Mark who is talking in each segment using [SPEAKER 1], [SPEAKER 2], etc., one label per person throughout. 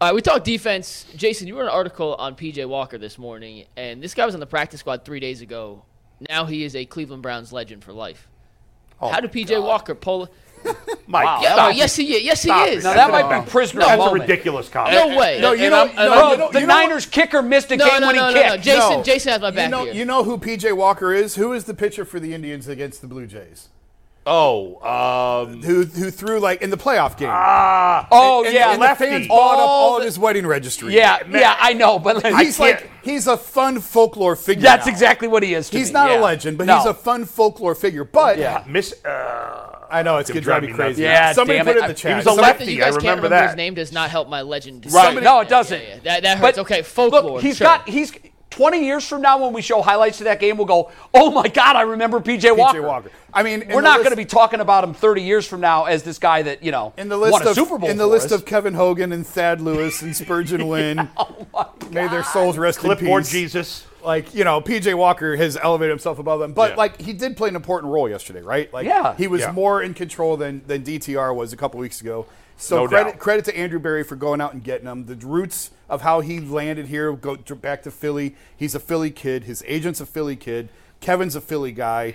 [SPEAKER 1] All right, we talked defense. Jason, you wrote an article on PJ Walker this morning, and this guy was on the practice squad three days ago. Now he is a Cleveland Browns legend for life.
[SPEAKER 2] Oh
[SPEAKER 1] How did PJ
[SPEAKER 2] God.
[SPEAKER 1] Walker pull?
[SPEAKER 2] Mike,
[SPEAKER 3] Wow.
[SPEAKER 1] Yeah,
[SPEAKER 2] stop
[SPEAKER 1] oh,
[SPEAKER 2] it.
[SPEAKER 1] yes, he is. Yes,
[SPEAKER 2] Stop
[SPEAKER 1] he
[SPEAKER 2] it.
[SPEAKER 1] is.
[SPEAKER 3] Now, that might be
[SPEAKER 2] Wrong.
[SPEAKER 3] prisoner
[SPEAKER 2] That's a
[SPEAKER 3] moment.
[SPEAKER 2] ridiculous comment.
[SPEAKER 1] no way.
[SPEAKER 3] No,
[SPEAKER 1] And
[SPEAKER 3] you
[SPEAKER 1] I'm-
[SPEAKER 3] don't.
[SPEAKER 1] and I'm-
[SPEAKER 3] No,
[SPEAKER 2] you don't-
[SPEAKER 3] uh, the
[SPEAKER 2] you know
[SPEAKER 3] Niners kicker missed a
[SPEAKER 1] No,
[SPEAKER 3] game
[SPEAKER 1] no,
[SPEAKER 3] when he
[SPEAKER 1] no, no,
[SPEAKER 3] kicked.
[SPEAKER 1] no. Jason, Jason has my back
[SPEAKER 4] You know,
[SPEAKER 1] here.
[SPEAKER 4] you know who PJ Walker is? Who is the pitcher for the Indians against the Blue Jays?
[SPEAKER 2] Oh, um,
[SPEAKER 4] Who who threw like in the playoff game?
[SPEAKER 3] oh
[SPEAKER 4] and,
[SPEAKER 3] yeah,
[SPEAKER 4] and
[SPEAKER 3] lefty.
[SPEAKER 4] The fans bought up
[SPEAKER 3] All
[SPEAKER 4] all of
[SPEAKER 3] the-
[SPEAKER 4] his wedding registry.
[SPEAKER 3] Yeah, yeah, I know, but I
[SPEAKER 4] he's
[SPEAKER 3] can't-
[SPEAKER 4] like he's a fun folklore figure.
[SPEAKER 3] that's
[SPEAKER 4] now.
[SPEAKER 3] exactly what he is. to
[SPEAKER 4] He's
[SPEAKER 3] me.
[SPEAKER 4] not
[SPEAKER 3] Yeah.
[SPEAKER 4] a legend, but
[SPEAKER 3] No.
[SPEAKER 4] he's a fun folklore figure. But
[SPEAKER 3] Yeah.
[SPEAKER 2] miss. Uh,
[SPEAKER 4] I know it's
[SPEAKER 2] It's gonna
[SPEAKER 4] gonna drive me
[SPEAKER 2] drive me
[SPEAKER 4] crazy.
[SPEAKER 2] nuts.
[SPEAKER 3] Yeah,
[SPEAKER 4] somebody
[SPEAKER 3] damn
[SPEAKER 4] put
[SPEAKER 3] it.
[SPEAKER 4] it in the
[SPEAKER 3] He
[SPEAKER 4] chat.
[SPEAKER 2] was a
[SPEAKER 1] the fact that
[SPEAKER 2] lefty,
[SPEAKER 1] you guys
[SPEAKER 2] I
[SPEAKER 1] can't
[SPEAKER 2] remember
[SPEAKER 1] remember his
[SPEAKER 2] that.
[SPEAKER 1] name does not help my legend.
[SPEAKER 3] Right.
[SPEAKER 1] Somebody-
[SPEAKER 3] no, it
[SPEAKER 1] yeah, yeah,
[SPEAKER 3] doesn't.
[SPEAKER 1] yeah. That, that hurts.
[SPEAKER 3] But
[SPEAKER 1] okay, folklore.
[SPEAKER 3] Look, he's
[SPEAKER 1] sure.
[SPEAKER 3] got he's 20 years from now when we show highlights of that game, we'll go, oh my God, I remember PJ Walker.
[SPEAKER 4] Walker. I mean, and
[SPEAKER 3] we're
[SPEAKER 4] the
[SPEAKER 3] not
[SPEAKER 4] list-
[SPEAKER 3] going to be talking about him 30 years from now as this guy that you know
[SPEAKER 4] in the list
[SPEAKER 3] won a
[SPEAKER 4] of
[SPEAKER 3] Super Bowl.
[SPEAKER 4] in the
[SPEAKER 3] for
[SPEAKER 4] list
[SPEAKER 3] us.
[SPEAKER 4] of Kevin Hogan and Thad Lewis and Spurgeon Wynn.
[SPEAKER 3] oh
[SPEAKER 4] May their souls rest in
[SPEAKER 2] clipboard
[SPEAKER 4] peace.
[SPEAKER 2] Jesus.
[SPEAKER 4] like you know pj walker has elevated himself above them but
[SPEAKER 2] Yeah.
[SPEAKER 4] like he did play an important role yesterday right like
[SPEAKER 3] Yeah.
[SPEAKER 4] he was
[SPEAKER 2] Yeah.
[SPEAKER 4] more in control than than dtr was a couple weeks ago so
[SPEAKER 2] No
[SPEAKER 4] credit
[SPEAKER 2] doubt.
[SPEAKER 4] credit to andrew barry for going out and getting him the roots of how he landed here go dr- back to philly he's a philly kid his agent's a philly kid kevin's a philly guy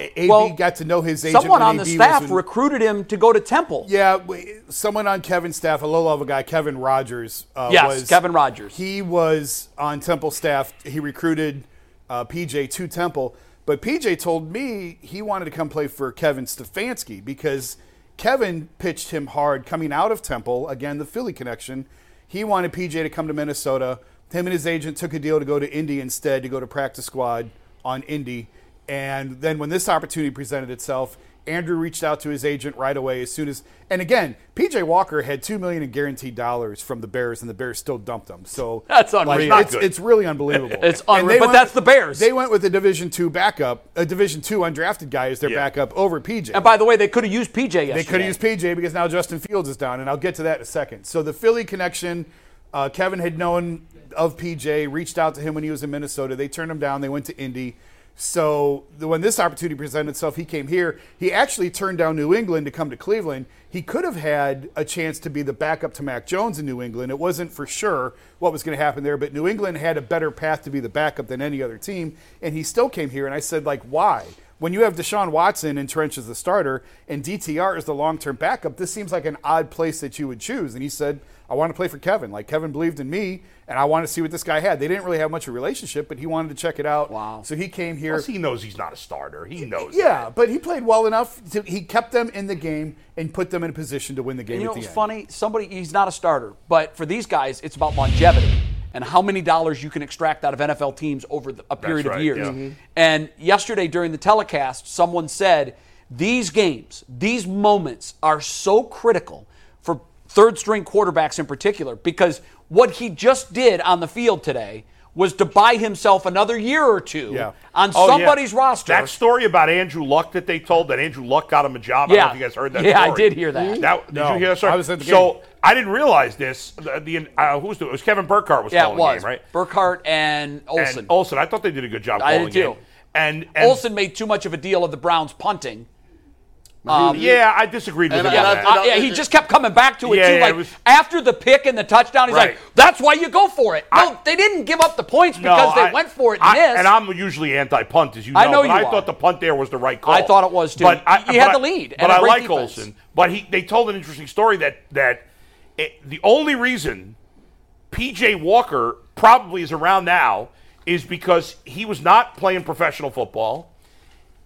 [SPEAKER 4] a- AB
[SPEAKER 3] Well,
[SPEAKER 4] got to know his agent.
[SPEAKER 3] Someone
[SPEAKER 4] when
[SPEAKER 3] on the
[SPEAKER 4] AB was
[SPEAKER 3] staff
[SPEAKER 4] in-
[SPEAKER 3] recruited him to go to Temple.
[SPEAKER 4] yeah, w- someone on Kevin's staff, a low level guy, Kevin Rogers. Uh,
[SPEAKER 3] Yes,
[SPEAKER 4] was,
[SPEAKER 3] Kevin Rogers.
[SPEAKER 4] He was on Temple staff. He recruited uh, PJ to Temple, but PJ told me he wanted to come play for Kevin Stefanski because Kevin pitched him hard coming out of Temple. Again, the Philly connection. He wanted PJ to come to Minnesota. Him and his agent took a deal to go to Indy instead, to go to practice squad on Indy. And then when this opportunity presented itself, Andrew reached out to his agent right away as soon as and again, PJ Walker had two million in guaranteed dollars from the Bears and the Bears still dumped him. So
[SPEAKER 3] That's unreal.
[SPEAKER 4] it's,
[SPEAKER 2] good.
[SPEAKER 4] it's really unbelievable.
[SPEAKER 3] It's
[SPEAKER 4] And
[SPEAKER 3] unreal,
[SPEAKER 4] they
[SPEAKER 3] but that's the Bears.
[SPEAKER 4] They went with a division two backup, a division two undrafted guy as their backup over PJ.
[SPEAKER 3] And by the way, they could have used PJ yesterday.
[SPEAKER 4] They could have used PJ because now Justin Fields is down, and I'll get to that in a second. So the Philly connection, uh, Kevin had known of PJ, reached out to him when he was in Minnesota. They turned him down. They went to Indy. So the, when this opportunity presented itself, he came here. He actually turned down New England to come to Cleveland. He could have had a chance to be the backup to Mac Jones in New England. It wasn't for sure what was going to happen there, but New England had a better path to be the backup than any other team, and he still came here. And I said, like, why? when you have Deshaun Watson entrenched as the starter and DTR is the long term backup, this seems like an odd place that you would choose. And he said, I want to play for Kevin. Like, Kevin believed in me, and I want to see what this guy had. They didn't really have much of a relationship, but he wanted to check it out.
[SPEAKER 3] Wow.
[SPEAKER 4] So he came here.
[SPEAKER 2] Plus, he knows he's not a starter. He knows.
[SPEAKER 4] yeah, but he played well enough. To, he kept them in the game and put them in a position to win the game.
[SPEAKER 3] You know
[SPEAKER 4] at the
[SPEAKER 3] what's
[SPEAKER 4] end.
[SPEAKER 3] funny? Somebody he's not a starter, but for these guys, it's about longevity and how many dollars you can extract out of NFL teams over the, a period of
[SPEAKER 2] right,
[SPEAKER 3] years.
[SPEAKER 2] yeah. Mhm.
[SPEAKER 3] And yesterday during the telecast, someone said these games, these moments are so critical for third string quarterbacks in particular because what he just did on the field today was to buy himself another year or two
[SPEAKER 4] Yeah.
[SPEAKER 3] on
[SPEAKER 2] Oh, yeah.
[SPEAKER 3] somebody's roster.
[SPEAKER 2] That story about Andrew Luck that they told that Andrew Luck got him a job. I
[SPEAKER 3] Yeah.
[SPEAKER 2] don't know if you guys heard that.
[SPEAKER 3] Yeah, I
[SPEAKER 2] story.
[SPEAKER 3] did hear that.
[SPEAKER 2] did
[SPEAKER 4] No,
[SPEAKER 2] you hear that story?
[SPEAKER 4] I was at the
[SPEAKER 2] so
[SPEAKER 4] game.
[SPEAKER 2] I didn't realize this. The, the uh, who was the, it was Kevin Burkhardt was
[SPEAKER 3] yeah, it
[SPEAKER 2] calling
[SPEAKER 3] was.
[SPEAKER 2] the game, right?
[SPEAKER 3] Burkhart and Olson.
[SPEAKER 2] And Olson, I thought they did a good job
[SPEAKER 3] I
[SPEAKER 2] calling
[SPEAKER 3] did too.
[SPEAKER 2] the game. And, and
[SPEAKER 3] Olson made too much of a deal of the Browns punting.
[SPEAKER 2] um, yeah, I disagreed with
[SPEAKER 3] And,
[SPEAKER 2] him.
[SPEAKER 3] yeah,
[SPEAKER 2] on
[SPEAKER 3] I-
[SPEAKER 2] that.
[SPEAKER 3] yeah, he just kept coming back to it
[SPEAKER 2] Yeah,
[SPEAKER 3] too.
[SPEAKER 2] yeah,
[SPEAKER 3] like
[SPEAKER 2] it was-
[SPEAKER 3] after the pick and the touchdown, he's
[SPEAKER 2] Right.
[SPEAKER 3] like, "That's why you go for it." No,
[SPEAKER 2] I-
[SPEAKER 3] they didn't give up the points
[SPEAKER 2] No,
[SPEAKER 3] because they
[SPEAKER 2] I-
[SPEAKER 3] went for it and
[SPEAKER 2] I-
[SPEAKER 3] missed.
[SPEAKER 2] And I'm usually anti-punt, as you know.
[SPEAKER 3] I know
[SPEAKER 2] but
[SPEAKER 3] you
[SPEAKER 2] I
[SPEAKER 3] are.
[SPEAKER 2] thought the punt there was the right call.
[SPEAKER 3] I thought it was, too.
[SPEAKER 2] But I,
[SPEAKER 3] He had
[SPEAKER 2] but
[SPEAKER 3] the lead
[SPEAKER 2] I, but
[SPEAKER 3] and a
[SPEAKER 2] I
[SPEAKER 3] great
[SPEAKER 2] like
[SPEAKER 3] defense.
[SPEAKER 2] Olson. But he, they told an interesting story that that it, the only reason PJ Walker probably is around now is because he was not playing professional football.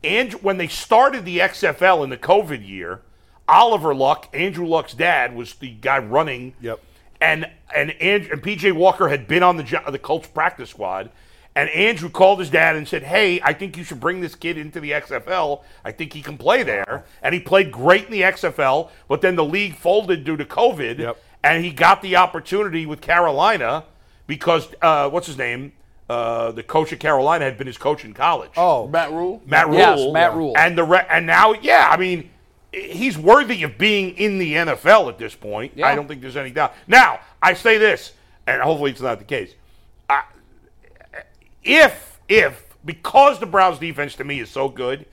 [SPEAKER 2] And when they started the XFL in the COVID year, Oliver Luck, Andrew Luck's dad, was the guy running.
[SPEAKER 4] Yep.
[SPEAKER 2] And and and, and PJ Walker had been on the jo- the Colts practice squad, and Andrew called his dad and said, "Hey, I think you should bring this kid into the XFL. I think he can play there." And he played great in the XFL, but then the league folded due to COVID,
[SPEAKER 4] Yep.
[SPEAKER 2] and he got the opportunity with Carolina because uh, what's his name? uh, the coach at Carolina had been his coach in college.
[SPEAKER 4] Oh,
[SPEAKER 5] Matt Rule.
[SPEAKER 2] Matt Rule.
[SPEAKER 3] Yes, Matt Rule.
[SPEAKER 2] And the re- and now, yeah, I mean, i- he's worthy of being in the NFL at this point. I don't think there's any doubt. Now, I say this, and hopefully it's not the case. I, if if because the Browns defense to me is so good,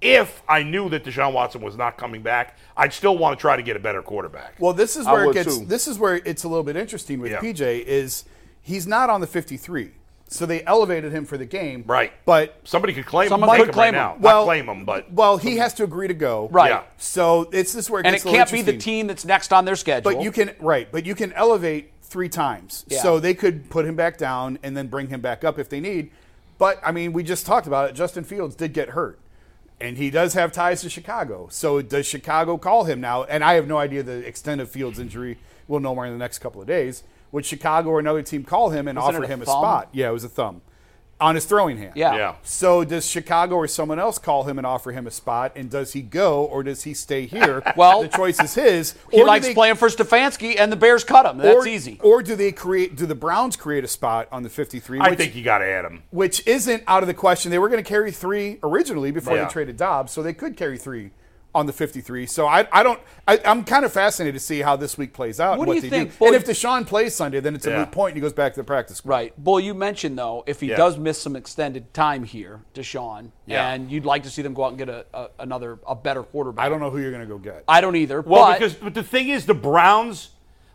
[SPEAKER 2] if I knew that Deshaun Watson was not coming back, I'd still want to try to get a better quarterback.
[SPEAKER 4] Well, this is
[SPEAKER 5] I
[SPEAKER 4] where it
[SPEAKER 5] would,
[SPEAKER 4] gets.
[SPEAKER 5] too.
[SPEAKER 4] This is where it's a little bit interesting with
[SPEAKER 2] Yeah.
[SPEAKER 4] PJ is he's not on the 53, so they elevated him for the game.
[SPEAKER 2] Right.
[SPEAKER 4] But
[SPEAKER 2] Somebody could claim
[SPEAKER 3] Someone
[SPEAKER 2] him,
[SPEAKER 3] could
[SPEAKER 2] take him
[SPEAKER 3] claim him.
[SPEAKER 2] right now.
[SPEAKER 4] well,
[SPEAKER 2] not claim him, but
[SPEAKER 4] well, he has to agree to go.
[SPEAKER 3] Right.
[SPEAKER 2] Yeah.
[SPEAKER 4] So it's this is where it
[SPEAKER 3] And it
[SPEAKER 4] gets a little
[SPEAKER 3] can't be the
[SPEAKER 4] interesting.
[SPEAKER 3] team that's next on their schedule.
[SPEAKER 4] But you can right, but you can elevate three times.
[SPEAKER 3] Yeah.
[SPEAKER 4] So they could put him back down and then bring him back up if they need. But I mean, we just talked about it. Justin Fields did get hurt. And he does have ties to Chicago. So does Chicago call him now? And I have no idea the extent of Fields' injury. We'll know more in the next couple of days. Would Chicago or another team call him and
[SPEAKER 3] Wasn't
[SPEAKER 4] offer
[SPEAKER 3] it a
[SPEAKER 4] him a
[SPEAKER 3] thumb?
[SPEAKER 4] spot? Yeah, it was a thumb on his throwing hand.
[SPEAKER 3] yeah.
[SPEAKER 2] yeah.
[SPEAKER 4] So does Chicago or someone else call him and offer him a spot? And does he go or does he stay here?
[SPEAKER 3] Well,
[SPEAKER 4] the choice is his.
[SPEAKER 3] He
[SPEAKER 4] Or do
[SPEAKER 3] likes
[SPEAKER 4] they-
[SPEAKER 3] playing for Stefanski, and the Bears cut him. That's
[SPEAKER 4] or,
[SPEAKER 3] easy.
[SPEAKER 4] Or do they create? Do the Browns create a spot on the 53? Which,
[SPEAKER 2] I think you got to add him.
[SPEAKER 4] which isn't out of the question. They were going to carry three originally before
[SPEAKER 2] Yeah.
[SPEAKER 4] they traded Dobbs, so they could carry three on the 53. So I, I don't. I, I'm kind of fascinated to see how this week plays out. and
[SPEAKER 3] What do
[SPEAKER 4] what
[SPEAKER 3] you
[SPEAKER 4] they
[SPEAKER 3] think,
[SPEAKER 4] Do. And
[SPEAKER 3] Boyd?
[SPEAKER 4] if Deshaun plays Sunday, then it's a
[SPEAKER 2] Yeah.
[SPEAKER 4] moot point and he goes back to the practice squad.
[SPEAKER 3] Right. Bull, you mentioned, though, if he
[SPEAKER 2] Yeah.
[SPEAKER 3] does miss some extended time here, Deshaun,
[SPEAKER 2] Yeah.
[SPEAKER 3] and you'd like to see them go out and get a, a, another, a better quarterback.
[SPEAKER 4] I don't know who you're going to go get.
[SPEAKER 3] I don't either.
[SPEAKER 2] Well,
[SPEAKER 3] but
[SPEAKER 2] because but the thing is, the Browns.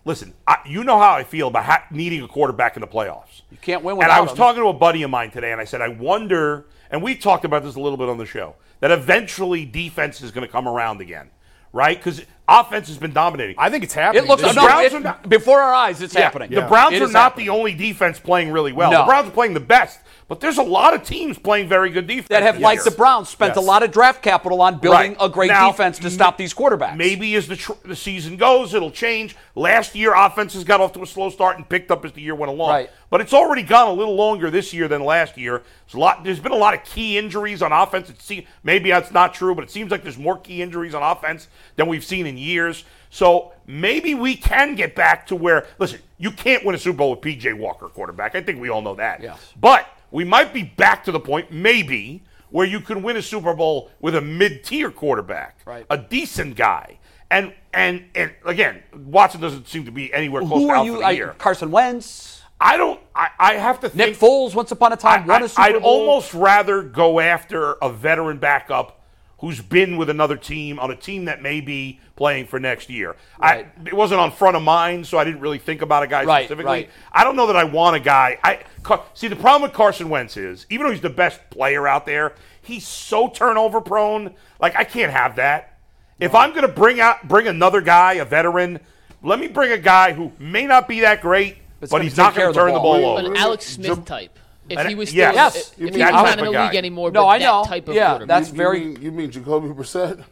[SPEAKER 2] Listen, I, you know how I feel about ha- needing a quarterback in the playoffs. You
[SPEAKER 3] can't win
[SPEAKER 2] And I
[SPEAKER 3] without
[SPEAKER 2] was
[SPEAKER 3] him.
[SPEAKER 2] talking to a buddy of mine today, and I said, I wonder, and we talked about this a little bit on the show, that eventually defense is going to come around again, right? Because offense has been dominating.
[SPEAKER 4] I think it's happening.
[SPEAKER 3] it looks
[SPEAKER 2] The
[SPEAKER 3] no,
[SPEAKER 2] Browns
[SPEAKER 3] it-
[SPEAKER 2] are not-
[SPEAKER 3] before our eyes, it's
[SPEAKER 2] Yeah,
[SPEAKER 3] happening.
[SPEAKER 2] The Browns
[SPEAKER 3] It
[SPEAKER 2] are
[SPEAKER 3] is
[SPEAKER 2] not
[SPEAKER 3] happening.
[SPEAKER 2] the only defense playing really well.
[SPEAKER 3] No.
[SPEAKER 2] The Browns are playing the best, but there's a lot of teams playing very good defense
[SPEAKER 3] that have,
[SPEAKER 2] this
[SPEAKER 3] like
[SPEAKER 2] year.
[SPEAKER 3] the Browns, spent a
[SPEAKER 4] Yes.
[SPEAKER 3] lot of draft capital on building
[SPEAKER 2] Right.
[SPEAKER 3] a great
[SPEAKER 2] Now,
[SPEAKER 3] defense to
[SPEAKER 2] m-
[SPEAKER 3] stop these quarterbacks.
[SPEAKER 2] Maybe as the, tr- the season goes, it'll change. Last year, offenses got off to a slow start and picked up as the year went along.
[SPEAKER 3] Right.
[SPEAKER 2] But it's already gone a little longer this year than last year. There's, a lot, there's been a lot of key injuries on offense. It seems, maybe that's not true, but it seems like there's more key injuries on offense than we've seen in years. So maybe we can get back to where, listen, you can't win a Super Bowl with PJ Walker quarterback. I think we all know that.
[SPEAKER 3] Yes.
[SPEAKER 2] But we might be back to the point, maybe, where you can win a Super Bowl with a mid-tier quarterback,
[SPEAKER 3] Right.
[SPEAKER 2] a decent guy, and and and again, Watson doesn't seem to be anywhere close
[SPEAKER 3] Who
[SPEAKER 2] to
[SPEAKER 3] are
[SPEAKER 2] out
[SPEAKER 3] you?
[SPEAKER 2] for the
[SPEAKER 3] I-
[SPEAKER 2] year.
[SPEAKER 3] Carson Wentz,
[SPEAKER 2] I don't. I, I have to
[SPEAKER 3] Nick
[SPEAKER 2] think.
[SPEAKER 3] Foles. Once upon a time, won a Super
[SPEAKER 2] I, would
[SPEAKER 3] Bowl.
[SPEAKER 2] almost rather go after a veteran backup who's been with another team on a team that may be playing for next year.
[SPEAKER 3] Right.
[SPEAKER 2] I, it wasn't on front of mind, so I didn't really think about a guy
[SPEAKER 3] Right,
[SPEAKER 2] specifically.
[SPEAKER 3] right.
[SPEAKER 2] I don't know that I want a guy. I Car- see the problem with Carson Wentz is even though he's the best player out there, he's so turnover prone. Like I can't have that. If I'm going to bring out bring another guy, a veteran, let me bring a guy who may not be that great,
[SPEAKER 3] But
[SPEAKER 2] but,
[SPEAKER 3] it's gonna
[SPEAKER 2] he's
[SPEAKER 3] take
[SPEAKER 2] not
[SPEAKER 3] care
[SPEAKER 2] going
[SPEAKER 3] of
[SPEAKER 2] to
[SPEAKER 3] the
[SPEAKER 2] turn the
[SPEAKER 3] ball.
[SPEAKER 2] ball,
[SPEAKER 3] Well,
[SPEAKER 2] over.
[SPEAKER 1] an Alex Smith type. If
[SPEAKER 2] and-
[SPEAKER 1] he was still,
[SPEAKER 2] yes.
[SPEAKER 3] Yes.
[SPEAKER 1] if he was
[SPEAKER 2] That
[SPEAKER 1] not
[SPEAKER 2] type
[SPEAKER 1] in the
[SPEAKER 2] of
[SPEAKER 1] league
[SPEAKER 2] guy.
[SPEAKER 1] anymore,
[SPEAKER 3] No,
[SPEAKER 1] but
[SPEAKER 3] I
[SPEAKER 1] that
[SPEAKER 3] know.
[SPEAKER 1] type of
[SPEAKER 3] Yeah,
[SPEAKER 5] You-
[SPEAKER 3] that's-
[SPEAKER 1] quarterback,
[SPEAKER 5] you
[SPEAKER 3] very-
[SPEAKER 5] mean- you mean Jacoby Brissett?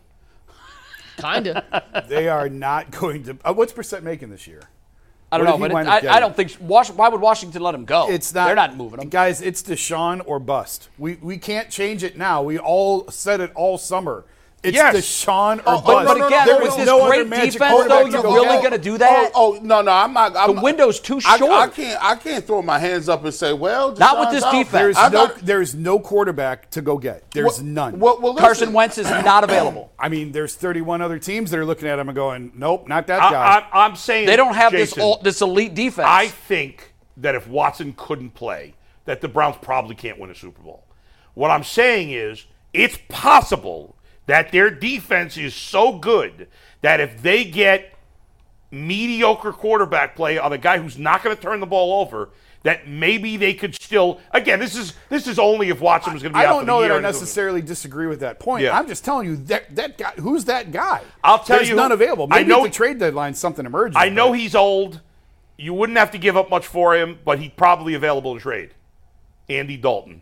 [SPEAKER 1] kinda.
[SPEAKER 4] They are not going to. Uh, what's percent making this year?
[SPEAKER 3] I don't
[SPEAKER 4] What
[SPEAKER 3] know,
[SPEAKER 4] if he
[SPEAKER 3] but it,
[SPEAKER 4] wind up
[SPEAKER 3] I, I
[SPEAKER 4] getting?
[SPEAKER 3] don't think. Wash, why would Washington let him go?
[SPEAKER 4] It's not.
[SPEAKER 3] They're not moving him.
[SPEAKER 4] guys. It's Deshaun or bust. We we can't change it now. We all said it all summer. It's
[SPEAKER 2] Yes.
[SPEAKER 4] Deshaun or bust.
[SPEAKER 3] But,
[SPEAKER 5] no,
[SPEAKER 3] but
[SPEAKER 5] no,
[SPEAKER 3] again,
[SPEAKER 5] no,
[SPEAKER 3] with
[SPEAKER 5] no,
[SPEAKER 3] this
[SPEAKER 5] no
[SPEAKER 4] other
[SPEAKER 3] great
[SPEAKER 4] magic
[SPEAKER 3] defense, though,
[SPEAKER 4] quarterback to
[SPEAKER 3] you're
[SPEAKER 4] go
[SPEAKER 3] really
[SPEAKER 4] get.
[SPEAKER 3] going to do that?
[SPEAKER 5] Oh, oh, no, no, I'm not. I'm
[SPEAKER 3] The window's too
[SPEAKER 5] I, I
[SPEAKER 3] short.
[SPEAKER 5] can't. I can't throw my hands up and say, "Well,
[SPEAKER 3] Not with
[SPEAKER 5] Deshaun's
[SPEAKER 3] this
[SPEAKER 5] out.
[SPEAKER 3] defense.
[SPEAKER 4] There's
[SPEAKER 5] I'm
[SPEAKER 4] no
[SPEAKER 5] not-
[SPEAKER 4] there's no quarterback to go get. There's
[SPEAKER 5] Well,
[SPEAKER 4] none.
[SPEAKER 5] Well, well, listen,
[SPEAKER 3] Carson Wentz is not available.
[SPEAKER 4] I mean, there's 31 other teams that are looking at him and going, nope, not that guy.
[SPEAKER 2] I, I, I'm saying
[SPEAKER 3] They don't have this
[SPEAKER 2] Jason,
[SPEAKER 3] all, this elite defense.
[SPEAKER 2] I think that if Watson couldn't play, that the Browns probably can't win a Super Bowl. What I'm saying is, it's possible that their defense is so good that if they get mediocre quarterback play on a guy who's not going to turn the ball over, that maybe they could still. Again, this is this is only if Watson was going to be
[SPEAKER 4] I
[SPEAKER 2] out for
[SPEAKER 4] don't
[SPEAKER 2] the
[SPEAKER 4] know that
[SPEAKER 2] year
[SPEAKER 4] I
[SPEAKER 2] and-
[SPEAKER 4] necessarily disagree with that point.
[SPEAKER 2] Yeah.
[SPEAKER 4] I'm just telling you that that guy, who's that guy?
[SPEAKER 2] I'll tell
[SPEAKER 4] There's
[SPEAKER 2] you who-
[SPEAKER 4] none available.
[SPEAKER 2] I
[SPEAKER 4] Maybe
[SPEAKER 2] know-
[SPEAKER 4] at the trade deadline something emerges.
[SPEAKER 2] I know
[SPEAKER 4] but
[SPEAKER 2] he's old. You wouldn't have to give up much for him, but he's probably available to trade. Andy Dalton.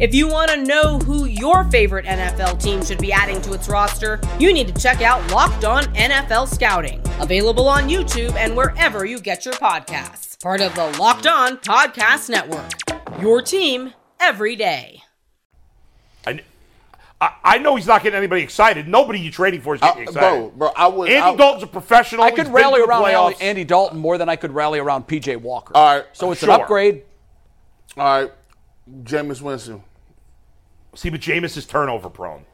[SPEAKER 6] If you want to know who your favorite NFL team should be adding to its roster, you need to check out Locked On NFL Scouting, available on YouTube and wherever you get your podcasts. Part of the Locked On Podcast Network. Your team every day.
[SPEAKER 2] I, kn- I, I know he's not getting anybody excited. Nobody you're trading for is getting
[SPEAKER 5] I-
[SPEAKER 2] excited.
[SPEAKER 5] Uh, bro, bro, I would.
[SPEAKER 2] Andy
[SPEAKER 5] I,
[SPEAKER 2] Dalton's a professional.
[SPEAKER 3] I
[SPEAKER 2] He's
[SPEAKER 3] could
[SPEAKER 2] been
[SPEAKER 3] rally
[SPEAKER 2] to the
[SPEAKER 3] around
[SPEAKER 2] playoffs.
[SPEAKER 3] Andy- Andy Dalton more than I could rally around PJ Walker.
[SPEAKER 5] All right,
[SPEAKER 3] so it's
[SPEAKER 2] sure.
[SPEAKER 3] an upgrade.
[SPEAKER 5] All right, Jameis Winston.
[SPEAKER 2] See, but Jameis is turnover prone.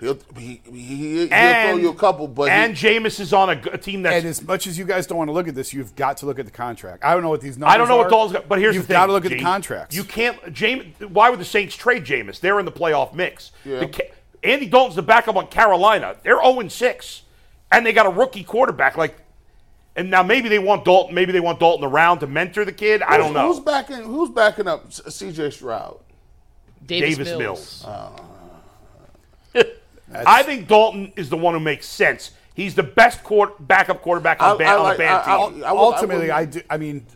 [SPEAKER 5] He'll he, he, he'll
[SPEAKER 2] And,
[SPEAKER 5] throw you a couple, but he-
[SPEAKER 2] and Jameis is on a, g- a team that's
[SPEAKER 4] And as much as you guys don't want to look at this, you've got to look at the contract. I don't know what these numbers.
[SPEAKER 2] I don't know
[SPEAKER 4] are.
[SPEAKER 2] what Dalton's got, but here's
[SPEAKER 4] you've
[SPEAKER 2] the thing.
[SPEAKER 4] got to look at the
[SPEAKER 2] Gene.
[SPEAKER 4] contracts.
[SPEAKER 2] You can't. James, why would the Saints trade Jameis? They're in the playoff mix.
[SPEAKER 5] Yeah.
[SPEAKER 2] The Ca- Andy Dalton's the backup on Carolina. They're 0 6, and they got a rookie quarterback. Like, and now maybe they want Dalton. Maybe they want Dalton around to mentor the kid. I don't
[SPEAKER 5] Who's-
[SPEAKER 2] know.
[SPEAKER 5] Who's backing? Who's backing up S- C.J. Stroud?
[SPEAKER 1] Davis, Mills.
[SPEAKER 2] Davis, Mills. I think Dalton is the one who makes sense. He's the best quarter, backup quarterback on, ba- on a bad team.
[SPEAKER 5] I would- I
[SPEAKER 4] Ultimately,
[SPEAKER 5] wouldn't-
[SPEAKER 4] I, do. I mean,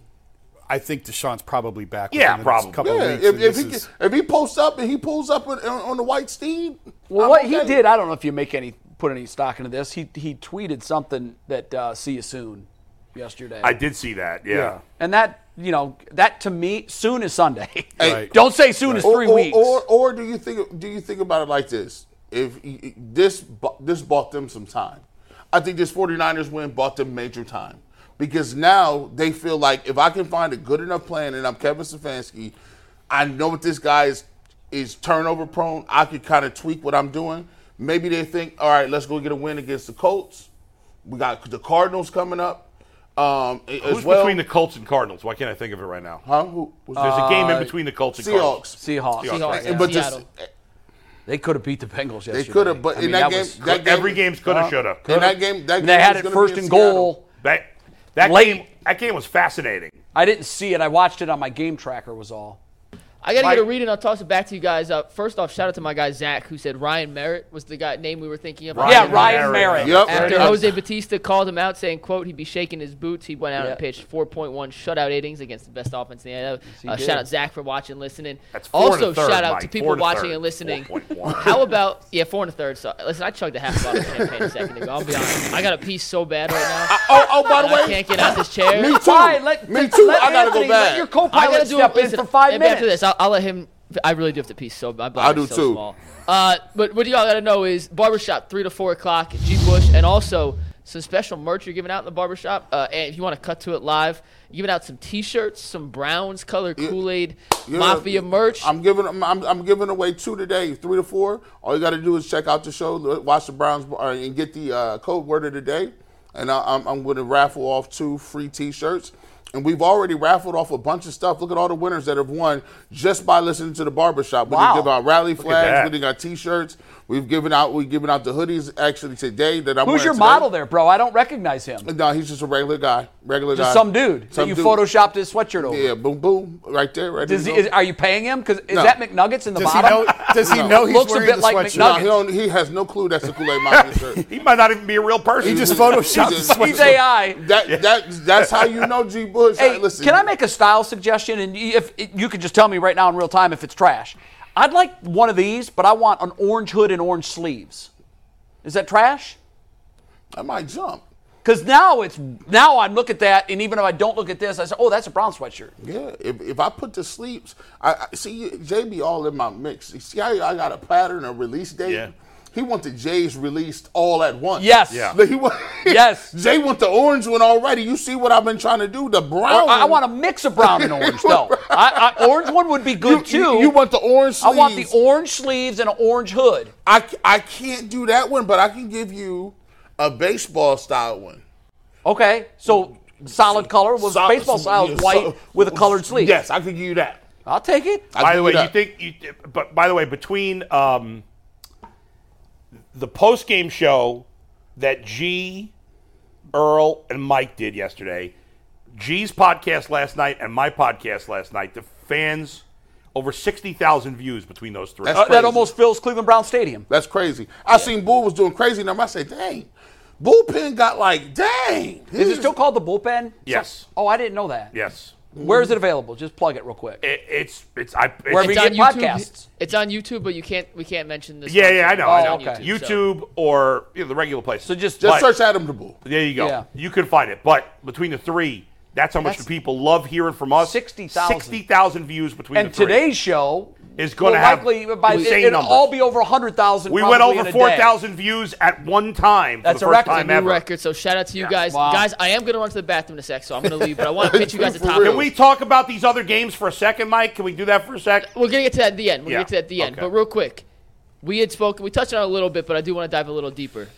[SPEAKER 4] I think Deshaun's probably back.
[SPEAKER 2] Yeah,
[SPEAKER 4] within the next
[SPEAKER 2] probably.
[SPEAKER 4] Couple
[SPEAKER 5] Yeah,
[SPEAKER 4] of weeks,
[SPEAKER 5] if,
[SPEAKER 4] and
[SPEAKER 5] if
[SPEAKER 4] this
[SPEAKER 5] he
[SPEAKER 4] is-
[SPEAKER 5] if he posts up and he pulls up on, on on the white steed.
[SPEAKER 3] Well,
[SPEAKER 5] I'm
[SPEAKER 3] what he
[SPEAKER 5] okay.
[SPEAKER 3] did, I don't know if you make any put any stock into this. He he tweeted something that uh, "see you soon" yesterday,
[SPEAKER 2] I did see that. Yeah.
[SPEAKER 4] Yeah.
[SPEAKER 3] and that you know that to me soon is Sunday.
[SPEAKER 4] Right.
[SPEAKER 3] don't say soon is three
[SPEAKER 5] or,
[SPEAKER 3] weeks.
[SPEAKER 5] Or, or do you think do you think about it like this? If y- y- this bu- this bought them some time, I think this 49ers win bought them major time because now they feel like if I can find a good enough plan and I'm Kevin Stefanski, I know what this guy is is turnover prone. I could kind of tweak what I'm doing. Maybe they think, all right, let's go get a win against the Colts. We got the Cardinals coming up. Um, a- as
[SPEAKER 2] Who's
[SPEAKER 5] well.
[SPEAKER 2] between the Colts and Cardinals? Why can't I think of it right now?
[SPEAKER 5] huh? Who, was
[SPEAKER 2] There's a game in between the Colts and Cardinals.
[SPEAKER 5] Uh, Seahawks?
[SPEAKER 3] Seahawks.
[SPEAKER 1] Seahawks.
[SPEAKER 3] Right.
[SPEAKER 1] Yeah.
[SPEAKER 5] But just-
[SPEAKER 1] Seattle.
[SPEAKER 3] They could have beat the Bengals yesterday.
[SPEAKER 5] They could have, but
[SPEAKER 3] I
[SPEAKER 5] in
[SPEAKER 3] mean,
[SPEAKER 5] that, game,
[SPEAKER 3] was-
[SPEAKER 5] that game,
[SPEAKER 2] every game's coulda, shoulda.
[SPEAKER 5] In that game, that
[SPEAKER 3] they
[SPEAKER 5] game
[SPEAKER 3] had
[SPEAKER 5] was
[SPEAKER 3] it
[SPEAKER 5] gonna be
[SPEAKER 3] first
[SPEAKER 5] in
[SPEAKER 3] and
[SPEAKER 5] Seattle.
[SPEAKER 3] goal.
[SPEAKER 2] That that
[SPEAKER 3] Late.
[SPEAKER 2] game that game was fascinating.
[SPEAKER 3] I didn't see it. I watched it on my game tracker. Was all.
[SPEAKER 1] I gotta get a
[SPEAKER 2] Mike-
[SPEAKER 1] read and I'll toss it back to you guys. Uh, first off, shout out to my guy Zach who said Ryan Merritt was the guy name we were thinking of.
[SPEAKER 2] Ryan
[SPEAKER 3] yeah, Ryan
[SPEAKER 2] Merritt.
[SPEAKER 3] Merritt.
[SPEAKER 5] Yep.
[SPEAKER 1] After
[SPEAKER 5] Yeah.
[SPEAKER 1] Jose Batista called him out saying, "quote He'd be shaking his boots." He went out
[SPEAKER 3] Yeah.
[SPEAKER 1] and pitched 4.1 shutout innings against the best offense in the
[SPEAKER 3] he
[SPEAKER 1] NFL. Uh,
[SPEAKER 3] did.
[SPEAKER 1] shout out Zach for watching, listening.
[SPEAKER 2] That's four
[SPEAKER 1] also
[SPEAKER 2] and a third,
[SPEAKER 1] shout out to
[SPEAKER 2] Mike.
[SPEAKER 1] people
[SPEAKER 2] Four and a
[SPEAKER 1] watching
[SPEAKER 2] third.
[SPEAKER 1] and listening.
[SPEAKER 2] 4.1.
[SPEAKER 1] How about yeah, four and a third? So, listen, I chugged a half bottle of champagne a second ago. I'll be honest, I got a piece so bad right now.
[SPEAKER 5] Oh, oh, by the
[SPEAKER 1] I
[SPEAKER 5] way,
[SPEAKER 1] can't get out this chair.
[SPEAKER 5] me too.
[SPEAKER 3] All right, let-
[SPEAKER 5] me too.
[SPEAKER 3] let
[SPEAKER 5] I gotta
[SPEAKER 3] Anthony,
[SPEAKER 5] go
[SPEAKER 3] Let
[SPEAKER 5] back.
[SPEAKER 3] your
[SPEAKER 1] I gotta
[SPEAKER 3] co-pilot
[SPEAKER 1] do
[SPEAKER 3] step
[SPEAKER 1] it
[SPEAKER 3] in for five
[SPEAKER 1] maybe
[SPEAKER 3] minutes.
[SPEAKER 1] After this, I'll, I'll let him. I really do have to pee so bad.
[SPEAKER 5] I do
[SPEAKER 1] so
[SPEAKER 5] too.
[SPEAKER 1] Small. Uh, but what you all gotta know is barbershop three to four o'clock. G Bush and also some special merch you're giving out in the barbershop. Uh, and if you want to cut to it live, you're giving out some T-shirts, some Browns color Kool Aid
[SPEAKER 5] Yeah,
[SPEAKER 1] Mafia merch.
[SPEAKER 5] I'm giving. I'm, I'm, I'm giving away two today, three to four. All you got to do is check out the show, l- watch the Browns, uh, and get the uh, code word of the day. And I, I'm, I'm going to raffle off two free T-shirts. And we've already raffled off a bunch of stuff. Look at all the winners that have won just by listening to the barbershop. We
[SPEAKER 3] Wow.
[SPEAKER 5] wow. give out rally
[SPEAKER 2] that.
[SPEAKER 5] flags. We did got T-shirts. We've given out. We've given out the hoodies actually today. That I'm
[SPEAKER 3] Who's
[SPEAKER 5] wearing
[SPEAKER 3] your
[SPEAKER 5] today.
[SPEAKER 3] model there, bro? I don't recognize him.
[SPEAKER 5] No, he's just a regular guy. Regular
[SPEAKER 3] Just
[SPEAKER 5] guy.
[SPEAKER 3] some dude
[SPEAKER 5] Some
[SPEAKER 3] that you
[SPEAKER 5] dude.
[SPEAKER 3] photoshopped his sweatshirt over.
[SPEAKER 5] Yeah, boom, boom, right there, right
[SPEAKER 3] Does he,
[SPEAKER 5] there.
[SPEAKER 3] is, are you paying him? Because is
[SPEAKER 5] No.
[SPEAKER 3] that McNuggets in the
[SPEAKER 4] Does he
[SPEAKER 3] bottom?
[SPEAKER 4] know? Does he
[SPEAKER 5] No.
[SPEAKER 4] know he's
[SPEAKER 3] Looks a
[SPEAKER 4] wearing
[SPEAKER 3] bit
[SPEAKER 4] the
[SPEAKER 3] like
[SPEAKER 4] sweatshirt?
[SPEAKER 5] no,
[SPEAKER 3] McNugget.
[SPEAKER 5] he, don't, he has no clue that's a Kool-Aid Mafia shirt.
[SPEAKER 2] He might not even be a real person.
[SPEAKER 4] He just photoshopped
[SPEAKER 5] He's
[SPEAKER 4] the
[SPEAKER 5] a-
[SPEAKER 4] sweatshirt.
[SPEAKER 3] He's AI.
[SPEAKER 5] That, that, that's how you know G. Bush.
[SPEAKER 3] Hey,
[SPEAKER 5] Hey, listen,
[SPEAKER 3] can I make a style suggestion? And y- if it- you could just tell me right now in real time if it's trash, I'd like one of these, but I want an orange hood and orange sleeves. Is that trash?
[SPEAKER 5] I might jump.
[SPEAKER 3] Because now it's now I look at that, and even if I don't look at this, I say, oh, that's a brown sweatshirt.
[SPEAKER 5] Yeah, if, if I put the sleeps, I, I see you- JB all in my mix. You See, I, I got a pattern, a release date.
[SPEAKER 2] Yeah.
[SPEAKER 5] He wants the J's released all at once.
[SPEAKER 3] Yes.
[SPEAKER 2] Yeah.
[SPEAKER 5] Like, he want,
[SPEAKER 3] Yes.
[SPEAKER 5] Jay want the orange one already. You see what I've been trying to do? The brown.
[SPEAKER 3] Or Oh, I, I want a mix of brown and orange though. I, I, orange one would be good too.
[SPEAKER 5] You, you, you want the orange?
[SPEAKER 3] I want the
[SPEAKER 5] sleeves.
[SPEAKER 3] orange sleeves and an orange hood.
[SPEAKER 5] I, I can't do that one, but I can give you a baseball style one.
[SPEAKER 3] Okay, so solid color was
[SPEAKER 5] Sol-
[SPEAKER 3] baseball style
[SPEAKER 5] yeah,
[SPEAKER 3] is white
[SPEAKER 5] sol-
[SPEAKER 3] with a colored sleeve.
[SPEAKER 5] Yes, I could give you that.
[SPEAKER 3] I'll take it.
[SPEAKER 5] I
[SPEAKER 2] by
[SPEAKER 5] could
[SPEAKER 2] the
[SPEAKER 5] do
[SPEAKER 2] way, you
[SPEAKER 5] that.
[SPEAKER 2] think you but by the way, between um, the post game show that G, Earl, and Mike did yesterday, G's podcast last night and my podcast last night, the fans over sixty thousand views between those three.
[SPEAKER 5] That's
[SPEAKER 3] Uh, that
[SPEAKER 5] crazy.
[SPEAKER 3] almost fills Cleveland Brown Stadium.
[SPEAKER 5] That's crazy. I seen Bull was doing crazy number. I said, dang, bullpen got like, dang.
[SPEAKER 3] Is it still called the bullpen?
[SPEAKER 2] Yes.
[SPEAKER 3] oh, I didn't know that.
[SPEAKER 2] yes.
[SPEAKER 3] Where is it available? Just plug it real quick.
[SPEAKER 2] It, it's it's I. It's,
[SPEAKER 3] Wherever We
[SPEAKER 1] It's on
[SPEAKER 3] get
[SPEAKER 1] YouTube.
[SPEAKER 3] podcasts.
[SPEAKER 1] It's on YouTube, but you can't we can't mention this.
[SPEAKER 2] yeah,
[SPEAKER 1] one.
[SPEAKER 2] yeah, I know.
[SPEAKER 3] Oh,
[SPEAKER 2] I know.
[SPEAKER 3] okay.
[SPEAKER 2] YouTube,
[SPEAKER 1] so-
[SPEAKER 2] or you know, the regular place.
[SPEAKER 3] So just-
[SPEAKER 2] But-
[SPEAKER 5] Just search Adam DeBoo.
[SPEAKER 2] There you go.
[SPEAKER 3] Yeah.
[SPEAKER 2] You can find it. But between the three, that's how much
[SPEAKER 3] That's-
[SPEAKER 2] the people love hearing from us.
[SPEAKER 3] 60,000.
[SPEAKER 2] 60,000 views between
[SPEAKER 3] and
[SPEAKER 2] the three.
[SPEAKER 3] today's show
[SPEAKER 2] Is gonna
[SPEAKER 3] will
[SPEAKER 2] have
[SPEAKER 3] likely by
[SPEAKER 2] insane
[SPEAKER 3] it, will
[SPEAKER 2] numbers.
[SPEAKER 3] all be over hundred thousand.
[SPEAKER 2] we went over 4,000 views at one time.
[SPEAKER 3] That's
[SPEAKER 2] for
[SPEAKER 3] a
[SPEAKER 2] the first
[SPEAKER 3] record.
[SPEAKER 2] time
[SPEAKER 3] New
[SPEAKER 2] ever.
[SPEAKER 1] Record. So shout out to you guys.
[SPEAKER 3] Wow.
[SPEAKER 1] Guys, I am gonna run to the bathroom in a sec, so I'm gonna leave. But I want to pitch you guys a
[SPEAKER 5] For
[SPEAKER 1] topic.
[SPEAKER 5] real.
[SPEAKER 2] Can we talk about these other games for a second, Mike? Can we do that for a sec?
[SPEAKER 1] We're gonna get to that at the end. We're
[SPEAKER 2] Yeah,
[SPEAKER 1] gonna get to that at the end.
[SPEAKER 2] okay.
[SPEAKER 1] But real quick, we had spoken. We touched on it a little bit, but I do want to dive a little deeper.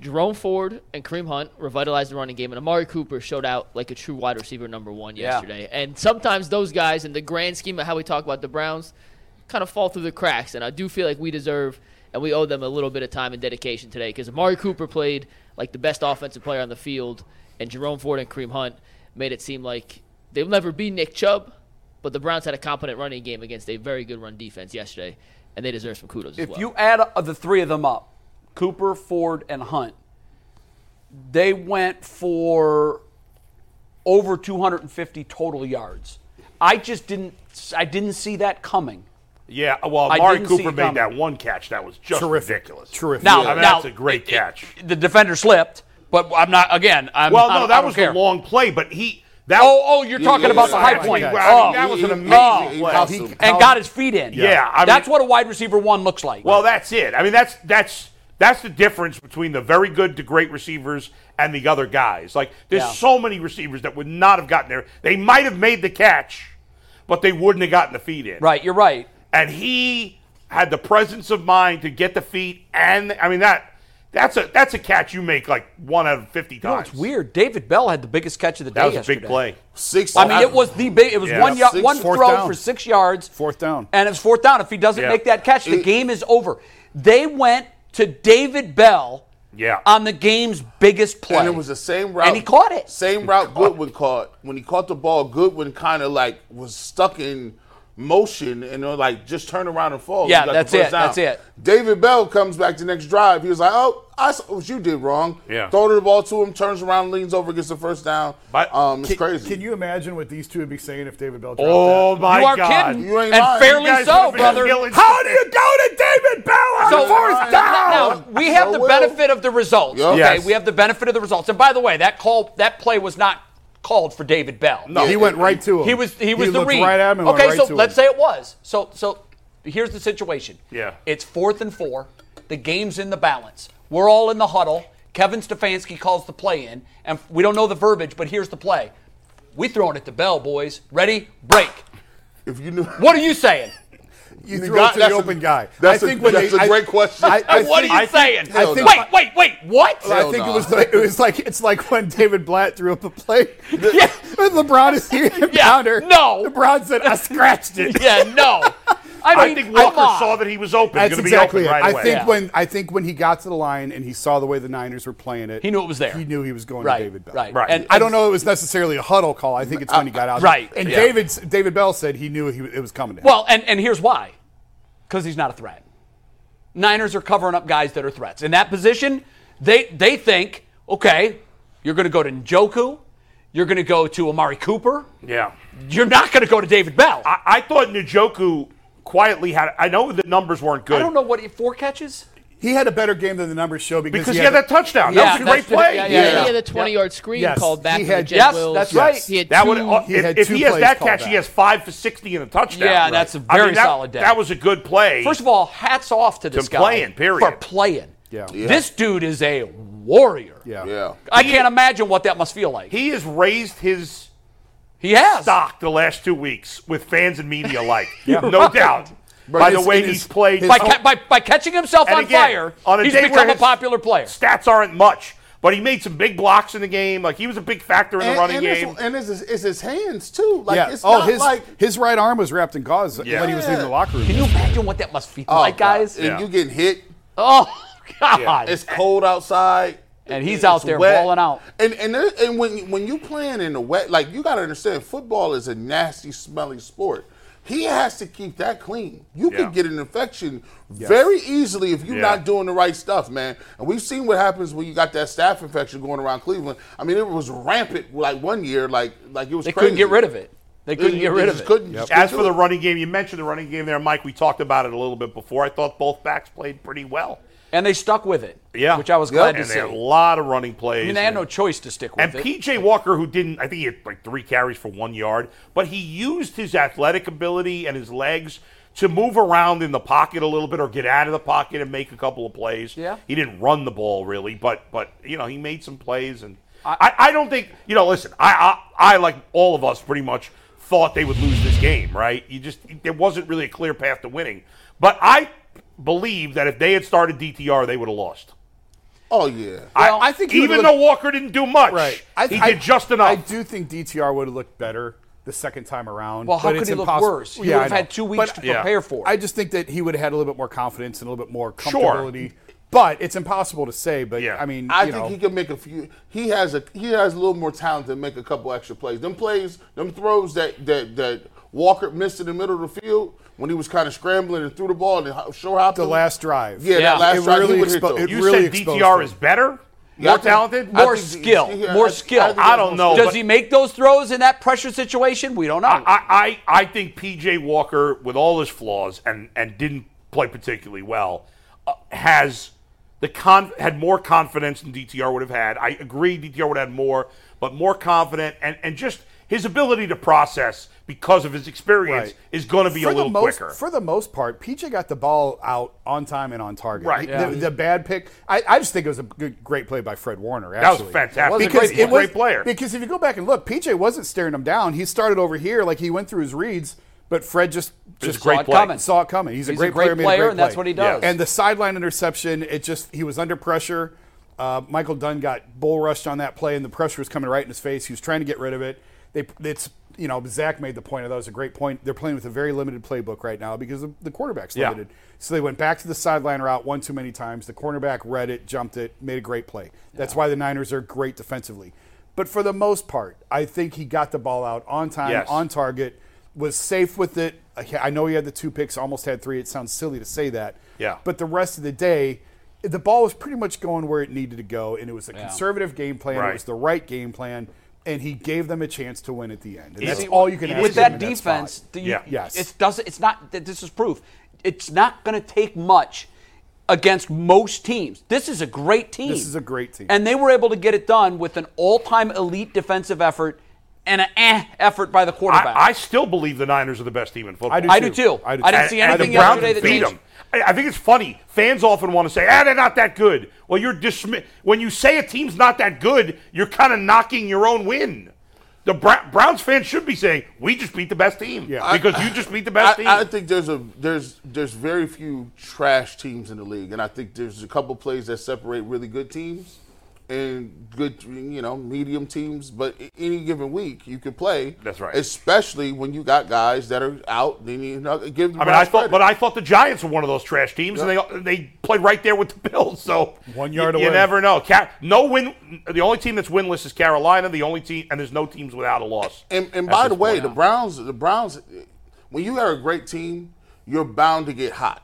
[SPEAKER 1] Jerome Ford and Kareem Hunt revitalized the running game, and Amari Cooper showed out like a true wide receiver number one yesterday. And sometimes those guys, in the grand scheme of how we talk about the Browns, kind of fall through the cracks. And I do feel like we deserve and we owe them a little bit of time and dedication today because Amari Cooper played like the best offensive player on the field, and Jerome Ford and Kareem Hunt made it seem like they'll never be Nick Chubb, but the Browns had a competent running game against a very good run defense yesterday, and they deserve some kudos as
[SPEAKER 3] If
[SPEAKER 1] well.
[SPEAKER 3] you add uh, the three of them up, Cooper, Ford, and Hunt, they went for over 250 total yards. I just didn't. I didn't see that coming.
[SPEAKER 2] Yeah, well,
[SPEAKER 3] I
[SPEAKER 2] Amari
[SPEAKER 3] didn't see
[SPEAKER 2] Cooper
[SPEAKER 3] it
[SPEAKER 2] made
[SPEAKER 3] coming.
[SPEAKER 2] that one catch that was just
[SPEAKER 4] Terrific.
[SPEAKER 2] ridiculous.
[SPEAKER 4] Terrific.
[SPEAKER 3] Now,
[SPEAKER 2] I mean,
[SPEAKER 3] now
[SPEAKER 2] that's a great catch.
[SPEAKER 3] the defender slipped, but I'm not. Again, I'm.
[SPEAKER 2] well,
[SPEAKER 3] I
[SPEAKER 2] no,
[SPEAKER 3] don't-
[SPEAKER 2] that
[SPEAKER 3] I don't
[SPEAKER 2] was
[SPEAKER 3] care.
[SPEAKER 2] a long play, but he that
[SPEAKER 3] Oh, oh, you're
[SPEAKER 5] Yeah,
[SPEAKER 3] talking
[SPEAKER 5] yeah,
[SPEAKER 3] about
[SPEAKER 5] yeah.
[SPEAKER 3] the high
[SPEAKER 5] That's
[SPEAKER 3] point.
[SPEAKER 2] what he- I
[SPEAKER 3] Oh,
[SPEAKER 2] mean, that was an
[SPEAKER 5] He-
[SPEAKER 2] amazing
[SPEAKER 5] he-
[SPEAKER 2] play.
[SPEAKER 5] he hustled.
[SPEAKER 4] He-
[SPEAKER 3] and got his feet in.
[SPEAKER 2] Yeah, I mean-
[SPEAKER 3] that's what a wide receiver one looks like.
[SPEAKER 2] Well, that's it. I mean, that's that's that's the difference between the very good to great receivers and the other guys. Like, there's
[SPEAKER 3] Yeah.
[SPEAKER 2] so many receivers that would not have gotten there. They might have made the catch, but they wouldn't have gotten the feet in.
[SPEAKER 3] right, you're right.
[SPEAKER 2] And he had the presence of mind to get the feet, and I mean that that's a that's a catch you make like one out of fifty
[SPEAKER 3] You know,
[SPEAKER 2] times.
[SPEAKER 3] it's weird. David Bell had the biggest catch of the day
[SPEAKER 2] That was a
[SPEAKER 3] yesterday.
[SPEAKER 2] big play.
[SPEAKER 5] Six.
[SPEAKER 3] I mean, it was the big. It was
[SPEAKER 2] Yeah.
[SPEAKER 3] one yard,
[SPEAKER 5] Six-
[SPEAKER 3] one throw
[SPEAKER 5] fourth
[SPEAKER 4] down.
[SPEAKER 3] for six yards.
[SPEAKER 4] Fourth down.
[SPEAKER 3] and it's fourth down. If he doesn't
[SPEAKER 2] Yeah.
[SPEAKER 3] make that catch, the
[SPEAKER 5] It-
[SPEAKER 3] game is over. They went to David Bell.
[SPEAKER 2] Yeah.
[SPEAKER 3] On the game's biggest play.
[SPEAKER 5] And it was the same route.
[SPEAKER 3] And he caught it.
[SPEAKER 5] Same route Goodwin caught. When he caught the ball, Goodwin kind of like was stuck in motion and they're like just turn around and fall.
[SPEAKER 3] Yeah,
[SPEAKER 5] You got the
[SPEAKER 3] that's
[SPEAKER 5] first
[SPEAKER 3] it, that's it.
[SPEAKER 5] David Bell comes back the next drive. He was like, "Oh, I saw what you did wrong."
[SPEAKER 2] Yeah.
[SPEAKER 5] Throw the ball to him, turns around, leans over, gets the first down.
[SPEAKER 2] But-
[SPEAKER 5] um, it's
[SPEAKER 4] Can-
[SPEAKER 5] crazy.
[SPEAKER 4] Can you imagine what these two would be saying if David Bell dropped
[SPEAKER 2] Oh
[SPEAKER 4] that?
[SPEAKER 2] my
[SPEAKER 3] you are
[SPEAKER 2] God!
[SPEAKER 3] kidding,
[SPEAKER 5] You ain't
[SPEAKER 3] and
[SPEAKER 5] lying.
[SPEAKER 3] fairly
[SPEAKER 2] You guys
[SPEAKER 3] so,
[SPEAKER 2] would've been
[SPEAKER 3] brother.
[SPEAKER 2] killing-
[SPEAKER 3] How do you
[SPEAKER 2] go to David Bell on
[SPEAKER 3] So
[SPEAKER 5] fourth
[SPEAKER 3] now
[SPEAKER 5] down.
[SPEAKER 3] we have
[SPEAKER 5] So
[SPEAKER 3] the
[SPEAKER 5] will.
[SPEAKER 3] benefit of the results.
[SPEAKER 5] Yup.
[SPEAKER 3] Okay,
[SPEAKER 2] Yes.
[SPEAKER 3] we have the benefit of the results. And by the way, that call, that play was not called for David Bell.
[SPEAKER 2] No,
[SPEAKER 4] He went right to him.
[SPEAKER 3] He was he was the
[SPEAKER 4] looked
[SPEAKER 3] read.
[SPEAKER 4] right at him and
[SPEAKER 3] okay,
[SPEAKER 4] went right
[SPEAKER 3] so
[SPEAKER 4] to
[SPEAKER 3] let's
[SPEAKER 4] him.
[SPEAKER 3] say it was. So so here's the situation.
[SPEAKER 2] Yeah.
[SPEAKER 3] It's fourth and four. The game's in the balance. We're all in the huddle. Kevin Stefanski calls the play in, and we don't know the verbiage, but here's the play. We throwing it to Bell, boys. Ready? Break.
[SPEAKER 5] if you knew
[SPEAKER 3] What are you saying?
[SPEAKER 4] You
[SPEAKER 5] You
[SPEAKER 4] threw
[SPEAKER 5] got-
[SPEAKER 4] it to the
[SPEAKER 5] that's a-
[SPEAKER 4] open guy.
[SPEAKER 5] that's
[SPEAKER 4] I
[SPEAKER 5] a-
[SPEAKER 4] think when
[SPEAKER 5] that's
[SPEAKER 4] they-
[SPEAKER 5] a
[SPEAKER 4] I-
[SPEAKER 5] great question.
[SPEAKER 4] I, I
[SPEAKER 3] What are
[SPEAKER 4] think,
[SPEAKER 3] you saying?
[SPEAKER 5] Hell no.
[SPEAKER 3] wait, wait, wait. What?
[SPEAKER 4] I
[SPEAKER 5] Hell
[SPEAKER 4] think
[SPEAKER 5] no.
[SPEAKER 4] it was like it was like it's like when David Blatt threw up a play.
[SPEAKER 3] Yeah.
[SPEAKER 4] LeBron is here.
[SPEAKER 3] Yeah.
[SPEAKER 4] Pounder.
[SPEAKER 3] No.
[SPEAKER 4] LeBron said, "I scratched it."
[SPEAKER 3] Yeah, no. I,
[SPEAKER 2] I
[SPEAKER 3] mean,
[SPEAKER 2] think
[SPEAKER 3] come
[SPEAKER 2] Walker
[SPEAKER 3] on.
[SPEAKER 2] saw that he was open.
[SPEAKER 4] That's
[SPEAKER 2] going to
[SPEAKER 4] exactly
[SPEAKER 2] be
[SPEAKER 4] it.
[SPEAKER 2] open right
[SPEAKER 4] I
[SPEAKER 2] away.
[SPEAKER 4] think
[SPEAKER 3] Yeah.
[SPEAKER 4] when I think when he got to the line and he saw the way the Niners were playing it,
[SPEAKER 3] He knew it was there.
[SPEAKER 4] He knew he was going
[SPEAKER 3] Right,
[SPEAKER 4] to David Bell.
[SPEAKER 3] right,
[SPEAKER 2] Right.
[SPEAKER 3] And
[SPEAKER 4] I don't know. It was necessarily a huddle call. I think it's when he got out.
[SPEAKER 3] Right,
[SPEAKER 4] And
[SPEAKER 3] yeah.
[SPEAKER 4] David's David Bell said he knew he, it was coming. To him.
[SPEAKER 3] Well, and, and here's why. Because he's not a threat. Niners are covering up guys that are threats. In that position, they they think, okay, you're going to go to Njoku, you're going to go to Amari Cooper,
[SPEAKER 2] yeah.
[SPEAKER 3] you're not going to go to David Bell. I,
[SPEAKER 2] I, I thought Njoku quietly had. I know the numbers weren't good.
[SPEAKER 3] don't know what four catches.
[SPEAKER 4] he had a better game than the numbers show because,
[SPEAKER 2] because he had that touchdown. that was a
[SPEAKER 3] that's
[SPEAKER 2] great play.
[SPEAKER 3] yeah,
[SPEAKER 1] Yeah,
[SPEAKER 3] yeah.
[SPEAKER 1] he had a 20 yard screen
[SPEAKER 4] Yes,
[SPEAKER 1] called back
[SPEAKER 4] he
[SPEAKER 1] from the
[SPEAKER 4] had-
[SPEAKER 1] Jet
[SPEAKER 3] yes,
[SPEAKER 1] Wills.
[SPEAKER 3] that's right.
[SPEAKER 1] He had
[SPEAKER 2] That
[SPEAKER 1] two,
[SPEAKER 2] would uh,
[SPEAKER 4] He
[SPEAKER 2] if,
[SPEAKER 4] had
[SPEAKER 2] if
[SPEAKER 4] two
[SPEAKER 2] he has
[SPEAKER 4] plays
[SPEAKER 2] that
[SPEAKER 4] called
[SPEAKER 2] catch,
[SPEAKER 4] back.
[SPEAKER 2] he has five for sixty and a touchdown.
[SPEAKER 3] Yeah, that's a
[SPEAKER 2] I mean,
[SPEAKER 3] very
[SPEAKER 2] that-
[SPEAKER 3] solid day.
[SPEAKER 2] That was a good play.
[SPEAKER 3] First of all, hats off to this
[SPEAKER 2] To
[SPEAKER 3] guy
[SPEAKER 2] playing, period.
[SPEAKER 3] for playing.
[SPEAKER 4] Yeah.
[SPEAKER 3] This dude is a warrior.
[SPEAKER 4] Yeah.
[SPEAKER 5] Yeah.
[SPEAKER 3] I can't imagine what that must feel like. He,
[SPEAKER 2] he has raised his
[SPEAKER 3] has.
[SPEAKER 2] stock the last two weeks with fans and media alike. No doubt. by the
[SPEAKER 4] his-
[SPEAKER 2] way
[SPEAKER 4] and
[SPEAKER 2] he's
[SPEAKER 4] his-
[SPEAKER 2] played,
[SPEAKER 4] his-
[SPEAKER 3] By, ca- by, by catching himself
[SPEAKER 2] And
[SPEAKER 3] on
[SPEAKER 2] again,
[SPEAKER 3] fire,
[SPEAKER 2] on a
[SPEAKER 3] he's
[SPEAKER 2] day where
[SPEAKER 3] become a
[SPEAKER 2] his
[SPEAKER 3] popular player.
[SPEAKER 2] stats aren't much, but he made some big blocks in the game. Like he was a big factor in the running game.
[SPEAKER 5] It's, and it's, his- it's his hands too. Like
[SPEAKER 4] yeah.
[SPEAKER 5] it's
[SPEAKER 4] oh,
[SPEAKER 5] not
[SPEAKER 4] his
[SPEAKER 5] like
[SPEAKER 4] his right arm was wrapped in gauze
[SPEAKER 2] Yeah.
[SPEAKER 4] when he was leaving the locker room.
[SPEAKER 3] Can you imagine what that must feel
[SPEAKER 5] Oh,
[SPEAKER 3] like,
[SPEAKER 5] God.
[SPEAKER 3] guys?
[SPEAKER 5] And
[SPEAKER 2] Yeah.
[SPEAKER 5] you getting hit.
[SPEAKER 3] Oh God!
[SPEAKER 5] It's cold outside.
[SPEAKER 3] And he's
[SPEAKER 5] It's
[SPEAKER 3] out there balling out.
[SPEAKER 5] And and there- and when when you playing in the wet, like you gotta understand, football is a nasty, smelly sport. He has to keep that clean. You
[SPEAKER 2] Yeah.
[SPEAKER 5] can get an infection very easily if you're
[SPEAKER 2] Yeah.
[SPEAKER 5] not doing the right stuff, man. And we've seen what happens when you got that staph infection going around Cleveland. I mean, it was rampant. Like one year, like like it was.
[SPEAKER 3] They
[SPEAKER 5] crazy.
[SPEAKER 3] couldn't get rid of it. They couldn't get
[SPEAKER 5] They
[SPEAKER 3] rid of
[SPEAKER 5] just
[SPEAKER 3] it.
[SPEAKER 5] couldn't- just couldn't
[SPEAKER 2] As
[SPEAKER 5] do
[SPEAKER 2] for the
[SPEAKER 5] it.
[SPEAKER 2] running game, you mentioned the running game there, Mike. We talked about it a little bit before. I thought both backs played pretty well.
[SPEAKER 3] And they stuck with it.
[SPEAKER 2] Yeah,
[SPEAKER 3] Which I was
[SPEAKER 2] Yeah.
[SPEAKER 3] glad to
[SPEAKER 2] and
[SPEAKER 3] see.
[SPEAKER 2] They had a lot of running
[SPEAKER 3] I
[SPEAKER 2] plays.
[SPEAKER 3] mean, they had
[SPEAKER 2] and-
[SPEAKER 3] no choice to stick with
[SPEAKER 2] And
[SPEAKER 3] it.
[SPEAKER 2] PJ Walker, who didn't, I think he had like three carries for one yard, but he used his athletic ability and his legs to move around in the pocket a little bit or get out of the pocket and make a couple of plays.
[SPEAKER 3] Yeah.
[SPEAKER 2] He didn't run the ball really, but but you know, he made some plays and I, I don't think you know, listen, I, I I like all of us pretty much thought they would lose this game, right? You just there wasn't really a clear path to winning. But I believe that if they had started DTR, they would have lost.
[SPEAKER 5] Oh yeah.
[SPEAKER 4] Well, I think he
[SPEAKER 2] even
[SPEAKER 4] would've
[SPEAKER 2] though
[SPEAKER 4] looked-
[SPEAKER 2] Walker didn't do much,
[SPEAKER 4] Right.
[SPEAKER 2] he did just enough.
[SPEAKER 4] I do think DTR would have looked better the second time around.
[SPEAKER 3] well, how
[SPEAKER 4] but
[SPEAKER 3] could
[SPEAKER 4] it's
[SPEAKER 3] he look
[SPEAKER 4] impossible-
[SPEAKER 3] worse? He
[SPEAKER 4] Yeah,
[SPEAKER 3] would have
[SPEAKER 4] I know.
[SPEAKER 3] had two weeks
[SPEAKER 4] But
[SPEAKER 3] to
[SPEAKER 2] yeah.
[SPEAKER 3] prepare for.
[SPEAKER 4] I just think that he would have had a little bit more confidence and a little bit more
[SPEAKER 2] Sure.
[SPEAKER 4] comfortability. But it's impossible to say. But
[SPEAKER 2] Yeah.
[SPEAKER 4] I mean,
[SPEAKER 5] I
[SPEAKER 4] you
[SPEAKER 5] think
[SPEAKER 4] know,
[SPEAKER 5] he can make a few. He has a he has a little more talent to make a couple extra plays. Them plays, them throws that that that Walker missed in the middle of the field when he was kind of scrambling and threw the ball and show hopped
[SPEAKER 4] the
[SPEAKER 5] him.
[SPEAKER 4] last drive.
[SPEAKER 5] Yeah,
[SPEAKER 3] Yeah.
[SPEAKER 5] that last
[SPEAKER 4] It
[SPEAKER 5] drive
[SPEAKER 4] really
[SPEAKER 5] he would hit
[SPEAKER 4] expo-
[SPEAKER 5] those.
[SPEAKER 4] it
[SPEAKER 2] You
[SPEAKER 4] really
[SPEAKER 2] said
[SPEAKER 4] exposed
[SPEAKER 2] DTR
[SPEAKER 4] him.
[SPEAKER 2] is better,
[SPEAKER 5] Yeah, I
[SPEAKER 2] more
[SPEAKER 5] think-
[SPEAKER 2] talented,
[SPEAKER 5] I
[SPEAKER 3] More
[SPEAKER 5] think he-
[SPEAKER 3] skill.
[SPEAKER 5] he-
[SPEAKER 3] More
[SPEAKER 5] I- I
[SPEAKER 3] skill.
[SPEAKER 5] think
[SPEAKER 2] I don't
[SPEAKER 5] that's-
[SPEAKER 2] know.
[SPEAKER 3] Does
[SPEAKER 2] but-
[SPEAKER 3] he make those throws in that pressure situation? We don't know.
[SPEAKER 2] I, I I think PJ Walker, with all his flaws and and didn't play particularly well, uh, has the con had more confidence than DTR would have had. I agree, DTR would have had more, but more confident and and just his ability to process because of his experience
[SPEAKER 4] Right.
[SPEAKER 2] is going to be a little
[SPEAKER 4] the most,
[SPEAKER 2] quicker.
[SPEAKER 4] For the most part, PJ got the ball out on time and on target.
[SPEAKER 2] Right.
[SPEAKER 4] The, the bad pick. I, I just think it was a good, great play by Fred Warner.
[SPEAKER 2] was
[SPEAKER 4] Actually.
[SPEAKER 2] fantastic. That was a great-
[SPEAKER 4] it was-
[SPEAKER 2] great player.
[SPEAKER 4] Because if you go back and look, PJ wasn't staring him down. He started over here, like he went through his reads, but Fred just just
[SPEAKER 2] a great
[SPEAKER 4] saw it
[SPEAKER 2] play.
[SPEAKER 4] coming. Saw it coming. He's,
[SPEAKER 3] He's
[SPEAKER 4] a great, player, made a great
[SPEAKER 3] and that's
[SPEAKER 4] play.
[SPEAKER 3] what he does.
[SPEAKER 4] And the sideline interception, it just he was under pressure. Uh, Michael Dunn got bull rushed on that play, and the pressure was coming right in his face. He was trying to get rid of it. They, it's you know Zach made the point. and That was a great point. They're playing with a very limited playbook right now because the, the quarterback's
[SPEAKER 2] Yeah.
[SPEAKER 4] limited. So they went back to the sideline route one too many times. The cornerback read it, jumped it, made a great play. That's why the Niners are great defensively. But for the most part, I think he got the ball out on time,
[SPEAKER 2] Yes.
[SPEAKER 4] on target, was safe with it. I I know he had the two picks, almost had three. It sounds silly to say that.
[SPEAKER 2] Yeah.
[SPEAKER 4] But the rest of the day, the ball was pretty much going where it needed to go, and it was a conservative game plan.
[SPEAKER 2] Right.
[SPEAKER 4] It was the right game plan, and he gave them a chance to win at the end. And
[SPEAKER 2] Is
[SPEAKER 4] that's
[SPEAKER 2] he-
[SPEAKER 4] all you can
[SPEAKER 2] is
[SPEAKER 4] ask
[SPEAKER 2] With
[SPEAKER 3] with
[SPEAKER 4] of him
[SPEAKER 3] that
[SPEAKER 4] in
[SPEAKER 3] defense,
[SPEAKER 4] spot.
[SPEAKER 3] do
[SPEAKER 2] Yeah.
[SPEAKER 4] Yes.
[SPEAKER 3] it doesn't. It's not. th- This is proof. It's not going to take much against most teams. This is a great team.
[SPEAKER 4] This is a great team.
[SPEAKER 3] and they were able to get it done with an all-time elite defensive effort and an eh effort by the quarterback.
[SPEAKER 2] I, I still believe the Niners are the best team in football.
[SPEAKER 4] I do
[SPEAKER 3] I do too.
[SPEAKER 4] I do
[SPEAKER 3] I didn't
[SPEAKER 4] too.
[SPEAKER 3] see
[SPEAKER 2] And-
[SPEAKER 3] anything
[SPEAKER 2] and the Browns
[SPEAKER 3] yesterday that
[SPEAKER 2] beat
[SPEAKER 3] changed.
[SPEAKER 2] them. I, I think it's funny. Fans often want to say, "Ah, they're not that good." Well, you're dismi- when you say a team's not that good, you're kind of knocking your own win. The Bra- Browns fans should be saying, "We just beat the best team,"
[SPEAKER 4] Yeah.
[SPEAKER 2] because you just beat the best team.
[SPEAKER 5] I, I think there's a there's there's very few trash teams in the league, and I think there's a couple plays that separate really good teams and good you know medium teams. But a- any given week you could play.
[SPEAKER 2] That's right.
[SPEAKER 5] Especially when you got guys that are out. Then you know, give them.
[SPEAKER 2] I mean, I thought, but I thought the Giants were one of those trash teams, and they they played right there with the Bills. So
[SPEAKER 4] One yard
[SPEAKER 2] you, you
[SPEAKER 4] away.
[SPEAKER 2] never know. Car- no win. The only team that's winless is Carolina. The only team, and there's no teams without a loss.
[SPEAKER 5] And, and
[SPEAKER 2] at
[SPEAKER 5] by
[SPEAKER 2] this
[SPEAKER 5] the way,
[SPEAKER 2] point.
[SPEAKER 5] the Browns, the Browns, when you are a great team, you're bound to get hot.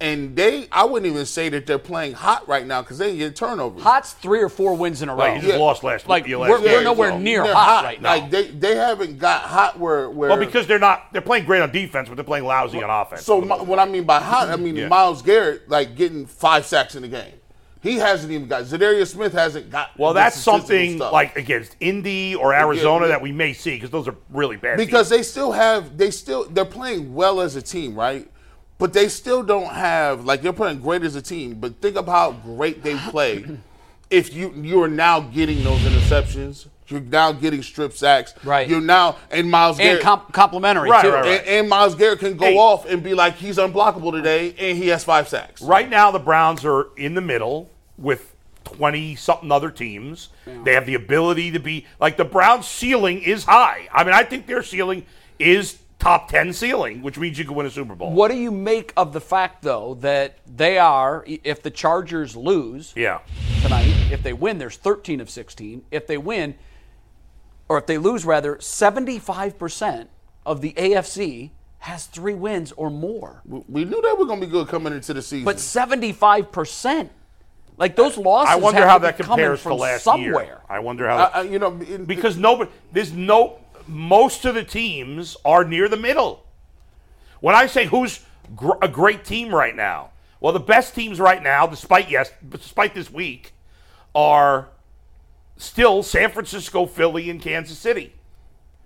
[SPEAKER 5] And they, I wouldn't even say that they're playing hot right now because they didn't get turnovers.
[SPEAKER 3] Hot's three or four wins in a row.
[SPEAKER 2] Right, you just
[SPEAKER 5] Yeah.
[SPEAKER 2] lost last
[SPEAKER 3] Oh, Like,
[SPEAKER 2] year,
[SPEAKER 3] we're-
[SPEAKER 2] last
[SPEAKER 3] we're
[SPEAKER 2] game,
[SPEAKER 3] nowhere
[SPEAKER 2] so-
[SPEAKER 3] near
[SPEAKER 5] They're
[SPEAKER 3] hot right now.
[SPEAKER 5] Like they, they haven't got hot where where.
[SPEAKER 2] Well, because they're not they're playing great on defense, but they're playing lousy
[SPEAKER 3] Uh,
[SPEAKER 2] on offense.
[SPEAKER 5] so my, what I mean by hot, I mean
[SPEAKER 2] Yeah.
[SPEAKER 5] Miles Garrett like getting five sacks in the game. He hasn't even got. Zadarius Smith hasn't got.
[SPEAKER 2] well,
[SPEAKER 5] the
[SPEAKER 2] that's
[SPEAKER 5] statistical
[SPEAKER 2] something
[SPEAKER 5] stuff.
[SPEAKER 2] like against Indy or Arizona
[SPEAKER 5] yeah.
[SPEAKER 2] that we may see because those are really bad.
[SPEAKER 5] because
[SPEAKER 2] teams.
[SPEAKER 5] they still have they still they're playing well as a team, right? But they still don't have like they're playing great as a team. But think of how great they play. if you you are now getting those interceptions, you're now getting strip sacks,
[SPEAKER 3] Right.
[SPEAKER 5] You're now and Miles
[SPEAKER 3] and
[SPEAKER 5] Garrett.
[SPEAKER 3] com- complimentary
[SPEAKER 2] Right,
[SPEAKER 3] too.
[SPEAKER 2] right, right.
[SPEAKER 5] and, and Miles Garrett can go
[SPEAKER 2] Hey.
[SPEAKER 5] off and be like he's unblockable today, and he has five sacks.
[SPEAKER 2] right now the Browns are in the middle with twenty something other teams. They have the ability to be like the Browns' ceiling is high. I mean, I think their ceiling is top ten ceiling, which means you could win a Super Bowl.
[SPEAKER 3] What do you make of the fact, though, that they are, i- if the Chargers lose
[SPEAKER 2] Yeah,
[SPEAKER 3] tonight, if they win, there's 13 of 16. If they win, or if they lose, rather, 75% of the AFC has three wins or more.
[SPEAKER 5] We knew they were going to be good coming into the season.
[SPEAKER 3] But 75%. Like those losses.
[SPEAKER 2] I wonder
[SPEAKER 3] have
[SPEAKER 2] how
[SPEAKER 3] be
[SPEAKER 2] that
[SPEAKER 3] coming
[SPEAKER 2] compares to
[SPEAKER 3] from
[SPEAKER 2] last
[SPEAKER 3] somewhere.
[SPEAKER 5] uh,
[SPEAKER 2] year. I wonder how.
[SPEAKER 5] I,
[SPEAKER 2] that-
[SPEAKER 5] I, you know, in-
[SPEAKER 2] because nobody there's no most of the teams are near the middle. When I say who's gr- a great team right now, well, the best teams right now, despite yes, despite this week, are still San Francisco, Philly, and Kansas City.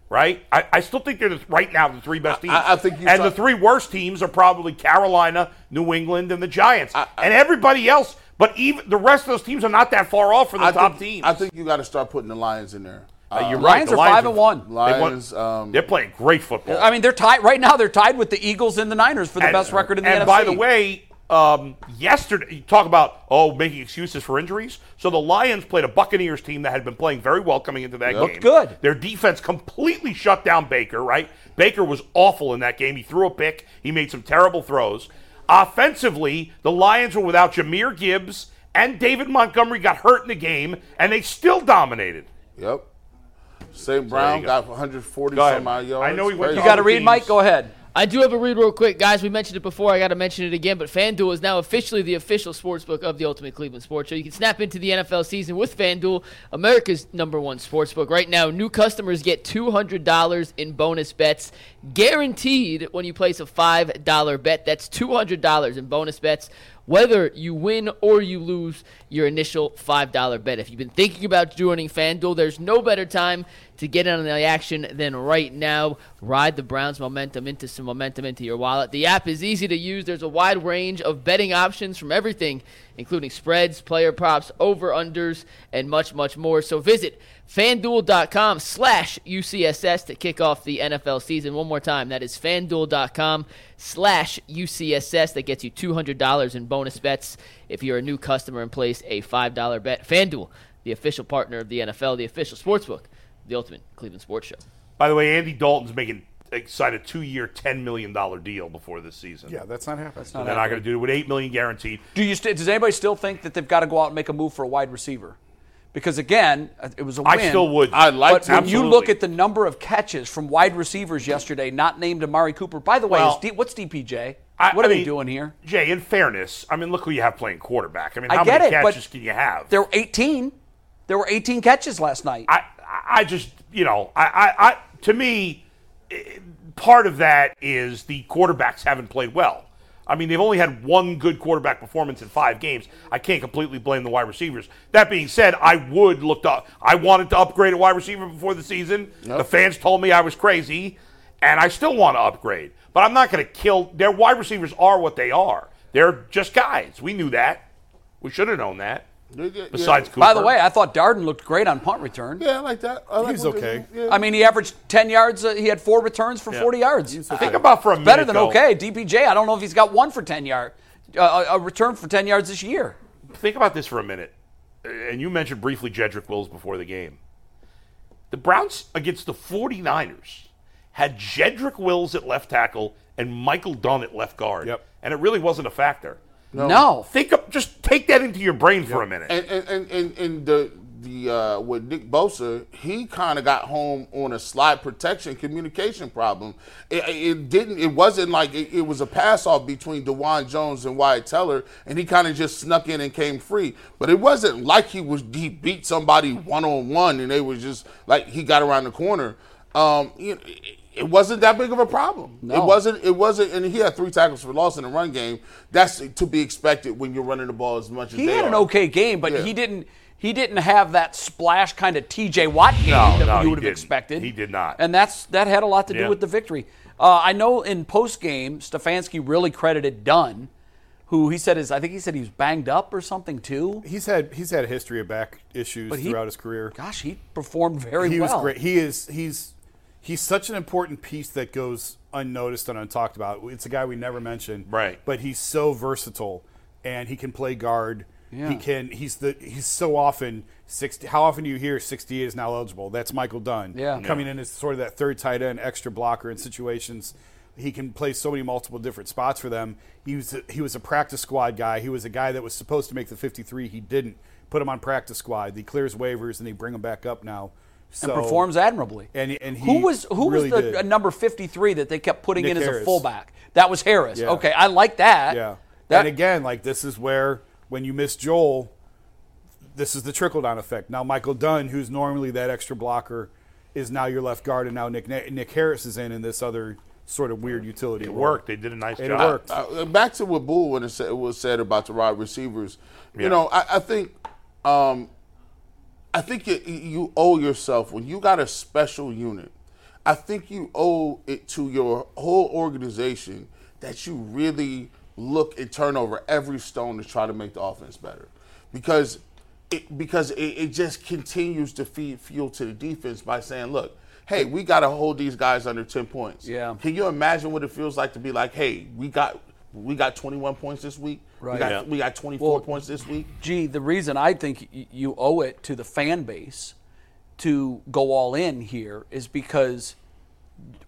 [SPEAKER 2] Right? I, I still think they're the, right now the three best teams.
[SPEAKER 5] I- I think you
[SPEAKER 2] and
[SPEAKER 5] talk-
[SPEAKER 2] the three worst teams are probably Carolina, New England, and the Giants, and everybody else. But even the rest of those teams are not that far off from the
[SPEAKER 5] I
[SPEAKER 2] top
[SPEAKER 5] think,
[SPEAKER 2] teams.
[SPEAKER 5] I think you got to start putting the Lions in there.
[SPEAKER 2] Uh, you're
[SPEAKER 5] Um,
[SPEAKER 2] right.
[SPEAKER 3] Lions
[SPEAKER 2] the
[SPEAKER 3] are five and one.
[SPEAKER 2] won-
[SPEAKER 3] They
[SPEAKER 5] Lions, um,
[SPEAKER 2] They're playing great football.
[SPEAKER 3] I mean, they're tied right now. They're tied with the Eagles and the Niners for the
[SPEAKER 2] And-
[SPEAKER 3] best record in the
[SPEAKER 2] and
[SPEAKER 3] NFC.
[SPEAKER 2] by the way, um, yesterday you talk about oh making excuses for injuries. So the Lions played a Buccaneers team that had been playing very well coming into that game.
[SPEAKER 3] Looked good.
[SPEAKER 2] Their defense completely shut down Baker. Right, Baker was awful in that game. He threw a pick. He made some terrible throws. Offensively, the Lions were without Jameer Gibbs and David Montgomery got hurt in the game, and they still dominated.
[SPEAKER 5] Yep. St. Brown
[SPEAKER 2] go.
[SPEAKER 5] got 140
[SPEAKER 2] Go ahead.
[SPEAKER 5] some odd yards.
[SPEAKER 2] I know he went
[SPEAKER 5] Crazy.
[SPEAKER 3] you got to
[SPEAKER 2] Other
[SPEAKER 3] read,
[SPEAKER 2] teams-
[SPEAKER 3] Mike. Go ahead.
[SPEAKER 1] I do have a read real quick, guys. We mentioned it before. I got to mention it again. But FanDuel is now officially the official sportsbook of the Ultimate Cleveland Sports Show. You can snap into the NFL season with FanDuel, America's number one sportsbook. Right now, new customers get $200 in bonus bets guaranteed when you place a $5 bet. That's $200 in bonus bets whether you win or you lose your initial $5 bet. If you've been thinking about joining FanDuel, there's no better time to get in on the action than right now. Ride the Browns' momentum into some momentum into your wallet. The app is easy to use. There's a wide range of betting options from everything, including spreads, player props, over-unders, and much, much more. So visit fanduel.com slash UCSS to kick off the NFL season. One more time, that is fanduel.com slash UCSS. That gets you $200 in bonus bets if you're a new customer and place a $5 bet. Fanduel, the official partner of the NFL, the official sportsbook, the ultimate Cleveland sports show.
[SPEAKER 2] By the way, Andy Dalton's making signed a two-year, ten million dollar deal before this season.
[SPEAKER 4] Yeah, that's not happening.
[SPEAKER 2] They're not going to do it with eight million guaranteed.
[SPEAKER 3] Do you? St- does anybody still think that they've got to go out and make a move for a wide receiver? Because again, uh, it was a
[SPEAKER 2] I
[SPEAKER 3] win.
[SPEAKER 2] still would.
[SPEAKER 5] I like
[SPEAKER 3] But
[SPEAKER 5] to.
[SPEAKER 3] when you look
[SPEAKER 2] Absolutely.
[SPEAKER 3] at the number of catches from wide receivers yesterday, not named Amari Cooper. By the way,
[SPEAKER 2] Well,
[SPEAKER 3] is D- what's DPJ?
[SPEAKER 2] I-
[SPEAKER 3] what
[SPEAKER 2] I
[SPEAKER 3] are they
[SPEAKER 2] mean,
[SPEAKER 3] doing here?
[SPEAKER 2] Jay, in fairness, I mean, look who you have playing quarterback. I mean,
[SPEAKER 3] I
[SPEAKER 2] how
[SPEAKER 3] get
[SPEAKER 2] many
[SPEAKER 3] it, but
[SPEAKER 2] catches can you have?
[SPEAKER 3] There were 18. There were 18 catches last night.
[SPEAKER 2] I, I- I just, you know, I, I, I to me, eh, part of that is the quarterbacks haven't played well. I mean, they've only had one good quarterback performance in five games. I can't completely blame the wide receivers. That being said, I would look up. I wanted to upgrade a wide receiver before the season. The fans told me I was crazy, and I still want to upgrade. But I'm not going to kill. Their wide receivers are what they are. They're just guys. We knew that. We should have known that.
[SPEAKER 5] Yeah, yeah, yeah.
[SPEAKER 2] Besides, Cooper.
[SPEAKER 3] By the way, I thought Darden looked great on punt return.
[SPEAKER 5] Yeah, I like that. I like
[SPEAKER 4] He's
[SPEAKER 5] what they
[SPEAKER 4] okay.
[SPEAKER 5] did. Yeah.
[SPEAKER 3] I mean, he averaged 10 yards. Uh, he had four returns for 40 yards.
[SPEAKER 2] think about for a minute.
[SPEAKER 3] Better than
[SPEAKER 2] though.
[SPEAKER 3] okay. DPJ, I don't know if he's got one for 10 yard, uh, a a return for 10 yards this year.
[SPEAKER 2] think about this for a minute. And you mentioned briefly Jedrick Wills before the game. The Browns against the 49ers had Jedrick Wills at left tackle and Michael Dunn at left guard.
[SPEAKER 4] Yep.
[SPEAKER 2] And it really wasn't a factor.
[SPEAKER 3] No.
[SPEAKER 2] Think of just take that into your brain for a minute.
[SPEAKER 5] and and and, and, and the the uh, with Nick Bosa, he kind of got home on a slide protection communication problem. It, it didn't. It wasn't like it, it was a pass off between Dewan Jones and Wyatt Teller, and he kind of just snuck in and came free. But it wasn't like he was he beat somebody one on one, and they was just like he got around the corner. Um, you know, it- it wasn't that big of a problem. It wasn't. It wasn't, and he had three tackles for loss in the run game. That's to be expected when you're running the ball as much as
[SPEAKER 3] He
[SPEAKER 5] they
[SPEAKER 3] had
[SPEAKER 5] are.
[SPEAKER 3] an okay game, but
[SPEAKER 5] Yeah.
[SPEAKER 3] he didn't. He didn't have that splash kind of T.J. Watt game
[SPEAKER 2] No,
[SPEAKER 3] that
[SPEAKER 2] no,
[SPEAKER 3] you
[SPEAKER 2] he
[SPEAKER 3] would have
[SPEAKER 2] didn't.
[SPEAKER 3] expected.
[SPEAKER 2] He did not.
[SPEAKER 3] and that's that had a lot to do
[SPEAKER 2] Yeah.
[SPEAKER 3] with the victory. Uh, I know in post game, Stefanski really credited Dunn, who he said is I think he said he was banged up or something too.
[SPEAKER 4] He's had he's had a history of back issues
[SPEAKER 3] he-
[SPEAKER 4] throughout his career.
[SPEAKER 3] Gosh, he performed very
[SPEAKER 4] he
[SPEAKER 3] well.
[SPEAKER 4] was great. He is he's he's such an important piece that goes unnoticed and untalked about. It's a guy we never mentioned,
[SPEAKER 2] Right.
[SPEAKER 4] But he's so versatile, and he can play guard.
[SPEAKER 3] Yeah.
[SPEAKER 4] He can. He's the. He's so often sixty. How often do you hear sixty is now eligible? That's Michael Dunn.
[SPEAKER 3] Yeah.
[SPEAKER 4] coming in as sort of that third tight end, extra blocker in situations. He can play so many multiple different spots for them. He was a, he was a practice squad guy. He was a guy that was supposed to make the 53. He didn't. Put him on practice squad. He clears waivers and they bring him back up now. So,
[SPEAKER 3] and performs admirably.
[SPEAKER 4] And- and he
[SPEAKER 3] who was who
[SPEAKER 4] really
[SPEAKER 3] was the
[SPEAKER 4] did.
[SPEAKER 3] uh, number fifty three that they kept putting
[SPEAKER 4] Nick
[SPEAKER 3] in as a
[SPEAKER 4] Harris.
[SPEAKER 3] fullback? That was Harris.
[SPEAKER 4] Yeah.
[SPEAKER 3] Okay, I like that.
[SPEAKER 4] Yeah.
[SPEAKER 3] That,
[SPEAKER 4] and again, like this is where when you miss Joel, this is the trickle down effect. Now Michael Dunn, who's normally that extra blocker, is now your left guard, and now Nick Nick Harris is in in this other sort of weird utility.
[SPEAKER 2] It
[SPEAKER 4] role.
[SPEAKER 2] worked. They did a nice
[SPEAKER 4] It
[SPEAKER 2] job.
[SPEAKER 4] worked.
[SPEAKER 5] Uh, back to what Bull when it said, was said about the wide receivers. You know, I, I think, um, I think you, you owe yourself when you got a special unit. I think you owe it to your whole organization that you really look and turn over every stone to try to make the offense better, because it because it, it just continues to feed fuel to the defense by saying, look. Hey, we got to hold these guys under 10 points.
[SPEAKER 3] Yeah.
[SPEAKER 5] Can you imagine what it feels like to be like, hey, we got we got 21 points this week.
[SPEAKER 3] Right.
[SPEAKER 5] We got,
[SPEAKER 3] Yeah.
[SPEAKER 5] we got 24
[SPEAKER 3] Well,
[SPEAKER 5] points this week.
[SPEAKER 3] Gee, the reason I think y- you owe it to the fan base to go all in here is because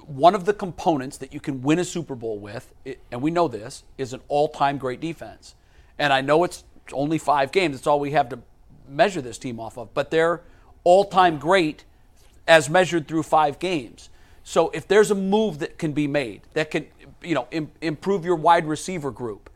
[SPEAKER 3] one of the components that you can win a Super Bowl with, i- and we know this, is an all time great defense. And I know it's only five games, it's all we have to measure this team off of, but they're all time great as measured through five games. So if there's a move that can be made that can, you know, Im- improve your wide receiver group,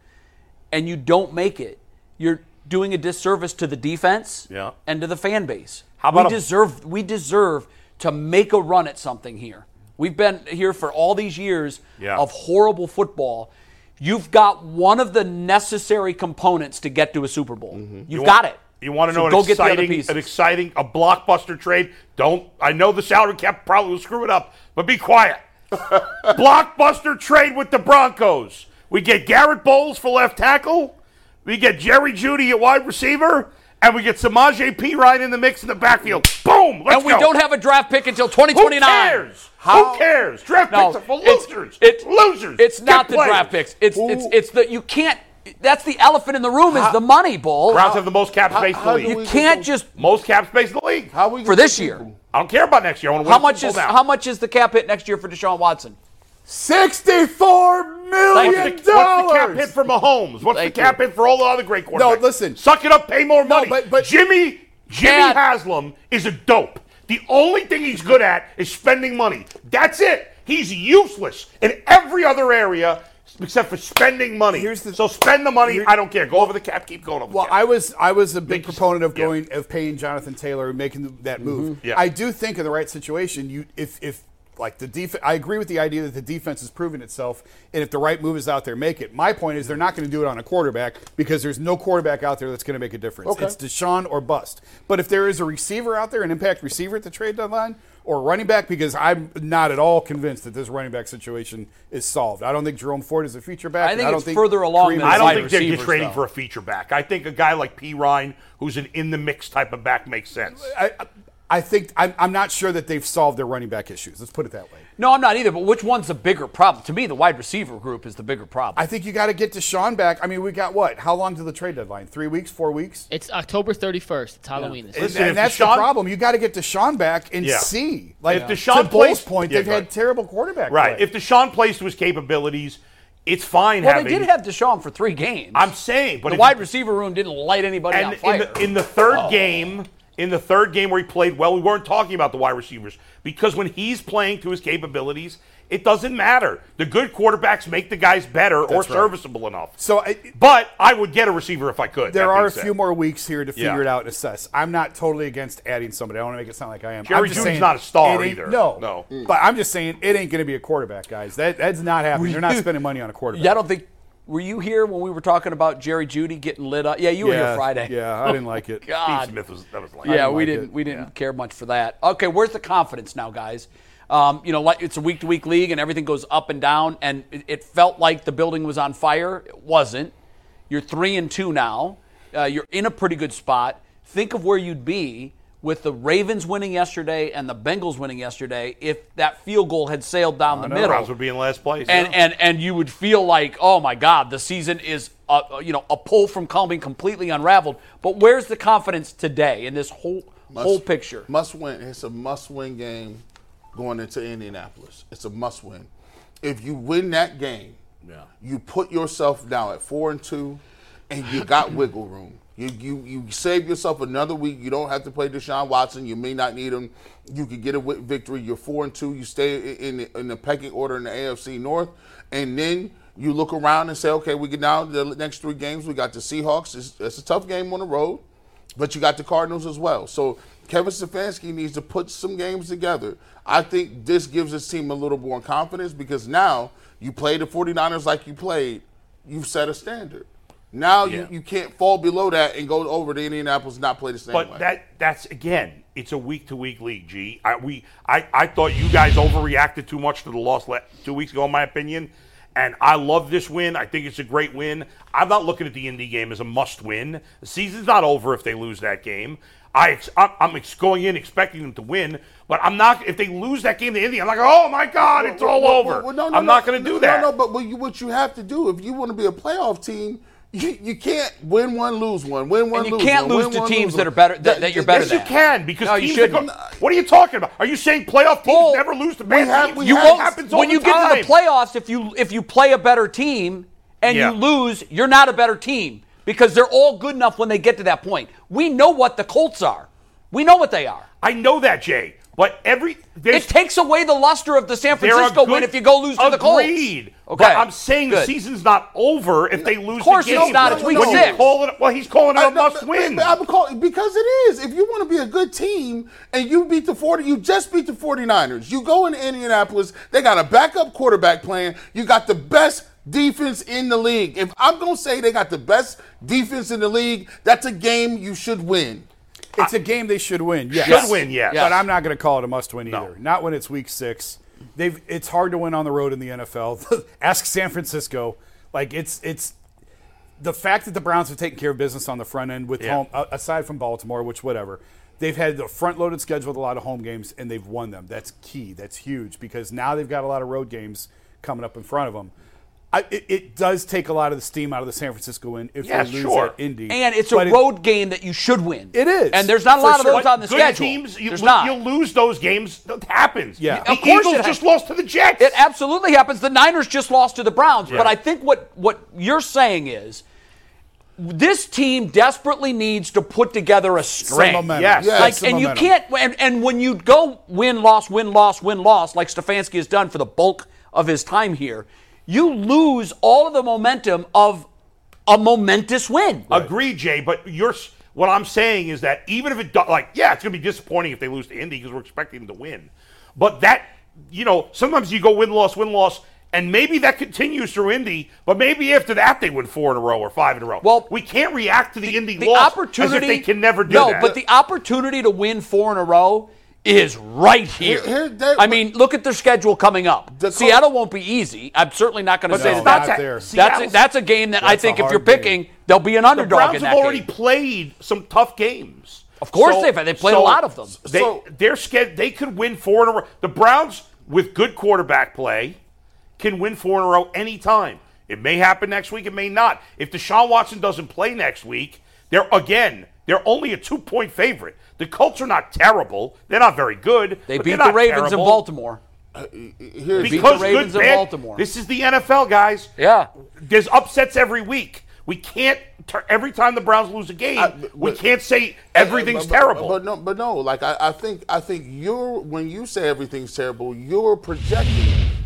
[SPEAKER 3] and you don't make it, you're doing a disservice to the defense
[SPEAKER 2] Yeah.
[SPEAKER 3] and to the fan base.
[SPEAKER 2] How about
[SPEAKER 3] we
[SPEAKER 2] a-
[SPEAKER 3] deserve we deserve to make a run at something here. We've been here for all these years
[SPEAKER 2] Yeah.
[SPEAKER 3] of horrible football. You've got one of the necessary components to get to a Super Bowl. You've got it.
[SPEAKER 2] Mm-hmm. You want to
[SPEAKER 3] So
[SPEAKER 2] know an
[SPEAKER 3] go get the other
[SPEAKER 2] exciting,
[SPEAKER 3] pieces.
[SPEAKER 2] an exciting, a blockbuster trade? Don't. I know the salary cap probably will screw it up, but be quiet. blockbuster trade with the Broncos. We get Garrett Bowles for left tackle. We get Jerry Judy at wide receiver, and we get Samaje P. Ryan in the mix in the backfield. Boom. Let's
[SPEAKER 3] and we
[SPEAKER 2] go.
[SPEAKER 3] don't have a draft pick until
[SPEAKER 2] Who
[SPEAKER 3] 2029.
[SPEAKER 2] cares? Who cares? Draft
[SPEAKER 3] No,
[SPEAKER 2] picks are for
[SPEAKER 3] it's-
[SPEAKER 2] losers.
[SPEAKER 3] it's-
[SPEAKER 2] losers.
[SPEAKER 3] It's
[SPEAKER 2] Get
[SPEAKER 3] not the
[SPEAKER 2] players.
[SPEAKER 3] draft picks. It's
[SPEAKER 5] Who-
[SPEAKER 3] it's it's the you can't. That's the elephant in the room is the money, bull.
[SPEAKER 2] Browns have the most cap space in the
[SPEAKER 5] how do
[SPEAKER 2] league.
[SPEAKER 3] you
[SPEAKER 5] we-
[SPEAKER 3] can't just
[SPEAKER 2] most cap space in the league.
[SPEAKER 5] How we
[SPEAKER 3] for
[SPEAKER 5] gonna
[SPEAKER 3] this
[SPEAKER 5] keep
[SPEAKER 3] year.
[SPEAKER 5] them?
[SPEAKER 2] I don't care about next year. I want to win
[SPEAKER 3] How
[SPEAKER 2] the
[SPEAKER 3] much
[SPEAKER 2] Super
[SPEAKER 3] is
[SPEAKER 2] Bowl now.
[SPEAKER 3] how much is the cap hit next year for Deshaun Watson?
[SPEAKER 4] Sixty-four
[SPEAKER 3] Thank
[SPEAKER 4] million
[SPEAKER 3] you.
[SPEAKER 2] What's the, what's the cap hit
[SPEAKER 4] dollars.
[SPEAKER 2] for Mahomes? What's
[SPEAKER 1] Thank
[SPEAKER 2] the cap
[SPEAKER 1] you.
[SPEAKER 2] hit for all the other great quarterbacks?
[SPEAKER 4] listen.
[SPEAKER 2] Suck it up, pay more money.
[SPEAKER 4] but- but-
[SPEAKER 2] Jimmy Jimmy
[SPEAKER 3] Dad.
[SPEAKER 2] Haslam is a dope. The only thing he's good at is spending money. That's it. He's useless in every other area except for spending money.
[SPEAKER 4] Here's the-
[SPEAKER 2] so spend the money.
[SPEAKER 4] here-
[SPEAKER 2] I don't care. Go over the cap. Keep going over
[SPEAKER 4] Well,
[SPEAKER 2] the cap.
[SPEAKER 4] I was I was a
[SPEAKER 2] Big-
[SPEAKER 4] big proponent of
[SPEAKER 2] yeah.
[SPEAKER 4] going of paying Jonathan Taylor and making th- that move.
[SPEAKER 3] Mm-hmm.
[SPEAKER 2] Yeah.
[SPEAKER 4] I do think in the right situation, you if if like the defense, I agree with the idea that the defense has proven itself, and if the right move is out there, make it. My point is they're not going to do it on a quarterback because there's no quarterback out there that's going to make a difference. It's Deshaun or bust. But if there is a receiver out there, an impact receiver at the trade deadline. Or running back because I'm not at all convinced that this running back situation is solved. I don't think Jerome Ford is a future back.
[SPEAKER 3] I
[SPEAKER 4] and
[SPEAKER 3] think
[SPEAKER 4] I don't
[SPEAKER 3] it's further along
[SPEAKER 4] Kareem
[SPEAKER 3] than
[SPEAKER 4] is
[SPEAKER 2] I
[SPEAKER 4] a
[SPEAKER 2] don't
[SPEAKER 3] wide
[SPEAKER 2] think they're just
[SPEAKER 3] receivers,
[SPEAKER 2] trading
[SPEAKER 3] though.
[SPEAKER 2] for a feature back. I think a guy like P. Ryan, who's an in the mix type of back, makes sense.
[SPEAKER 4] I, I think I'm, I'm not sure that they've solved their running back issues. Let's put it that way.
[SPEAKER 3] No, I'm not either. But which one's the bigger problem? To me, the wide receiver group is the bigger problem.
[SPEAKER 4] I think you got to get Deshaun back. I mean, we got what? How long to the trade deadline? Three weeks? Four weeks?
[SPEAKER 1] It's October 31st. It's Halloween. this year.
[SPEAKER 4] And,
[SPEAKER 2] Listen, if
[SPEAKER 4] that's
[SPEAKER 2] Deshaun-
[SPEAKER 4] the problem. You got to get Deshaun back and
[SPEAKER 2] Yeah.
[SPEAKER 4] see. Like
[SPEAKER 2] If Deshaun
[SPEAKER 4] to Bull's
[SPEAKER 2] plays-
[SPEAKER 4] point,
[SPEAKER 2] Yeah,
[SPEAKER 4] they've
[SPEAKER 2] go
[SPEAKER 4] had
[SPEAKER 2] ahead.
[SPEAKER 4] terrible quarterback.
[SPEAKER 2] Right.
[SPEAKER 4] play.
[SPEAKER 2] If Deshaun plays to his capabilities, it's fine
[SPEAKER 3] well,
[SPEAKER 2] having.
[SPEAKER 3] they did have Deshaun for three games.
[SPEAKER 2] I'm saying, but
[SPEAKER 3] the
[SPEAKER 2] if-
[SPEAKER 3] wide receiver Oh. room didn't light anybody
[SPEAKER 2] and
[SPEAKER 3] on
[SPEAKER 2] in
[SPEAKER 3] fire.
[SPEAKER 2] the, in the third game, in the third game where he played well, we weren't talking about the wide receivers because when he's playing to his capabilities, it doesn't matter. The good quarterbacks make the guys better or serviceable enough.
[SPEAKER 4] so I,
[SPEAKER 2] but I would get a receiver if I could.
[SPEAKER 4] there
[SPEAKER 2] that
[SPEAKER 4] are
[SPEAKER 2] being
[SPEAKER 4] a
[SPEAKER 2] said.
[SPEAKER 4] few more weeks here to
[SPEAKER 2] Yeah.
[SPEAKER 4] figure it out and assess. I'm not totally against adding somebody. I want to make it sound like I am.
[SPEAKER 2] Jerry
[SPEAKER 4] I'm just
[SPEAKER 2] Judy's
[SPEAKER 4] saying
[SPEAKER 2] not a star
[SPEAKER 4] it ain't-
[SPEAKER 2] either.
[SPEAKER 4] No,
[SPEAKER 2] No. Mm.
[SPEAKER 4] But I'm just saying it ain't going to be a quarterback, guys. That that's not happening. They're not
[SPEAKER 3] you-
[SPEAKER 4] spending money on a quarterback.
[SPEAKER 3] yeah, I don't think. Were you here when we were talking about Jerry Judy getting lit up? Yeah, you were here Friday.
[SPEAKER 4] Yeah, I didn't like it.
[SPEAKER 3] God.
[SPEAKER 2] Steve Smith was that was like
[SPEAKER 3] Yeah, we
[SPEAKER 4] like
[SPEAKER 3] didn't
[SPEAKER 4] it.
[SPEAKER 3] we didn't care much for that. Okay, where's the confidence now, guys? Um, you know, like it's a week to week league and everything goes up and down, and it, it felt like the building was on fire. It wasn't. You're three and two now. Uh, you're in a pretty good spot. Think of where you'd be with the Ravens winning yesterday and the Bengals winning yesterday if that field goal had sailed down the middle
[SPEAKER 2] Browns would be in last place.
[SPEAKER 3] and and and you would feel like, oh my God, the season is uh, you know a pull from coming completely unraveled. But where's the confidence today in this whole whole picture?
[SPEAKER 5] Must win. It's a must win game going into Indianapolis. It's a must win. If you win that game,
[SPEAKER 2] Yeah.
[SPEAKER 5] you put yourself down at four and two and you got wiggle room. You, you you save yourself another week. You don't have to play Deshaun Watson. You may not need him. You could get a wi- victory. You're four and two. You stay i- in the, in the pecking order in the AFC North, and then you look around and say, okay, we get now the next three games. We got the Seahawks. It's, it's a tough game on the road. But you got the Cardinals as well. So Kevin Stefanski needs to put some games together. I think this gives his team a little more confidence because now you play the 49ers like you played, you've set a standard. Now
[SPEAKER 2] Yeah.
[SPEAKER 5] you, you can't fall below that and go over to Indianapolis and not play the same
[SPEAKER 2] But
[SPEAKER 5] way.
[SPEAKER 2] that that's again, it's a week to week league. G. I, we I, I thought you guys overreacted too much to the loss la- two weeks ago, in my opinion. And I love this win. I think it's a great win. I'm not looking at the Indy game as a must win. The season's not over if they lose that game. I ex- I'm, I'm ex- going in expecting them to win, but I'm not. If they lose that game to Indy, I'm like, oh my god, it's all
[SPEAKER 5] Well,
[SPEAKER 2] over.
[SPEAKER 5] well, no, no,
[SPEAKER 2] I'm
[SPEAKER 5] no,
[SPEAKER 2] not going to
[SPEAKER 5] no,
[SPEAKER 2] do that.
[SPEAKER 5] No, no, but what you, what you have to do if you want to be a playoff team, you, you can't win one, lose one, win one,
[SPEAKER 3] And you
[SPEAKER 5] lose
[SPEAKER 3] can't
[SPEAKER 5] one,
[SPEAKER 3] lose
[SPEAKER 5] win
[SPEAKER 3] to
[SPEAKER 5] one,
[SPEAKER 3] teams
[SPEAKER 5] lose
[SPEAKER 3] that
[SPEAKER 5] one.
[SPEAKER 3] are better- that- that you're better
[SPEAKER 2] Yes,
[SPEAKER 3] than.
[SPEAKER 2] you can because
[SPEAKER 3] No, you
[SPEAKER 2] teams that
[SPEAKER 3] shouldn't.
[SPEAKER 2] go- what are you talking about? Are you saying playoff teams
[SPEAKER 3] Well,
[SPEAKER 2] never lose to bad
[SPEAKER 5] we have-
[SPEAKER 2] teams?
[SPEAKER 5] we
[SPEAKER 3] You
[SPEAKER 5] That
[SPEAKER 3] won't.
[SPEAKER 2] happens all
[SPEAKER 3] when
[SPEAKER 2] the
[SPEAKER 3] you get to the
[SPEAKER 2] time.
[SPEAKER 3] playoffs, if you if you play a better team and
[SPEAKER 2] Yeah.
[SPEAKER 3] you lose, you're not a better team because they're all good enough when they get to that point. We know what the Colts are. We know what they are.
[SPEAKER 2] I know that, Jay. But every
[SPEAKER 3] It
[SPEAKER 2] there's,
[SPEAKER 3] takes away the luster of the San
[SPEAKER 2] there are
[SPEAKER 3] Francisco
[SPEAKER 2] good-
[SPEAKER 3] win if you go lose to the Colts.
[SPEAKER 2] Agreed.
[SPEAKER 3] Okay,
[SPEAKER 2] But I'm saying the
[SPEAKER 3] good.
[SPEAKER 2] season's not over if they lose.
[SPEAKER 3] course
[SPEAKER 2] the game.
[SPEAKER 3] it's not. It's
[SPEAKER 2] When
[SPEAKER 3] week
[SPEAKER 2] you
[SPEAKER 3] six.
[SPEAKER 2] call it- well, he's calling it
[SPEAKER 5] I-
[SPEAKER 2] a
[SPEAKER 5] no,
[SPEAKER 2] must
[SPEAKER 5] but-
[SPEAKER 2] win.
[SPEAKER 5] but I'm calling because it is. If you want to be a good team and you beat the 40, you just beat the 49ers. You go into Indianapolis, they got a backup quarterback plan. You got the best defense in the league. If I'm going to say they got the best defense in the league, that's a game you should win.
[SPEAKER 4] It's a game they should win. Yes.
[SPEAKER 2] Should win, yes.
[SPEAKER 4] But I'm not going to call it a must win either. Not when it's week six. They've it's hard to win on the road in the NFL. Ask San Francisco. Like it's it's the fact that the Browns have taken care of business on the front end with
[SPEAKER 2] Yeah.
[SPEAKER 4] home a- aside from Baltimore, which whatever. They've had the front loaded schedule with a lot of home games and they've won them. That's key. That's huge because now they've got a lot of road games coming up in front of them. I, it, it does take a lot of the steam out of the San Francisco win if
[SPEAKER 2] Yeah,
[SPEAKER 4] they lose
[SPEAKER 2] sure.
[SPEAKER 4] at Indy.
[SPEAKER 3] And it's a
[SPEAKER 4] But it-
[SPEAKER 3] road game that you should win.
[SPEAKER 4] It is.
[SPEAKER 3] And there's not a
[SPEAKER 4] For
[SPEAKER 3] lot
[SPEAKER 4] sure.
[SPEAKER 3] of those on the
[SPEAKER 2] good
[SPEAKER 3] schedule.
[SPEAKER 2] teams, you,
[SPEAKER 3] there's
[SPEAKER 2] lo-
[SPEAKER 3] not.
[SPEAKER 2] you lose those games. That happens.
[SPEAKER 4] Yeah.
[SPEAKER 2] the
[SPEAKER 3] Of course
[SPEAKER 2] Eagles
[SPEAKER 3] it ha-
[SPEAKER 2] just lost to the Jets.
[SPEAKER 3] It absolutely happens. The Niners just lost to the Browns. But I think what, what you're saying is this team desperately needs to put together a string.
[SPEAKER 4] momentum.
[SPEAKER 2] Yes.
[SPEAKER 5] Yes.
[SPEAKER 3] Like,
[SPEAKER 4] some
[SPEAKER 3] and you
[SPEAKER 4] momentum.
[SPEAKER 3] can't, and, and when you go win, loss, win, loss, win, loss, like Stefanski has done for the bulk of his time here, you lose all of the momentum of a momentous win.
[SPEAKER 2] Agree, Jay. But you're s- what I'm saying is that even if it do, like yeah, it's gonna be disappointing if they lose to Indy because we're expecting them to win. But that you know sometimes you go win loss win loss. And maybe that continues through Indy, but maybe after that they win four in a row or five in a row.
[SPEAKER 3] Well,
[SPEAKER 2] we can't react to the, Indy
[SPEAKER 3] the
[SPEAKER 2] loss
[SPEAKER 3] opportunity
[SPEAKER 2] as if they can never do
[SPEAKER 3] no,
[SPEAKER 2] that.
[SPEAKER 3] but the opportunity to win four in a row is right here.
[SPEAKER 5] Here- here, that-
[SPEAKER 3] I mean, look at their schedule coming up.
[SPEAKER 5] The Col-
[SPEAKER 3] Seattle won't be easy. I'm certainly not going to
[SPEAKER 2] But
[SPEAKER 3] say
[SPEAKER 2] it's
[SPEAKER 3] that.
[SPEAKER 2] not
[SPEAKER 3] that's,
[SPEAKER 4] that-
[SPEAKER 3] that's a,
[SPEAKER 2] Seattle's-
[SPEAKER 3] that's a game that I
[SPEAKER 4] That's a
[SPEAKER 3] think if you're
[SPEAKER 4] hard game.
[SPEAKER 3] picking, there'll be an
[SPEAKER 2] the
[SPEAKER 3] underdog
[SPEAKER 2] Browns
[SPEAKER 3] in
[SPEAKER 2] have
[SPEAKER 3] that
[SPEAKER 2] already
[SPEAKER 3] game.
[SPEAKER 2] played some tough games.
[SPEAKER 3] Of course they've- they've played a lot of them.
[SPEAKER 2] They,
[SPEAKER 5] So-
[SPEAKER 2] they're scared. They could win four in a row. The Browns, with good quarterback play, can win four in a row anytime. It may happen next week. It may not. If Deshaun Watson doesn't play next week, they're again. They're only a two-point favorite. The Colts are not terrible. They're not very good.
[SPEAKER 3] They
[SPEAKER 2] but
[SPEAKER 3] beat
[SPEAKER 2] they're
[SPEAKER 3] the
[SPEAKER 2] not
[SPEAKER 3] Ravens
[SPEAKER 2] terrible.
[SPEAKER 3] in Baltimore.
[SPEAKER 5] Here's
[SPEAKER 3] beat the
[SPEAKER 2] Because
[SPEAKER 3] Ravens
[SPEAKER 2] good,
[SPEAKER 3] in
[SPEAKER 2] bad-
[SPEAKER 3] Baltimore.
[SPEAKER 2] This is the NFL, guys.
[SPEAKER 3] Yeah.
[SPEAKER 2] There's upsets every week. We can't tur- every time the Browns lose a game,
[SPEAKER 5] I-
[SPEAKER 3] Uh,
[SPEAKER 5] but-
[SPEAKER 2] we can't say everything's
[SPEAKER 5] But- but-
[SPEAKER 2] terrible.
[SPEAKER 5] But no, but no. Like I, I think, I think you're when you say everything's terrible, you're projecting.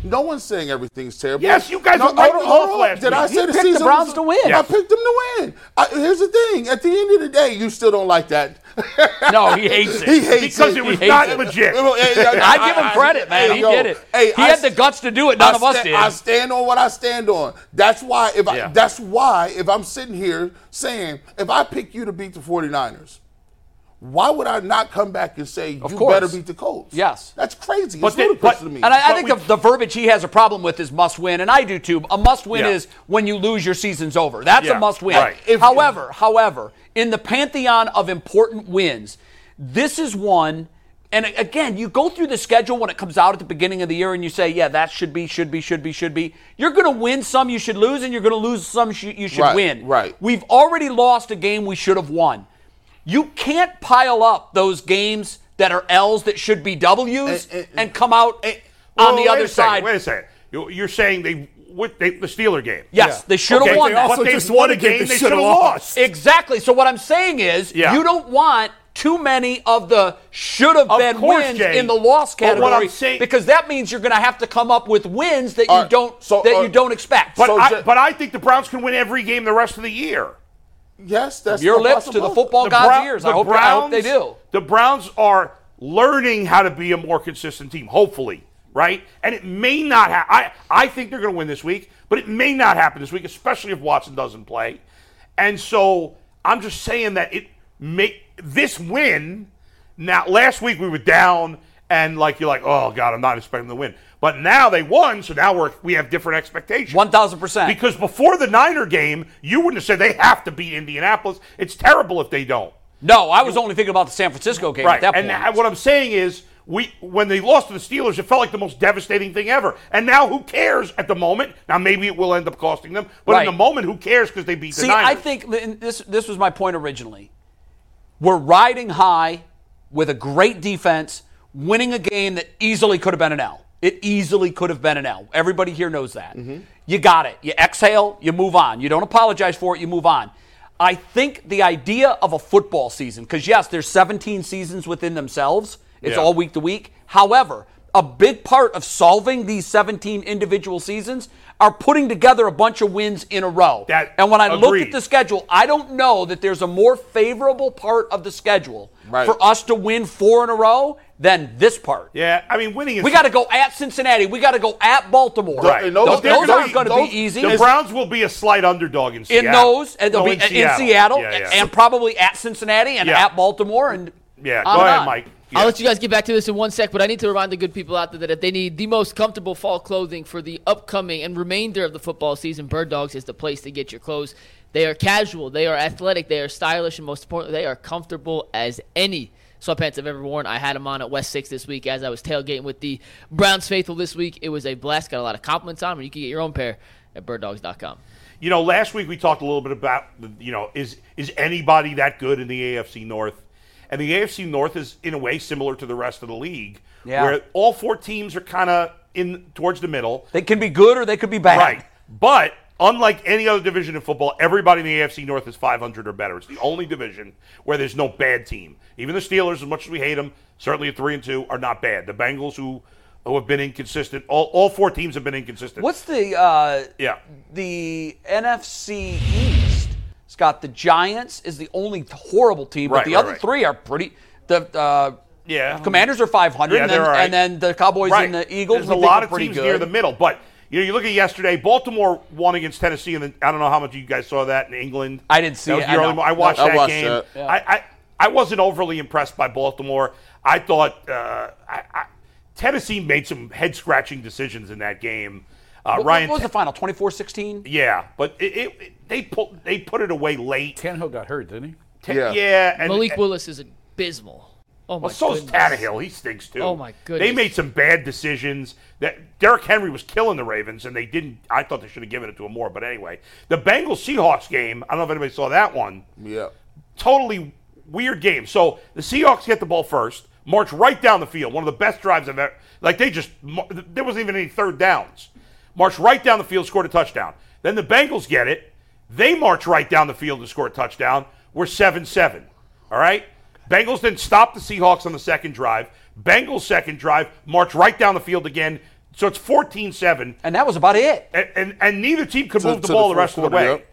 [SPEAKER 5] No one's saying everything's terrible.
[SPEAKER 2] Yes, you guys
[SPEAKER 5] no,
[SPEAKER 2] were right off last
[SPEAKER 5] Did I
[SPEAKER 2] week.
[SPEAKER 5] say
[SPEAKER 2] You
[SPEAKER 5] the
[SPEAKER 3] picked the
[SPEAKER 5] season
[SPEAKER 3] Browns
[SPEAKER 5] was-
[SPEAKER 3] to win.
[SPEAKER 5] I picked them to win. I, here's the thing: at the end of the day, you still don't like that.
[SPEAKER 3] No, he hates it.
[SPEAKER 5] he hates
[SPEAKER 2] because it
[SPEAKER 5] it.
[SPEAKER 2] was
[SPEAKER 3] He
[SPEAKER 2] not
[SPEAKER 3] hates it.
[SPEAKER 2] legit.
[SPEAKER 3] I give him credit, man. he
[SPEAKER 5] yo,
[SPEAKER 3] did it.
[SPEAKER 5] hey,
[SPEAKER 3] he
[SPEAKER 5] I
[SPEAKER 3] had
[SPEAKER 5] s-
[SPEAKER 3] the guts to do it. None
[SPEAKER 5] I
[SPEAKER 3] of us
[SPEAKER 5] sta-
[SPEAKER 3] did.
[SPEAKER 5] I stand on what I stand on. That's why if
[SPEAKER 2] Yeah.
[SPEAKER 5] I, that's why if I'm sitting here saying if I pick you to beat the 49ers, why would I not come back and say you
[SPEAKER 3] course.
[SPEAKER 5] better beat the Colts?
[SPEAKER 3] Yes.
[SPEAKER 5] that's crazy.
[SPEAKER 2] But
[SPEAKER 5] it's
[SPEAKER 2] they-
[SPEAKER 5] ludicrous
[SPEAKER 2] but-
[SPEAKER 5] to me.
[SPEAKER 3] And I, I
[SPEAKER 2] But
[SPEAKER 3] think
[SPEAKER 2] we-
[SPEAKER 3] the, the verbiage he has a problem with is must win, and I do too. A must win
[SPEAKER 2] Yeah.
[SPEAKER 3] is when you lose, your season's over. That's
[SPEAKER 2] Yeah,
[SPEAKER 3] a must win.
[SPEAKER 2] right. If-
[SPEAKER 3] however, however, in the pantheon of important wins, this is one. And a- again, you go through the schedule when it comes out at the beginning of the year, and you say, "Yeah, that should be, should be, should be, should be." You're going to win some you should lose, and you're going to lose some sh- you should
[SPEAKER 5] Right,
[SPEAKER 3] win.
[SPEAKER 5] right.
[SPEAKER 3] We've already lost a game we should have won. You can't pile up those games that are L's that should be W's
[SPEAKER 5] Eh, eh,
[SPEAKER 3] and come out
[SPEAKER 2] Well,
[SPEAKER 3] on the
[SPEAKER 2] wait
[SPEAKER 3] other
[SPEAKER 2] a second,
[SPEAKER 3] side.
[SPEAKER 2] Wait a second. You- You're saying they what they, the Steeler game?
[SPEAKER 3] Yes, they should have
[SPEAKER 2] Okay,
[SPEAKER 3] won
[SPEAKER 2] but
[SPEAKER 3] that.
[SPEAKER 4] also
[SPEAKER 2] they
[SPEAKER 4] just
[SPEAKER 2] won
[SPEAKER 4] won
[SPEAKER 2] a
[SPEAKER 4] a game
[SPEAKER 2] game
[SPEAKER 4] they
[SPEAKER 2] they
[SPEAKER 4] should
[SPEAKER 2] should have
[SPEAKER 4] have
[SPEAKER 2] lost.
[SPEAKER 3] Exactly. So what I'm saying is,
[SPEAKER 2] Yeah.
[SPEAKER 3] you don't want too many of the should have
[SPEAKER 2] Of
[SPEAKER 3] been
[SPEAKER 2] course,
[SPEAKER 3] wins
[SPEAKER 2] Jay.
[SPEAKER 3] in the loss
[SPEAKER 2] But what I'm
[SPEAKER 3] category
[SPEAKER 2] saying-
[SPEAKER 3] because that means you're going to have to come up with wins that you
[SPEAKER 5] All right,
[SPEAKER 3] don't
[SPEAKER 5] so,
[SPEAKER 3] that
[SPEAKER 5] uh,
[SPEAKER 3] you don't expect.
[SPEAKER 2] But
[SPEAKER 5] So
[SPEAKER 2] I,
[SPEAKER 5] ju-
[SPEAKER 2] but I think the Browns can win every game the rest of the year.
[SPEAKER 5] Yes, that's
[SPEAKER 3] Your
[SPEAKER 5] the
[SPEAKER 3] lips to the
[SPEAKER 5] possibility.
[SPEAKER 3] football
[SPEAKER 2] The
[SPEAKER 3] god's
[SPEAKER 2] Brown-
[SPEAKER 3] ears.
[SPEAKER 2] the
[SPEAKER 3] I hope, I hope they do.
[SPEAKER 2] The Browns are learning how to be a more consistent team, hopefully, right? And it may not happen. I, I think they're going to win this week, but it may not happen this week, especially if Watson doesn't play. And so I'm just saying that it may this win. Now, last week we were down, and like you're like, oh god, I'm not expecting them to win. But now they won, so now we're we have different expectations.
[SPEAKER 3] 1,000%.
[SPEAKER 2] Because before the Niner game, you wouldn't have said they have to beat Indianapolis. It's terrible if they don't.
[SPEAKER 3] No, I was only thinking about the San Francisco game at
[SPEAKER 2] Right.
[SPEAKER 3] that point.
[SPEAKER 2] and I- what I'm saying is, we when they lost to the Steelers, it felt like the most devastating thing ever. And now, who cares at the moment? Now, maybe it will end up costing them, but
[SPEAKER 3] Right.
[SPEAKER 2] in the moment, who cares because they beat the
[SPEAKER 3] See,
[SPEAKER 2] Niners?
[SPEAKER 3] I think and this this was my point originally. We're riding high with a great defense, winning a game that easily could have been an L. It easily could have been an L. Everybody here knows that. You got it. You exhale, you move on. You don't apologize for it, you move on. I think the idea of a football season, because yes, there's 17 seasons within themselves. It's
[SPEAKER 2] Yeah.
[SPEAKER 3] all week to week. However, a big part of solving these 17 individual seasons are putting together a bunch of wins in a row.
[SPEAKER 2] That-
[SPEAKER 3] and when I look at
[SPEAKER 2] agreed.
[SPEAKER 3] the schedule, I don't know that there's a more favorable part of the schedule
[SPEAKER 5] Right.
[SPEAKER 3] for us to win four in a row than this part.
[SPEAKER 2] yeah, I mean, winning is
[SPEAKER 3] We got to go at Cincinnati. We got to go at Baltimore.
[SPEAKER 2] Right. And those-
[SPEAKER 3] Those, those aren't
[SPEAKER 2] those-
[SPEAKER 3] going to
[SPEAKER 5] those-
[SPEAKER 3] be easy.
[SPEAKER 2] The Browns will be a slight underdog in
[SPEAKER 3] in
[SPEAKER 2] Seattle.
[SPEAKER 3] those, and they'll
[SPEAKER 2] No,
[SPEAKER 3] be in Seattle,
[SPEAKER 2] Yeah, yeah.
[SPEAKER 3] and probably at Cincinnati and
[SPEAKER 2] Yeah.
[SPEAKER 3] at Baltimore. And
[SPEAKER 2] yeah.
[SPEAKER 3] on
[SPEAKER 2] Go
[SPEAKER 3] and
[SPEAKER 2] ahead,
[SPEAKER 3] on.
[SPEAKER 2] Mike.
[SPEAKER 1] I'll
[SPEAKER 2] Yeah.
[SPEAKER 1] let you guys get back to this in one sec, but I need to remind the good people out there that if they need the most comfortable fall clothing for the upcoming and remainder of the football season, Bird Dogs is the place to get your clothes. They are casual, they are athletic, they are stylish, and most importantly, they are comfortable as any sweatpants I've ever worn. I had them on at West 6 this week as I was tailgating with the Browns Faithful this week. It was a blast, got a lot of compliments on them, and you can get your own pair at birddogs.com.
[SPEAKER 2] You know, last week we talked a little bit about the- you know is is anybody that good in the AFC North? And the AFC North is in a way similar to the rest of the league,
[SPEAKER 3] Yeah.
[SPEAKER 2] where all four teams are kind of in towards the middle.
[SPEAKER 3] they can be good or they could be bad.
[SPEAKER 2] Right. But unlike any other division in football, everybody in the AFC North is 500 or better. It's the only division where there's no bad team. Even the Steelers, as much as we hate them, certainly at three and two, are not bad. The Bengals, who who have been inconsistent, all, all four teams have been inconsistent.
[SPEAKER 3] What's the uh,
[SPEAKER 2] yeah?
[SPEAKER 3] the NFC East? It's got the Giants is the only horrible team, but
[SPEAKER 2] Right,
[SPEAKER 3] the
[SPEAKER 2] right,
[SPEAKER 3] other
[SPEAKER 2] right.
[SPEAKER 3] three are pretty. The uh,
[SPEAKER 2] Yeah.
[SPEAKER 3] Commanders are 500,
[SPEAKER 2] Yeah,
[SPEAKER 3] and,
[SPEAKER 2] they're
[SPEAKER 3] then,
[SPEAKER 2] all right.
[SPEAKER 3] and then the Cowboys
[SPEAKER 2] Right.
[SPEAKER 3] and the Eagles.
[SPEAKER 2] There's
[SPEAKER 3] we
[SPEAKER 2] a
[SPEAKER 3] think
[SPEAKER 2] lot
[SPEAKER 3] are
[SPEAKER 2] of
[SPEAKER 3] pretty
[SPEAKER 2] teams
[SPEAKER 3] good.
[SPEAKER 2] near the middle, but you know, you look at yesterday. Baltimore won against Tennessee, and then, I don't know how much you guys saw that in England.
[SPEAKER 3] I didn't see
[SPEAKER 2] That was
[SPEAKER 3] it.
[SPEAKER 2] the
[SPEAKER 3] I
[SPEAKER 2] early
[SPEAKER 3] know.
[SPEAKER 2] mo- I watched
[SPEAKER 5] No, I
[SPEAKER 2] that
[SPEAKER 5] watched
[SPEAKER 2] game.
[SPEAKER 5] that. Yeah.
[SPEAKER 2] I, I I wasn't overly impressed by Baltimore. I thought uh, I, I, Tennessee made some head scratching decisions in that game. Uh,
[SPEAKER 3] What,
[SPEAKER 2] Ryan,
[SPEAKER 3] what was the final? 24-16.
[SPEAKER 2] yeah, but it, it, it- they pulled they put it away late.
[SPEAKER 4] Tannehill got hurt, didn't
[SPEAKER 2] Te-
[SPEAKER 4] he?
[SPEAKER 5] Yeah.
[SPEAKER 2] and
[SPEAKER 1] Malik Willis is abysmal. Oh, my
[SPEAKER 2] Well, so is
[SPEAKER 1] goodness.
[SPEAKER 2] Tannehill. He stinks too.
[SPEAKER 1] Oh, my
[SPEAKER 2] They
[SPEAKER 1] goodness.
[SPEAKER 2] made some bad decisions. That Derrick Henry was killing the Ravens, and they didn't. I thought they should have given it to him more. But anyway, the Bengals Seahawks game. I don't know if anybody saw that one.
[SPEAKER 5] Yeah.
[SPEAKER 2] Totally weird game. So the Seahawks get the ball first, march right down the field. One of the best drives I've ever. Like they just mar- there wasn't even any third downs. March right down the field, scored a touchdown. Then the Bengals get it. They march right down the field and score a touchdown. We're seven seven. All right. Bengals then stop the Seahawks on the second drive. Bengals second drive march right down the field again. So it's 14-7
[SPEAKER 3] And that was about it.
[SPEAKER 2] and, and, and neither team could
[SPEAKER 5] To-
[SPEAKER 2] move the
[SPEAKER 5] to the
[SPEAKER 2] ball the,
[SPEAKER 5] fourth
[SPEAKER 2] rest of the way.
[SPEAKER 5] quarter, yep.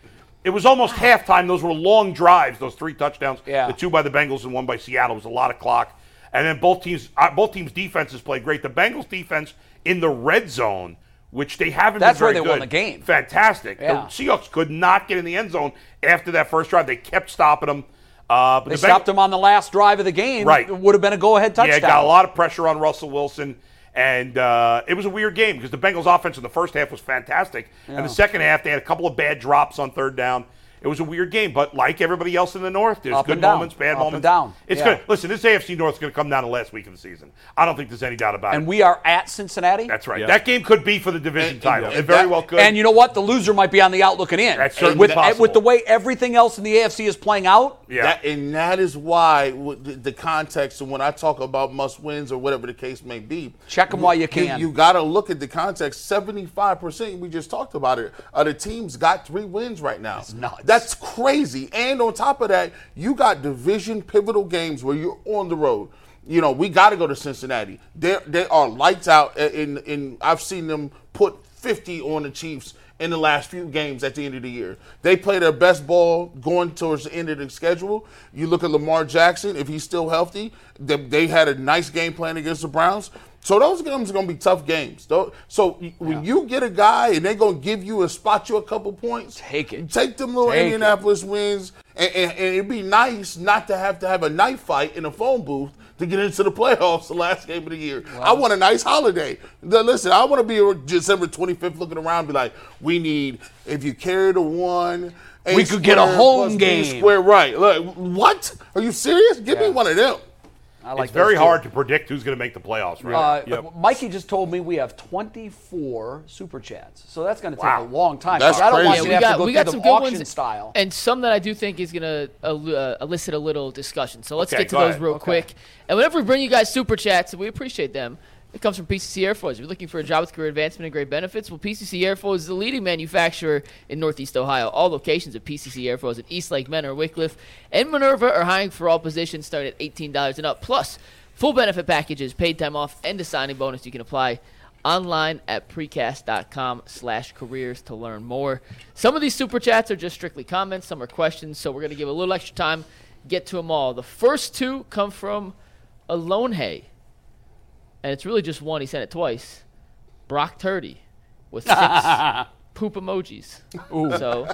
[SPEAKER 2] It was almost halftime. Those were long drives. Those three touchdowns,
[SPEAKER 3] Yeah.
[SPEAKER 2] the two by the Bengals and one by Seattle, It was a lot of clock. And then both teams, uh, both teams' defenses played great. The Bengals' defense in the red zone, which they haven't.
[SPEAKER 3] That's
[SPEAKER 2] been
[SPEAKER 3] where
[SPEAKER 2] very
[SPEAKER 3] they won
[SPEAKER 2] good,
[SPEAKER 3] the game.
[SPEAKER 2] Fantastic. The
[SPEAKER 3] Yeah.
[SPEAKER 2] Seahawks could not get in the end zone after that first drive. They kept stopping them. Uh, but
[SPEAKER 3] They
[SPEAKER 2] the
[SPEAKER 3] stopped
[SPEAKER 2] Bengals-
[SPEAKER 3] him on the last drive of the game.
[SPEAKER 2] Right.
[SPEAKER 3] It would have been a go-ahead touchdown.
[SPEAKER 2] yeah, it got a lot of pressure on Russell Wilson, and uh, it was a weird game because the Bengals' offense in the first half was fantastic, and the second half they had a couple of bad drops on third down. It was a weird game, but like everybody else in the North, there's
[SPEAKER 3] Up
[SPEAKER 2] good
[SPEAKER 3] and down.
[SPEAKER 2] moments, bad
[SPEAKER 3] Up and
[SPEAKER 2] moments.
[SPEAKER 3] down.
[SPEAKER 2] It's
[SPEAKER 3] Yeah.
[SPEAKER 2] gonna listen. This AFC North is gonna come down to last week of the season. I don't think there's any doubt about
[SPEAKER 3] And
[SPEAKER 2] it.
[SPEAKER 3] we are at Cincinnati.
[SPEAKER 2] That's right.
[SPEAKER 4] Yeah.
[SPEAKER 2] That game could be for the division
[SPEAKER 5] And-
[SPEAKER 2] title.
[SPEAKER 5] and
[SPEAKER 2] it very
[SPEAKER 5] that-
[SPEAKER 2] well could.
[SPEAKER 3] And you know what? The loser might be on the out looking in.
[SPEAKER 2] That's certainly
[SPEAKER 3] with,
[SPEAKER 2] possible.
[SPEAKER 3] with the way everything else in the AFC is playing out,
[SPEAKER 2] yeah.
[SPEAKER 5] That, and that is why w- the, the context and when I talk about must wins or whatever the case may be,
[SPEAKER 3] Check 'em while you can.
[SPEAKER 5] You, got to look at the context. Seventy-five percent. We just talked about it. Of the teams got three wins right now. That's
[SPEAKER 3] nuts.
[SPEAKER 5] That's crazy. And on top of that, you got division pivotal games where you're on the road. You know, we got to go to Cincinnati. They they are lights out. a- In in I've seen them put fifty on the Chiefs in the last few games at the end of the year. They play their best ball going towards the end of the schedule. You look at Lamar Jackson, if he's still healthy, they, they had a nice game plan against the Browns. So those games are going to be tough games. Tho- So y- when you get a guy and they're going to give you a spot you a couple points,
[SPEAKER 3] Take it.
[SPEAKER 5] Take them little
[SPEAKER 3] Take it.
[SPEAKER 5] Indianapolis wins, and, and, and it'd be nice not to have to have a knife fight in a phone booth to get into the playoffs the last game of the year. I want a nice holiday. Now, listen, I want to be a- December 25th looking around and be like, we need, if you carry the one, A
[SPEAKER 3] We could get a
[SPEAKER 5] squared
[SPEAKER 3] home
[SPEAKER 5] plus B
[SPEAKER 3] game.
[SPEAKER 5] Square right. Look, what? Are you serious? Give me one of them.
[SPEAKER 3] I like
[SPEAKER 2] it's very
[SPEAKER 3] those too.
[SPEAKER 2] hard to predict who's going to make the playoffs, right?
[SPEAKER 3] Uh,
[SPEAKER 2] Yep.
[SPEAKER 3] Mikey just told me we have 24 super chats, so that's going to take
[SPEAKER 2] Wow.
[SPEAKER 3] a long time.
[SPEAKER 5] That's
[SPEAKER 3] I don't want
[SPEAKER 5] crazy.
[SPEAKER 3] you
[SPEAKER 1] we
[SPEAKER 3] to have to
[SPEAKER 1] got
[SPEAKER 3] go
[SPEAKER 1] we
[SPEAKER 3] through
[SPEAKER 1] got
[SPEAKER 3] them
[SPEAKER 1] some good
[SPEAKER 3] auction
[SPEAKER 1] ones
[SPEAKER 3] style.
[SPEAKER 1] and some that I do think is gonna el- uh, elicit a little discussion. So let's
[SPEAKER 2] Okay,
[SPEAKER 1] get to
[SPEAKER 2] go
[SPEAKER 1] those
[SPEAKER 2] ahead.
[SPEAKER 1] real quick. And whenever we bring you guys super chats, we appreciate them. It comes from PCC Air Force. If you're looking for a job with career advancement and great benefits, well, PCC Air Force is the leading manufacturer in Northeast Ohio. All locations of PCC Air Force in Eastlake, Menor, Wycliffe, and Minerva are hiring for all positions starting at $18 and up. Plus, full benefit packages, paid time off, and a signing bonus. You can apply online at precast.com slash careers to learn more some of these super chats are just strictly comments some are questions so we're going to give a little extra time get to them all the first two come from alone hay and it's really just one he sent it twice brock turdy with six poop emojis so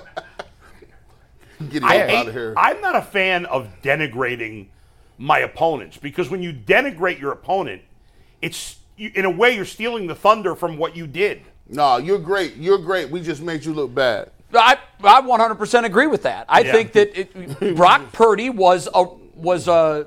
[SPEAKER 5] Get
[SPEAKER 2] I
[SPEAKER 5] out
[SPEAKER 2] hate-
[SPEAKER 5] of here.
[SPEAKER 2] I'm not a fan of denigrating my opponents because when you denigrate your opponent, it's you, in a way you're stealing the thunder from what you did.
[SPEAKER 5] no, you're great. You're great. We just made you look bad.
[SPEAKER 3] I, I 100% agree with that. I
[SPEAKER 2] Yeah.
[SPEAKER 3] think that it, Brock Purdy was a was a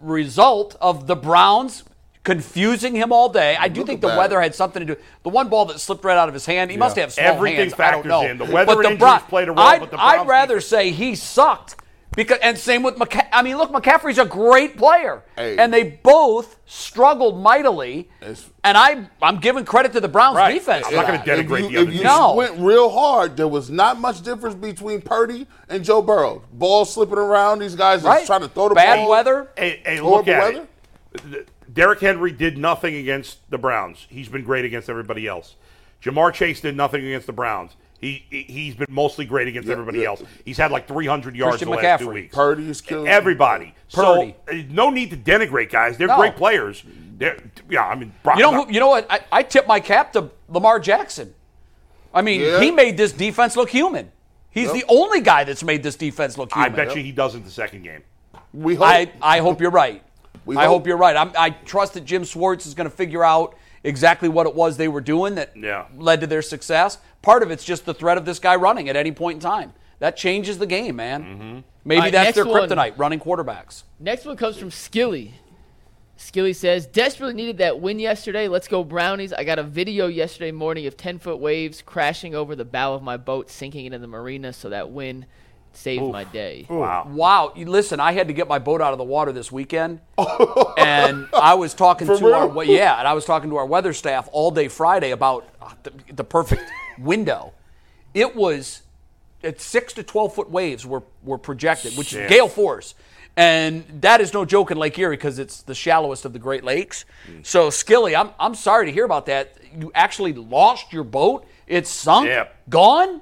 [SPEAKER 3] result of the Browns confusing him all day. I do
[SPEAKER 5] Look
[SPEAKER 3] think
[SPEAKER 5] at
[SPEAKER 3] the
[SPEAKER 5] that.
[SPEAKER 3] weather had something to do. The one ball that slipped right out of his hand. He must have small
[SPEAKER 2] Everything
[SPEAKER 3] hands. I don't
[SPEAKER 2] factors
[SPEAKER 3] know.
[SPEAKER 2] in. The weather and injuries played a role,
[SPEAKER 3] I'd,
[SPEAKER 2] but the
[SPEAKER 3] I'd
[SPEAKER 2] Browns
[SPEAKER 3] rather say he sucked because and same with McCa- I mean, look, McCaffrey's a great player,
[SPEAKER 5] Hey.
[SPEAKER 3] and they both struggled mightily.
[SPEAKER 5] It's-
[SPEAKER 3] and I I'm giving credit to the Browns
[SPEAKER 2] Right.
[SPEAKER 3] defense.
[SPEAKER 2] I'm
[SPEAKER 3] for
[SPEAKER 2] not
[SPEAKER 3] that.
[SPEAKER 2] gonna denigrate
[SPEAKER 5] if
[SPEAKER 2] the
[SPEAKER 5] you,
[SPEAKER 2] other
[SPEAKER 5] if you
[SPEAKER 2] team.
[SPEAKER 3] No.
[SPEAKER 5] went real hard, there was not much difference between Purdy and Joe Burrow. Ball slipping around, these guys are
[SPEAKER 3] Right.
[SPEAKER 5] trying to throw the
[SPEAKER 3] Bad
[SPEAKER 5] ball.
[SPEAKER 3] weather.
[SPEAKER 2] Hey, hey,
[SPEAKER 5] Horrible
[SPEAKER 2] look at
[SPEAKER 5] weather?
[SPEAKER 2] it. Th- Derrick Henry did nothing against the Browns. He's been great against everybody else. Jamar Chase did nothing against the Browns. He he- he's been mostly great against everybody
[SPEAKER 5] yeah.
[SPEAKER 2] else. He's had like 300 yards
[SPEAKER 3] Christian
[SPEAKER 2] the last two
[SPEAKER 3] McCaffrey.
[SPEAKER 2] weeks.
[SPEAKER 5] Purdy is killing
[SPEAKER 2] everybody.
[SPEAKER 3] Purdy.
[SPEAKER 2] So uh, no need to denigrate guys. They're
[SPEAKER 3] No.
[SPEAKER 2] great players. They're, yeah, I mean, Brock,
[SPEAKER 3] You know, who, you know what? I, I tip my cap to Lamar Jackson. I mean,
[SPEAKER 5] Yeah.
[SPEAKER 3] he made this defense look human. He's the only guy that's made this defense look
[SPEAKER 2] I
[SPEAKER 3] human.
[SPEAKER 2] bet you he doesn't the second game.
[SPEAKER 5] We hope.
[SPEAKER 3] I, I hope you're right.
[SPEAKER 5] We
[SPEAKER 3] I hope
[SPEAKER 5] hope.
[SPEAKER 3] you're right. I'm, I trust that Jim Swartz is going to figure out exactly what it was they were doing that
[SPEAKER 2] Yeah.
[SPEAKER 3] led to their success. Part of it's just the threat of this guy running at any point in time. That changes the game, man.
[SPEAKER 2] Mm-hmm.
[SPEAKER 3] Maybe
[SPEAKER 1] All right,
[SPEAKER 3] that's their
[SPEAKER 1] next one.
[SPEAKER 3] kryptonite, running quarterbacks.
[SPEAKER 1] Next one comes from Skilly. Skilly says, desperately needed that win yesterday. Let's go Brownies. I got a video yesterday morning of 10 foot waves crashing over the bow of my boat, sinking into the marina. So that win saved my day.
[SPEAKER 2] Wow.
[SPEAKER 3] Wow, you, listen, I had to get my boat out of the water this weekend, and I was talking to our
[SPEAKER 5] real?
[SPEAKER 3] well, yeah, and I was talking to our weather staff all day Friday about uh, the, the perfect window. It was at six to twelve foot waves were were projected, which is gale force, and that is no joke in Lake Erie because it's the shallowest of the Great Lakes. So Skilly, I'm I'm sorry to hear about that. You actually lost your boat. It's sunk,
[SPEAKER 2] Yep.
[SPEAKER 3] gone.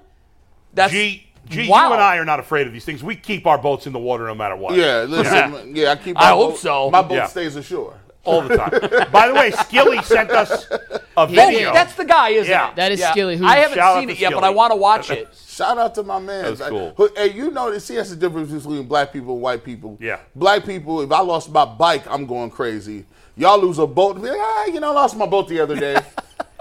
[SPEAKER 3] That's
[SPEAKER 2] G, G
[SPEAKER 3] wow.
[SPEAKER 2] you and I are not afraid of these things. We keep our boats in the water no matter what.
[SPEAKER 5] Yeah, listen. Yeah, I keep. My
[SPEAKER 3] I hope
[SPEAKER 5] boat-
[SPEAKER 3] so.
[SPEAKER 5] My boat
[SPEAKER 2] Yeah.
[SPEAKER 5] stays ashore.
[SPEAKER 2] All the time. By the way, Skilly sent us a
[SPEAKER 3] Oh,
[SPEAKER 2] video.
[SPEAKER 3] that's the guy, isn't
[SPEAKER 2] Yeah.
[SPEAKER 3] it?
[SPEAKER 1] That is Skilly, who-
[SPEAKER 3] I haven't
[SPEAKER 2] Shout out
[SPEAKER 3] seen
[SPEAKER 2] to
[SPEAKER 3] it yet, but
[SPEAKER 2] Skilly.
[SPEAKER 3] I want to watch it.
[SPEAKER 5] Shout out to my man.
[SPEAKER 2] That's cool.
[SPEAKER 5] Hey, you know, see, that's the difference between black people and white people.
[SPEAKER 2] Yeah.
[SPEAKER 5] Black people, if I lost my bike, I'm going crazy. Y'all lose a boat, be like, ah, you know, I lost my boat the other day.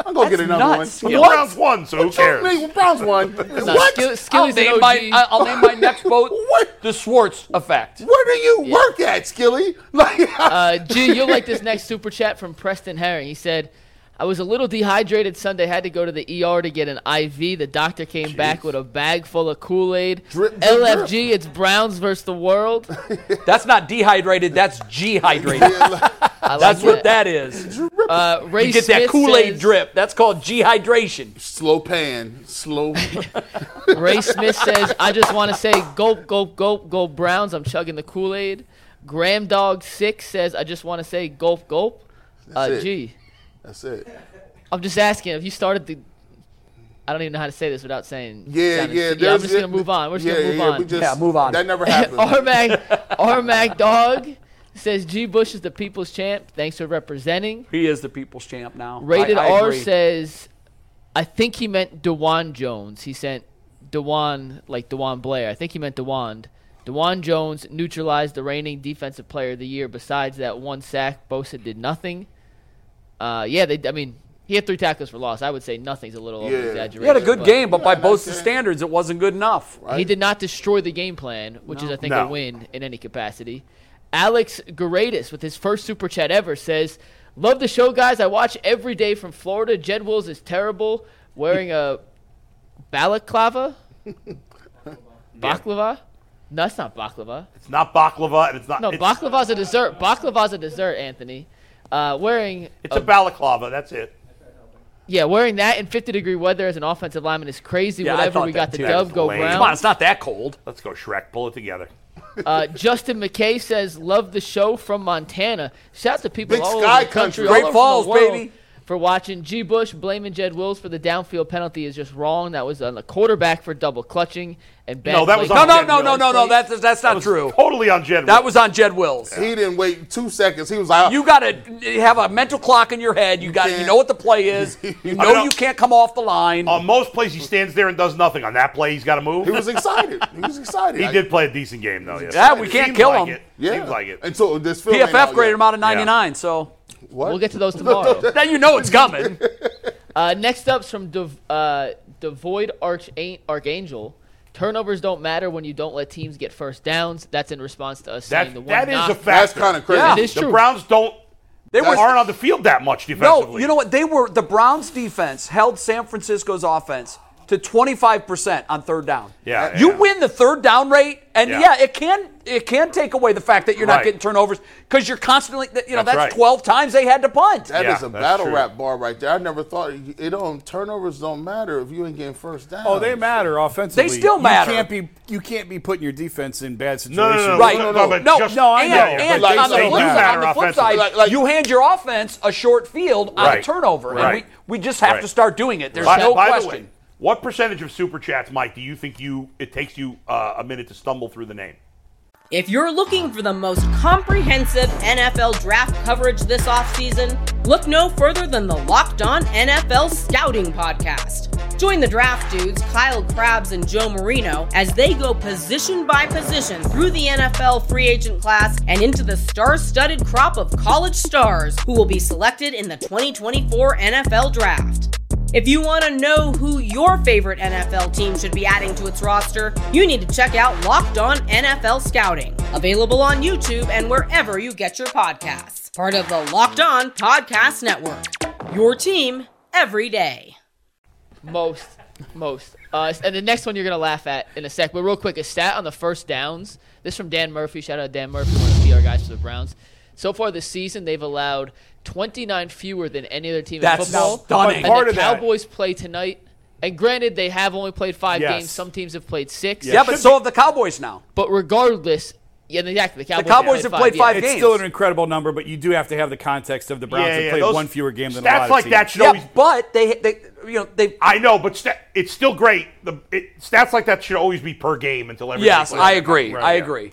[SPEAKER 5] I'm gonna get
[SPEAKER 3] That's
[SPEAKER 5] another
[SPEAKER 3] nuts.
[SPEAKER 5] one.
[SPEAKER 2] The
[SPEAKER 3] What?
[SPEAKER 2] Browns won, so who cares?
[SPEAKER 5] Me, Browns won.
[SPEAKER 1] Now,
[SPEAKER 5] what?
[SPEAKER 1] Skilly,
[SPEAKER 3] I'll
[SPEAKER 1] Skilly's an
[SPEAKER 3] name,
[SPEAKER 1] OG.
[SPEAKER 3] my, I- I'll name my next boat
[SPEAKER 5] What?
[SPEAKER 3] the Schwartz Effect.
[SPEAKER 5] Where do you work at, Skilly? Like,
[SPEAKER 1] Uh, G, you'll like this next super chat from Preston Herring. He said, I was a little dehydrated Sunday, had to go to the ER to get an IV. The doctor came back with a bag full of Kool Aid.
[SPEAKER 5] Drip, drip,
[SPEAKER 1] LFG, it's Browns versus the world.
[SPEAKER 3] That's not dehydrated, that's G-hydrated.
[SPEAKER 1] I
[SPEAKER 3] that's
[SPEAKER 1] like
[SPEAKER 3] what that is. You
[SPEAKER 1] that. Uh, Ray
[SPEAKER 3] get that
[SPEAKER 1] Smith
[SPEAKER 3] Kool-Aid
[SPEAKER 1] says-
[SPEAKER 3] drip. That's called G-hydration.
[SPEAKER 5] slow pan, slow.
[SPEAKER 1] Ray Smith says, I just want to say, gulp, gulp, gulp, gulp Browns. I'm chugging the Kool Aid. Graham Dog 6 says, I just want to say, gulp, gulp. Uh,
[SPEAKER 5] That's it.
[SPEAKER 1] G,
[SPEAKER 5] That's it.
[SPEAKER 1] I'm just asking if you started the I don't even know how to say this without saying.
[SPEAKER 5] Yeah,
[SPEAKER 1] sounding
[SPEAKER 5] yeah.
[SPEAKER 1] stupid. Yeah, I'm
[SPEAKER 5] there's-
[SPEAKER 1] just gonna move on. We're just
[SPEAKER 5] yeah,
[SPEAKER 1] gonna move
[SPEAKER 5] yeah,
[SPEAKER 1] on.
[SPEAKER 5] We just,
[SPEAKER 3] Yeah, move on.
[SPEAKER 5] That never happened.
[SPEAKER 1] Armag, Armag Dog says G. Bush is the people's champ. Thanks for representing.
[SPEAKER 3] He is the people's champ now.
[SPEAKER 1] Rated
[SPEAKER 3] I- I
[SPEAKER 1] R
[SPEAKER 3] agree.
[SPEAKER 1] says, I think he meant Dewan Jones. He sent Dewan like Dewan Blair. I think he meant Dewan. Dewan Jones neutralized the reigning defensive player of the year. Besides that one sack, Bosa did nothing. Uh, yeah, they. I mean, he had three tackles for loss. I would say nothing's a little
[SPEAKER 5] Yeah.
[SPEAKER 1] over exaggeration.
[SPEAKER 3] He had a good game, but by both the standards, it wasn't good enough.
[SPEAKER 1] He did not destroy the game plan, which is, I think, a
[SPEAKER 2] No.
[SPEAKER 1] win in any capacity. Alex Garadis, with his first super chat ever, says, "Love the show, guys. I watch every day from Florida. Jed Wills is terrible, wearing a balaclava, baklava. No, that's not baklava.
[SPEAKER 2] It's not baklava, and it's not.
[SPEAKER 1] No,
[SPEAKER 2] it's,
[SPEAKER 1] baklava's a dessert. Baklava's a dessert, Anthony. Uh, wearing
[SPEAKER 2] It's a balaclava. That's it.
[SPEAKER 1] yeah, wearing that in 50 degree weather as an offensive lineman is crazy.
[SPEAKER 3] Yeah, I
[SPEAKER 1] Whatever
[SPEAKER 3] thought
[SPEAKER 1] we got
[SPEAKER 3] that
[SPEAKER 1] the
[SPEAKER 3] too.
[SPEAKER 1] dub
[SPEAKER 2] That's
[SPEAKER 1] go
[SPEAKER 2] lame.
[SPEAKER 1] round.
[SPEAKER 2] Come
[SPEAKER 3] Come on, it's not that cold.
[SPEAKER 2] Let's go, Shrek. Pull it together.
[SPEAKER 1] Uh, Justin McKay says, "Love the show from Montana." Shout out to people
[SPEAKER 5] Big
[SPEAKER 1] all
[SPEAKER 5] sky
[SPEAKER 1] over the country,
[SPEAKER 5] country.
[SPEAKER 1] all
[SPEAKER 5] Great
[SPEAKER 1] over the
[SPEAKER 3] Falls,
[SPEAKER 1] world
[SPEAKER 3] baby.
[SPEAKER 1] for watching. G. Bush blaming Jed Wills for the downfield penalty is just wrong. That was on the quarterback for double clutching and bad.
[SPEAKER 2] No, that
[SPEAKER 1] play
[SPEAKER 2] was
[SPEAKER 3] No,
[SPEAKER 2] on
[SPEAKER 1] calling.
[SPEAKER 3] no,
[SPEAKER 2] Jed
[SPEAKER 3] no, no, no, no.
[SPEAKER 2] Wills.
[SPEAKER 3] That's that's not
[SPEAKER 5] Oh.
[SPEAKER 3] true.
[SPEAKER 2] Totally on Jed.
[SPEAKER 3] That
[SPEAKER 2] Wilson.
[SPEAKER 3] was on Jed Wills.
[SPEAKER 5] He didn't wait two seconds. He was
[SPEAKER 2] Uh,
[SPEAKER 5] like,
[SPEAKER 3] You got to have a mental clock in your head. You got to you
[SPEAKER 5] can't-
[SPEAKER 3] know what the play is. You know
[SPEAKER 2] know.
[SPEAKER 3] you can't come off the line.
[SPEAKER 2] on Uh, most plays he stands there and does nothing. On that play, he's got to move.
[SPEAKER 5] He was excited. He was excited.
[SPEAKER 2] He
[SPEAKER 5] I-
[SPEAKER 2] did play a decent game though. Yes.
[SPEAKER 3] Yeah, we can't
[SPEAKER 2] Seems
[SPEAKER 3] kill
[SPEAKER 2] like
[SPEAKER 3] him.
[SPEAKER 2] It.
[SPEAKER 5] Yeah.
[SPEAKER 2] Seems like it.
[SPEAKER 5] Until this film ain't out
[SPEAKER 3] PFF graded
[SPEAKER 5] yet.
[SPEAKER 3] him out of 99, so
[SPEAKER 5] What?
[SPEAKER 1] We'll get to those tomorrow.
[SPEAKER 3] then you know it's coming.
[SPEAKER 1] Uh, next up's from Dev- uh, Devoid Arch- Archangel. Turnovers don't matter when you don't let teams get first downs. That's in response to us saying
[SPEAKER 2] That,
[SPEAKER 1] the one.
[SPEAKER 2] that is
[SPEAKER 1] knock-
[SPEAKER 2] a fact.
[SPEAKER 5] That's kind of crazy.
[SPEAKER 3] Yeah.
[SPEAKER 1] It is
[SPEAKER 2] The
[SPEAKER 1] true.
[SPEAKER 2] Browns don't. They
[SPEAKER 3] were-
[SPEAKER 2] aren't on the field that much defensively.
[SPEAKER 3] No, you know what? They were the Browns' defense held San Francisco's offense to 25% on third down.
[SPEAKER 2] Yeah,
[SPEAKER 3] you
[SPEAKER 2] yeah.
[SPEAKER 3] win the third down rate, and yeah,
[SPEAKER 2] Yeah.
[SPEAKER 3] it can it can take away the fact that you're not
[SPEAKER 2] Right.
[SPEAKER 3] getting turnovers because you're constantly you know
[SPEAKER 2] That's
[SPEAKER 3] that's,
[SPEAKER 2] right.
[SPEAKER 3] 12 times they had to punt.
[SPEAKER 5] That is
[SPEAKER 2] Yeah,
[SPEAKER 5] a
[SPEAKER 2] that's
[SPEAKER 5] battle
[SPEAKER 2] true.
[SPEAKER 5] rap bar right there. I never thought it it don't turnovers don't matter if you ain't getting first down.
[SPEAKER 4] Oh, they matter offensively.
[SPEAKER 3] They still matter.
[SPEAKER 4] You can't be you can't be putting your defense in bad
[SPEAKER 2] No,
[SPEAKER 4] situations.
[SPEAKER 2] no, no,
[SPEAKER 3] Right.
[SPEAKER 2] No,
[SPEAKER 3] No,
[SPEAKER 2] no, but
[SPEAKER 3] no,
[SPEAKER 2] just-
[SPEAKER 4] no, I
[SPEAKER 3] and,
[SPEAKER 4] know,
[SPEAKER 3] and
[SPEAKER 5] but they
[SPEAKER 3] on, the
[SPEAKER 5] still
[SPEAKER 3] flip
[SPEAKER 5] do
[SPEAKER 3] side, on
[SPEAKER 2] matter
[SPEAKER 3] the flip
[SPEAKER 2] offensively.
[SPEAKER 3] side,
[SPEAKER 5] Like- like-
[SPEAKER 3] you hand your offense a short field on a
[SPEAKER 2] Right.
[SPEAKER 3] turnover,
[SPEAKER 2] Right.
[SPEAKER 3] and we, we just have
[SPEAKER 2] Right.
[SPEAKER 3] to start doing it. There's
[SPEAKER 2] By,
[SPEAKER 3] no
[SPEAKER 2] by
[SPEAKER 3] question.
[SPEAKER 2] the way, what percentage of super chats, Mike, do you think you it takes you uh, a minute to stumble through the name?
[SPEAKER 6] If you're looking for the most comprehensive NFL draft coverage this offseason, look no further than the Locked On NFL Scouting Podcast. Join the draft dudes, Kyle Krabs and Joe Marino, as they go position by position through the NFL free agent class and into the star studded crop of college stars who will be selected in the 2024 NFL Draft. If you want to know who your favorite NFL team should be adding to its roster, you need to check out Locked On NFL Scouting, available on YouTube and wherever you get your podcasts. Part of the Locked On Podcast Network. Your team every day.
[SPEAKER 1] Most, most. Uh, and the next one you're gonna laugh at in a sec. But real quick, a stat on the first downs. This from Dan Murphy. Shout out to Dan Murphy, one of the PR guys for the Browns. So far this season, they've allowed 29 fewer than any other team
[SPEAKER 3] That's
[SPEAKER 1] in football.
[SPEAKER 3] stunning.
[SPEAKER 1] And
[SPEAKER 3] But part
[SPEAKER 1] the
[SPEAKER 4] of that-
[SPEAKER 1] Cowboys play tonight. And granted, they have only played five
[SPEAKER 2] Yes.
[SPEAKER 1] games. Some teams have played six.
[SPEAKER 3] yeah, but so have the Cowboys now.
[SPEAKER 1] But regardless, yeah, exactly. The Cowboys,
[SPEAKER 3] Cowboys have played five
[SPEAKER 1] yeah.
[SPEAKER 4] It's
[SPEAKER 3] games.
[SPEAKER 4] still an incredible number, but you do have to have the context of the Browns have played
[SPEAKER 2] those-
[SPEAKER 4] one fewer game than a lot
[SPEAKER 2] stats
[SPEAKER 4] of
[SPEAKER 2] like
[SPEAKER 4] teams.
[SPEAKER 2] that should always
[SPEAKER 3] yeah, but they they you know they
[SPEAKER 2] I know, but sta it's still great. The it, stats like that should always be per game until every.
[SPEAKER 3] Yes, I agree. I agree.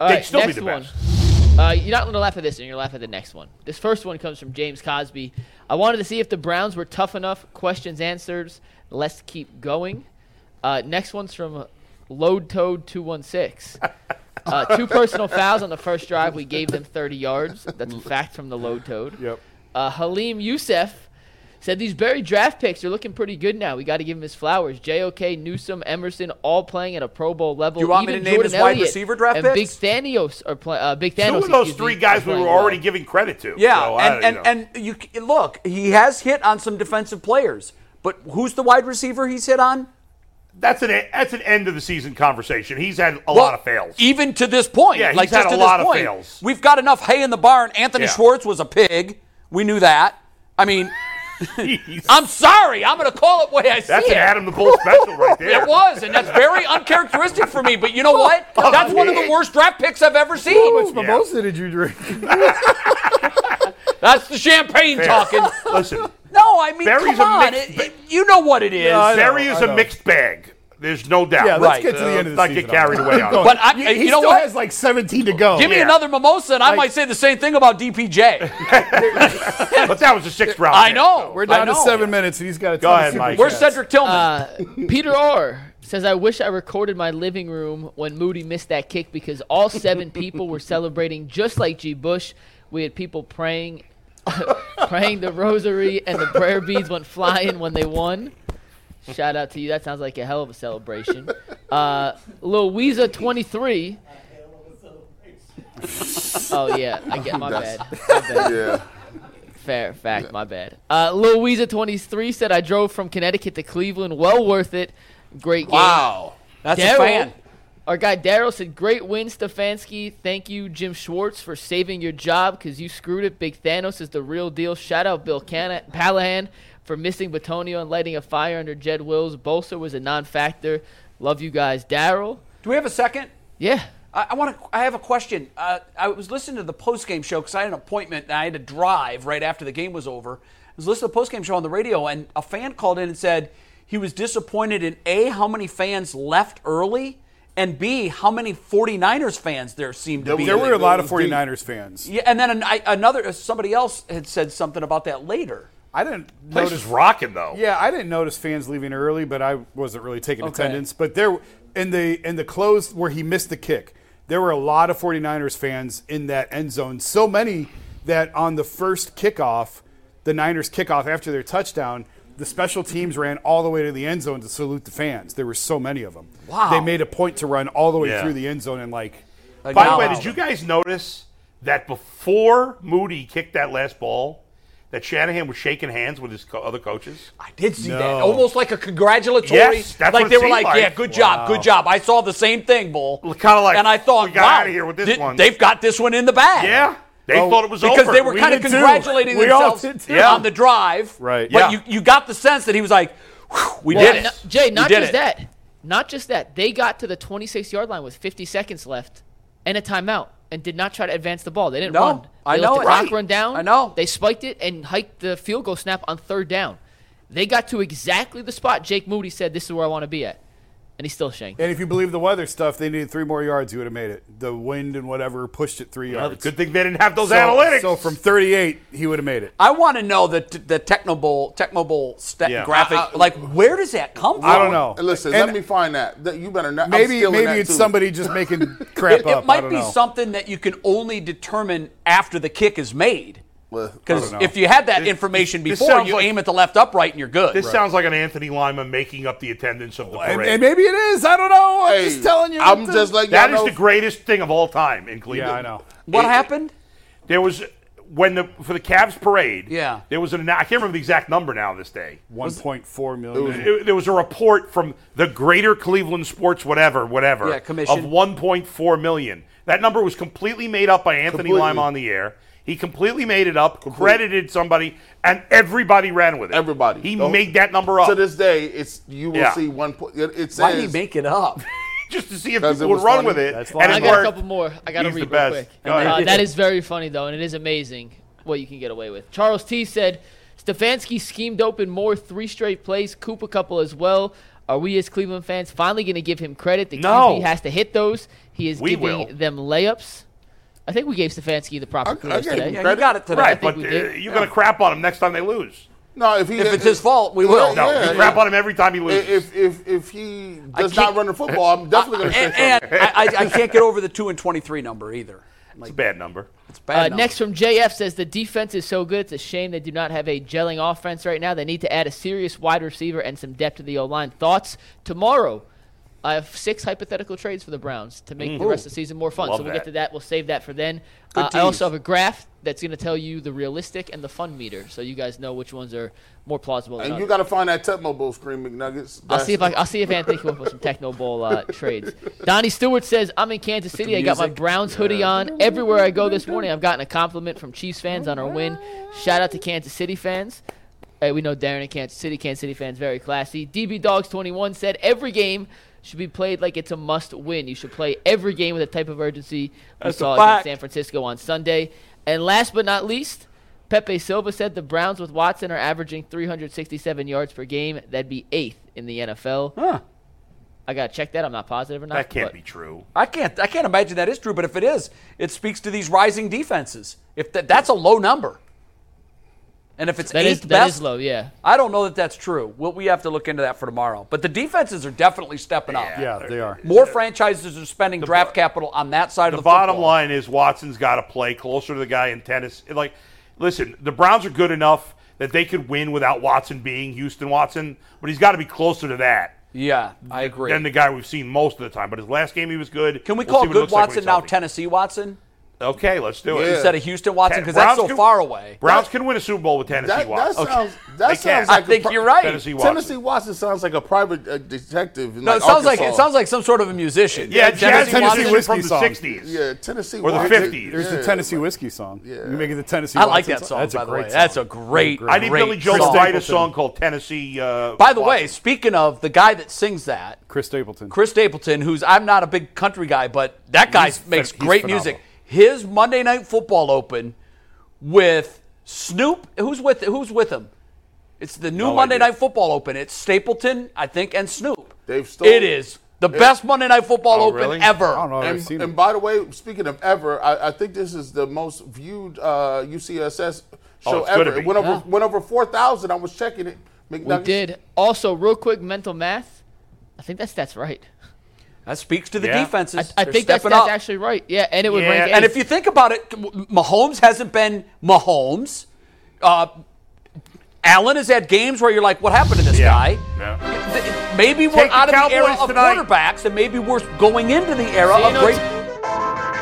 [SPEAKER 1] All
[SPEAKER 2] They'd
[SPEAKER 1] right,
[SPEAKER 2] still be
[SPEAKER 1] next
[SPEAKER 2] the
[SPEAKER 1] one.
[SPEAKER 2] best.
[SPEAKER 1] Uh, you're not going to laugh at this, and you're going to laugh at the next one. This first one comes from James Cosby. I wanted to see if the Browns were tough enough. Questions, answers. Let's keep going. Uh, next one's from Load Toad 216. Uh, two personal fouls on the first drive. We gave them 30 yards. That's a fact from the Load Toad. Yep. Uh, Halim Youssef said these buried draft picks are looking pretty good now. We got to give him his flowers. JOK, Newsom, Emerson, all playing at a Pro Bowl level.
[SPEAKER 3] You want me
[SPEAKER 1] Even
[SPEAKER 3] to name
[SPEAKER 1] Jordan
[SPEAKER 3] his wide
[SPEAKER 1] Elliott
[SPEAKER 3] receiver draft
[SPEAKER 1] and Big
[SPEAKER 3] picks?
[SPEAKER 1] Thanios are playing. Uh, Big Thanos.
[SPEAKER 2] Two of
[SPEAKER 1] excuse
[SPEAKER 2] those
[SPEAKER 1] me,
[SPEAKER 2] three
[SPEAKER 1] are
[SPEAKER 2] guys we
[SPEAKER 1] playing
[SPEAKER 2] were
[SPEAKER 1] well.
[SPEAKER 2] already giving credit to.
[SPEAKER 3] Yeah,
[SPEAKER 2] so I-
[SPEAKER 3] and,
[SPEAKER 2] you
[SPEAKER 3] and,
[SPEAKER 2] know.
[SPEAKER 3] and you c- look, he has hit on some defensive players, but who's the wide receiver he's hit on?
[SPEAKER 2] that's an that's an end of the season conversation. He's had a
[SPEAKER 3] Well,
[SPEAKER 2] lot of fails.
[SPEAKER 3] Even to this point.
[SPEAKER 2] Yeah, he's
[SPEAKER 3] like
[SPEAKER 2] had
[SPEAKER 3] just
[SPEAKER 2] a
[SPEAKER 3] to
[SPEAKER 2] lot
[SPEAKER 3] this
[SPEAKER 2] of
[SPEAKER 3] point,
[SPEAKER 2] fails.
[SPEAKER 3] We've got enough hay in the barn. Anthony
[SPEAKER 2] Yeah.
[SPEAKER 3] Schwartz was a pig. We knew that. I mean, I'm sorry. I'm going to call it way I
[SPEAKER 2] that's
[SPEAKER 3] see
[SPEAKER 2] an
[SPEAKER 3] it.
[SPEAKER 2] Adam the Bull special right there.
[SPEAKER 3] It was, and that's very uncharacteristic for me. But you know what? That's one of the worst draft picks I've ever seen.
[SPEAKER 2] Yeah.
[SPEAKER 4] did you drink?
[SPEAKER 3] That's the champagne
[SPEAKER 2] Fair.
[SPEAKER 3] talking.
[SPEAKER 2] Listen,
[SPEAKER 3] No, I mean,
[SPEAKER 2] Barry's
[SPEAKER 3] come
[SPEAKER 2] a
[SPEAKER 3] on.
[SPEAKER 2] mixed
[SPEAKER 3] It-
[SPEAKER 2] ba-
[SPEAKER 3] it- you know what it is.
[SPEAKER 4] I know,
[SPEAKER 2] Barry is
[SPEAKER 4] I
[SPEAKER 2] a
[SPEAKER 4] know.
[SPEAKER 2] mixed bag. There's no doubt.
[SPEAKER 4] Yeah, let's
[SPEAKER 3] Right.
[SPEAKER 4] get to the end of the
[SPEAKER 2] Let's not
[SPEAKER 4] season.
[SPEAKER 2] get carried
[SPEAKER 4] on
[SPEAKER 2] away
[SPEAKER 4] that.
[SPEAKER 2] on
[SPEAKER 4] Keep
[SPEAKER 2] it.
[SPEAKER 3] But I-
[SPEAKER 4] going.
[SPEAKER 3] you
[SPEAKER 4] he,
[SPEAKER 3] know
[SPEAKER 4] still
[SPEAKER 3] what?
[SPEAKER 4] has like 17 to go.
[SPEAKER 3] Give me
[SPEAKER 2] Yeah.
[SPEAKER 3] another mimosa, and I
[SPEAKER 4] Like-
[SPEAKER 3] might say the same thing about DPJ.
[SPEAKER 2] But that was a sixth round.
[SPEAKER 3] I
[SPEAKER 2] pick,
[SPEAKER 3] know.
[SPEAKER 2] so.
[SPEAKER 4] We're down
[SPEAKER 3] I
[SPEAKER 4] to
[SPEAKER 3] know.
[SPEAKER 4] seven minutes, and he's got to
[SPEAKER 2] Go ahead, Mike.
[SPEAKER 3] Where's Cedric Tillman?
[SPEAKER 1] Peter R says, I wish I recorded my living room when Moody missed that kick because all seven people were celebrating just like G. Bush. We had people praying, praying the rosary, and the prayer beads went flying when they won. Shout out to you. That sounds like a hell of a celebration. Uh, Lil Weezer 23. Oh, yeah. I get my bad. My bad.
[SPEAKER 5] Yeah.
[SPEAKER 1] Fair fact, my bad. Uh, Lil Weezer 23 said, I drove from Connecticut to Cleveland. Well worth it. Great game.
[SPEAKER 5] Wow.
[SPEAKER 3] That's
[SPEAKER 1] Daryl,
[SPEAKER 3] a fan.
[SPEAKER 1] Our guy Daryl said, Great win, Stefanski. Thank you, Jim Schwartz, for saving your job because you screwed it. Big Thanos is the real deal. Shout out Bill Cana- Palahan for missing Batonio and lighting a fire under Jed Wills. Bolster was a non factor. Love you guys, Daryl.
[SPEAKER 3] Do we have a second?
[SPEAKER 1] Yeah.
[SPEAKER 3] I, I want to. I have a question. Uh, I was listening to the post game show because I had an appointment and I had to drive right after the game was over. I was listening to the post game show on the radio, and a fan called in and said he was disappointed in a how many fans left early, and b how many 49ers fans there seemed to be.
[SPEAKER 4] There were a lot of
[SPEAKER 5] It was deep.
[SPEAKER 4] 49ers fans.
[SPEAKER 3] yeah, and then an, I, another uh, somebody else had said something about that later.
[SPEAKER 4] I didn't
[SPEAKER 2] Place
[SPEAKER 4] notice
[SPEAKER 2] is rocking though.
[SPEAKER 4] Yeah, I didn't notice fans leaving early, but I wasn't really taking
[SPEAKER 3] Okay.
[SPEAKER 4] attendance. But there in the in the close where he missed the kick, there were a lot of 49ers fans in that end zone. So many that on the first kickoff, the Niners kickoff after their touchdown, the special teams ran all the way to the end zone to salute the fans. There were so many of them.
[SPEAKER 3] Wow.
[SPEAKER 4] They made a point to run all the way
[SPEAKER 2] Yeah.
[SPEAKER 4] through the end zone and like
[SPEAKER 2] By the
[SPEAKER 3] Wow.
[SPEAKER 2] way, did you guys notice that before Moody kicked that last ball, that Shanahan was shaking hands with his co- other coaches?
[SPEAKER 3] I did see that.
[SPEAKER 4] No.
[SPEAKER 3] Almost like a congratulatory.
[SPEAKER 2] Yes, that's
[SPEAKER 3] like
[SPEAKER 2] what it
[SPEAKER 3] they were
[SPEAKER 2] seemed
[SPEAKER 3] like,
[SPEAKER 2] like.
[SPEAKER 3] yeah, good job, good job. I saw the same thing, Bull.
[SPEAKER 2] Well, kinda like,
[SPEAKER 3] And I thought,
[SPEAKER 2] we got
[SPEAKER 3] wow,
[SPEAKER 2] outta here with this
[SPEAKER 3] did-
[SPEAKER 2] one.
[SPEAKER 3] They've got this one in the bag.
[SPEAKER 2] Yeah, they
[SPEAKER 4] Oh,
[SPEAKER 2] thought it was
[SPEAKER 3] Because
[SPEAKER 2] over.
[SPEAKER 3] they were
[SPEAKER 2] We
[SPEAKER 3] kind of
[SPEAKER 2] did too.
[SPEAKER 3] congratulating
[SPEAKER 4] We all
[SPEAKER 3] themselves
[SPEAKER 4] did too.
[SPEAKER 2] Yeah.
[SPEAKER 3] on the drive.
[SPEAKER 4] Right.
[SPEAKER 3] But
[SPEAKER 2] Yeah.
[SPEAKER 3] you, you got the sense that he was like, "Whew, we
[SPEAKER 1] Well,
[SPEAKER 3] did it.
[SPEAKER 1] no- Jay, not
[SPEAKER 3] we did
[SPEAKER 1] just
[SPEAKER 3] it.
[SPEAKER 1] that. Not just that. They got to the 26 yard line with 50 seconds left and a timeout and did not try to advance the ball. They didn't
[SPEAKER 3] No,
[SPEAKER 1] run. They
[SPEAKER 3] I
[SPEAKER 1] let
[SPEAKER 3] know
[SPEAKER 1] the
[SPEAKER 3] it.
[SPEAKER 1] clock
[SPEAKER 3] Right.
[SPEAKER 1] run down.
[SPEAKER 3] I know.
[SPEAKER 1] They spiked it and hiked the field goal snap on third down. They got to exactly the spot Jake Moody said, This is where I want to be at. And he's still shanked.
[SPEAKER 4] and if you believe the weather stuff, they needed three more yards, you would have made it. The wind and whatever pushed it three
[SPEAKER 2] Well,
[SPEAKER 4] yards.
[SPEAKER 2] Good thing they didn't have those
[SPEAKER 4] so,
[SPEAKER 2] analytics.
[SPEAKER 4] So from 38, he would have made it.
[SPEAKER 3] I want to know the the Techno Bowl, Techno Bowl sta-
[SPEAKER 2] Yeah.
[SPEAKER 1] Uh,
[SPEAKER 3] graphic.
[SPEAKER 5] I- I-
[SPEAKER 3] like, where does that come from?
[SPEAKER 4] I don't know.
[SPEAKER 5] And listen,
[SPEAKER 4] And
[SPEAKER 5] let me find that. That- You better not. I'm
[SPEAKER 4] Maybe
[SPEAKER 5] stealing that
[SPEAKER 4] maybe it's
[SPEAKER 5] too.
[SPEAKER 4] somebody just making crap
[SPEAKER 3] It,
[SPEAKER 4] up.
[SPEAKER 3] it
[SPEAKER 4] I
[SPEAKER 3] might
[SPEAKER 4] don't
[SPEAKER 3] be
[SPEAKER 4] know.
[SPEAKER 3] something that you can only determine after the kick is made.
[SPEAKER 5] Well,
[SPEAKER 3] Because
[SPEAKER 4] know.
[SPEAKER 3] if you had that information
[SPEAKER 2] this
[SPEAKER 3] before,
[SPEAKER 2] sounds
[SPEAKER 3] you
[SPEAKER 2] like-
[SPEAKER 3] aim at the left upright and you're good.
[SPEAKER 2] this sounds like an Anthony Lima making up the attendance of the parade.
[SPEAKER 4] And, and maybe it is. I don't know. I'm
[SPEAKER 5] hey,
[SPEAKER 4] just telling you.
[SPEAKER 5] I'm
[SPEAKER 4] what
[SPEAKER 5] just
[SPEAKER 4] the-
[SPEAKER 5] like
[SPEAKER 2] that is
[SPEAKER 5] y'all
[SPEAKER 2] the
[SPEAKER 5] know-
[SPEAKER 2] greatest thing of all time in Cleveland.
[SPEAKER 4] Yeah, I know.
[SPEAKER 3] what
[SPEAKER 2] it-
[SPEAKER 3] happened?
[SPEAKER 2] There was when the for the Cavs parade.
[SPEAKER 3] Yeah.
[SPEAKER 2] There was an I can't remember the exact number now this day.
[SPEAKER 4] 1.4 million.
[SPEAKER 2] It- there was a report from the Greater Cleveland Sports whatever whatever
[SPEAKER 3] Yeah, commission.
[SPEAKER 2] of 1.4 million. That number was completely made up by Anthony
[SPEAKER 5] Completely.
[SPEAKER 2] Lima on the air. He completely made it up, credited somebody, and everybody ran with it.
[SPEAKER 5] Everybody.
[SPEAKER 2] He
[SPEAKER 5] Don't-
[SPEAKER 2] made that number up
[SPEAKER 5] To this day, it's you will
[SPEAKER 2] Yeah.
[SPEAKER 5] see one point. It, it says
[SPEAKER 3] Why do you make it up?
[SPEAKER 2] just to see if
[SPEAKER 5] 'Cause
[SPEAKER 2] people
[SPEAKER 5] it
[SPEAKER 2] would
[SPEAKER 5] was
[SPEAKER 2] run
[SPEAKER 5] funny.
[SPEAKER 2] with it.
[SPEAKER 4] That's
[SPEAKER 2] and
[SPEAKER 4] funny.
[SPEAKER 2] it
[SPEAKER 1] I got a
[SPEAKER 2] worked.
[SPEAKER 1] couple more. I got to
[SPEAKER 2] He's the
[SPEAKER 1] read real
[SPEAKER 2] best.
[SPEAKER 1] quick.
[SPEAKER 2] Go ahead.
[SPEAKER 1] Uh, that is very funny though, and it is amazing what you can get away with. Charles T said Stefanski schemed open more three straight plays, Coop a couple as well. Are we as Cleveland fans finally going to give him credit? The
[SPEAKER 2] No.
[SPEAKER 1] QB has to hit those. He is
[SPEAKER 2] We
[SPEAKER 1] giving
[SPEAKER 2] will.
[SPEAKER 1] them layups. I think we gave Stefanski the proper
[SPEAKER 5] I
[SPEAKER 1] kudos
[SPEAKER 5] gave
[SPEAKER 1] today.
[SPEAKER 5] him
[SPEAKER 3] Yeah, you
[SPEAKER 5] Credit?
[SPEAKER 3] got it today.
[SPEAKER 2] Right,
[SPEAKER 1] think
[SPEAKER 2] but uh,
[SPEAKER 1] we
[SPEAKER 2] you're
[SPEAKER 1] did.
[SPEAKER 2] going to crap on him next time they lose.
[SPEAKER 5] No, if he
[SPEAKER 3] If it's his fault, we
[SPEAKER 5] Yeah,
[SPEAKER 3] will.
[SPEAKER 2] No,
[SPEAKER 5] yeah,
[SPEAKER 2] you crap on him every time he loses.
[SPEAKER 5] If if if he does
[SPEAKER 3] can't-
[SPEAKER 5] not run the football, I'm definitely going to say
[SPEAKER 3] and,
[SPEAKER 5] something.
[SPEAKER 3] and I, I, I can't get over the two and twenty-three number either.
[SPEAKER 2] it's a bad number.
[SPEAKER 3] It's
[SPEAKER 1] Uh,
[SPEAKER 3] bad. number.
[SPEAKER 1] next from JF says the defense is so good. It's a shame they do not have a gelling offense right now. They need to add a serious wide receiver and some depth to the O line. Thoughts tomorrow? I have six hypothetical trades for the Browns to make the rest of the season more fun.
[SPEAKER 2] Love
[SPEAKER 1] so we'll
[SPEAKER 2] that.
[SPEAKER 1] get to that. We'll save that for then. Uh, I also have a graph that's going to tell you the realistic and the fun meter, so you guys know which ones are more plausible. Than
[SPEAKER 5] And you
[SPEAKER 1] others.
[SPEAKER 5] got to find that Tecmo Bowl scream McNuggets.
[SPEAKER 1] I'll see if I, I'll see if Anthony can come up with some Techno Bowl uh, trades. Donnie Stewart says I'm in Kansas City. I got my Browns hoodie on. Everywhere I go this morning, I've gotten a compliment from Chiefs fans on our win. Shout out to Kansas City fans. Hey, we know Darren in Kansas City. Kansas City fans very classy. DB Dogs 21 said every game should be played like it's a must win. You should play every game with the type of urgency we
[SPEAKER 3] That's a
[SPEAKER 1] saw against
[SPEAKER 3] fact.
[SPEAKER 1] San Francisco on Sunday. And last but not least, Pepe Silva said the Browns with Watson are averaging 367 yards per game. That'd be eighth in the NFL.
[SPEAKER 3] Huh.
[SPEAKER 1] I gotta check that. I'm not positive or not.
[SPEAKER 2] That can't
[SPEAKER 1] but-
[SPEAKER 2] be true.
[SPEAKER 3] I can't. I can't imagine that is true. But if it is, it speaks to these rising defenses. If that, that's a low number, and if it's
[SPEAKER 1] That is
[SPEAKER 3] eighth
[SPEAKER 1] that
[SPEAKER 3] best,
[SPEAKER 1] is low. Yeah.
[SPEAKER 3] I don't know that that's true. We'll, we have to look into that for tomorrow. But the defenses are definitely stepping up.
[SPEAKER 4] Yeah, they are.
[SPEAKER 3] More franchises are spending draft capital on that side
[SPEAKER 2] The,
[SPEAKER 3] of the
[SPEAKER 2] bottom
[SPEAKER 3] football.
[SPEAKER 2] line is Watson's got to play closer to the guy in tennis. It, Like, listen, the Browns are good enough that they could win without Watson being Houston Watson, but he's got to be closer to that
[SPEAKER 3] Yeah, I agree.
[SPEAKER 2] than the guy we've seen most of the time. But his last game, he was good.
[SPEAKER 3] Can we
[SPEAKER 2] We'll
[SPEAKER 3] call
[SPEAKER 2] see what it
[SPEAKER 3] good
[SPEAKER 2] looks like when
[SPEAKER 3] Watson
[SPEAKER 2] he's
[SPEAKER 3] now
[SPEAKER 2] healthy.
[SPEAKER 3] Tennessee Watson
[SPEAKER 2] Okay, let's do it.
[SPEAKER 5] Yeah.
[SPEAKER 3] instead of Houston Watson?
[SPEAKER 2] Ten-
[SPEAKER 3] Because that's
[SPEAKER 2] Browns
[SPEAKER 3] so
[SPEAKER 2] can-
[SPEAKER 3] far away.
[SPEAKER 2] Browns can win a Super Bowl with Tennessee
[SPEAKER 5] That, that
[SPEAKER 2] Watson.
[SPEAKER 5] sounds. That
[SPEAKER 2] They can't.
[SPEAKER 5] sounds like
[SPEAKER 3] I think
[SPEAKER 5] a pro-
[SPEAKER 3] you're right.
[SPEAKER 2] Tennessee Watson.
[SPEAKER 5] Tennessee Watson sounds like a private uh, detective. In
[SPEAKER 3] No,
[SPEAKER 5] like
[SPEAKER 3] it sounds like it
[SPEAKER 5] Arkansas.
[SPEAKER 3] sounds like some sort of a musician.
[SPEAKER 2] Yeah, Jazz
[SPEAKER 4] Tennessee
[SPEAKER 2] Tennessee
[SPEAKER 4] Watson
[SPEAKER 2] Watson
[SPEAKER 4] whiskey
[SPEAKER 2] from the
[SPEAKER 4] song.
[SPEAKER 2] 60s.
[SPEAKER 5] Yeah, Tennessee
[SPEAKER 2] Or the
[SPEAKER 5] Watson.
[SPEAKER 2] 50s.
[SPEAKER 4] There's
[SPEAKER 5] Yeah.
[SPEAKER 4] the Tennessee whiskey song.
[SPEAKER 5] Yeah.
[SPEAKER 4] You make it the Tennessee.
[SPEAKER 3] I like
[SPEAKER 4] Watson
[SPEAKER 3] that song.
[SPEAKER 4] That's
[SPEAKER 3] by
[SPEAKER 4] a
[SPEAKER 3] the
[SPEAKER 4] great
[SPEAKER 3] way.
[SPEAKER 4] song.
[SPEAKER 3] that's a great.
[SPEAKER 2] I need
[SPEAKER 3] great
[SPEAKER 2] Billy Joel
[SPEAKER 3] song.
[SPEAKER 2] to write a
[SPEAKER 4] Stapleton.
[SPEAKER 2] song called Tennessee. Uh,
[SPEAKER 3] By the way,
[SPEAKER 2] Watson.
[SPEAKER 3] speaking of the guy that sings that,
[SPEAKER 4] Chris Stapleton.
[SPEAKER 3] Chris Stapleton, who's I'm not a big country guy, but that guy
[SPEAKER 4] He's phen-
[SPEAKER 3] makes
[SPEAKER 4] he's
[SPEAKER 3] great
[SPEAKER 4] phenomenal.
[SPEAKER 3] music. His Monday Night Football open with Snoop. Who's with Who's with him? It's the new
[SPEAKER 2] No
[SPEAKER 3] Monday
[SPEAKER 2] idea.
[SPEAKER 3] Night Football open. It's Stapleton, I think, and Snoop.
[SPEAKER 5] Dave Stoll.
[SPEAKER 3] It is the best Monday Night Football
[SPEAKER 2] Oh,
[SPEAKER 3] open
[SPEAKER 2] really?
[SPEAKER 3] ever.
[SPEAKER 4] I don't know. if I've
[SPEAKER 5] And,
[SPEAKER 4] seen
[SPEAKER 5] and
[SPEAKER 4] it.
[SPEAKER 5] by the way, speaking of ever, I, I think this is the most viewed uh, UCSS
[SPEAKER 2] Oh,
[SPEAKER 5] show
[SPEAKER 2] it's gonna
[SPEAKER 5] ever. It
[SPEAKER 2] be.
[SPEAKER 5] went over went over four thousand. I was checking it.
[SPEAKER 1] We did. Also, real quick, mental math. I think that's that's right.
[SPEAKER 3] That speaks to the
[SPEAKER 2] Yeah.
[SPEAKER 3] defenses.
[SPEAKER 1] I, I
[SPEAKER 3] They're
[SPEAKER 1] think that's,
[SPEAKER 3] stepping
[SPEAKER 1] that's
[SPEAKER 3] up.
[SPEAKER 1] actually right. Yeah, and it would
[SPEAKER 2] Yeah,
[SPEAKER 1] rank.
[SPEAKER 2] and
[SPEAKER 3] And
[SPEAKER 1] eighth.
[SPEAKER 3] if you think about it, Mahomes hasn't been Mahomes. Uh, Allen has had games where you're like, what happened to this
[SPEAKER 2] Yeah.
[SPEAKER 3] guy?
[SPEAKER 2] Yeah.
[SPEAKER 3] Th- Maybe we're
[SPEAKER 2] Take the
[SPEAKER 3] out of the era
[SPEAKER 2] Cowboys
[SPEAKER 3] of
[SPEAKER 2] tonight.
[SPEAKER 3] quarterbacks, and maybe we're going into the era
[SPEAKER 1] See you
[SPEAKER 3] of
[SPEAKER 1] next-
[SPEAKER 3] great.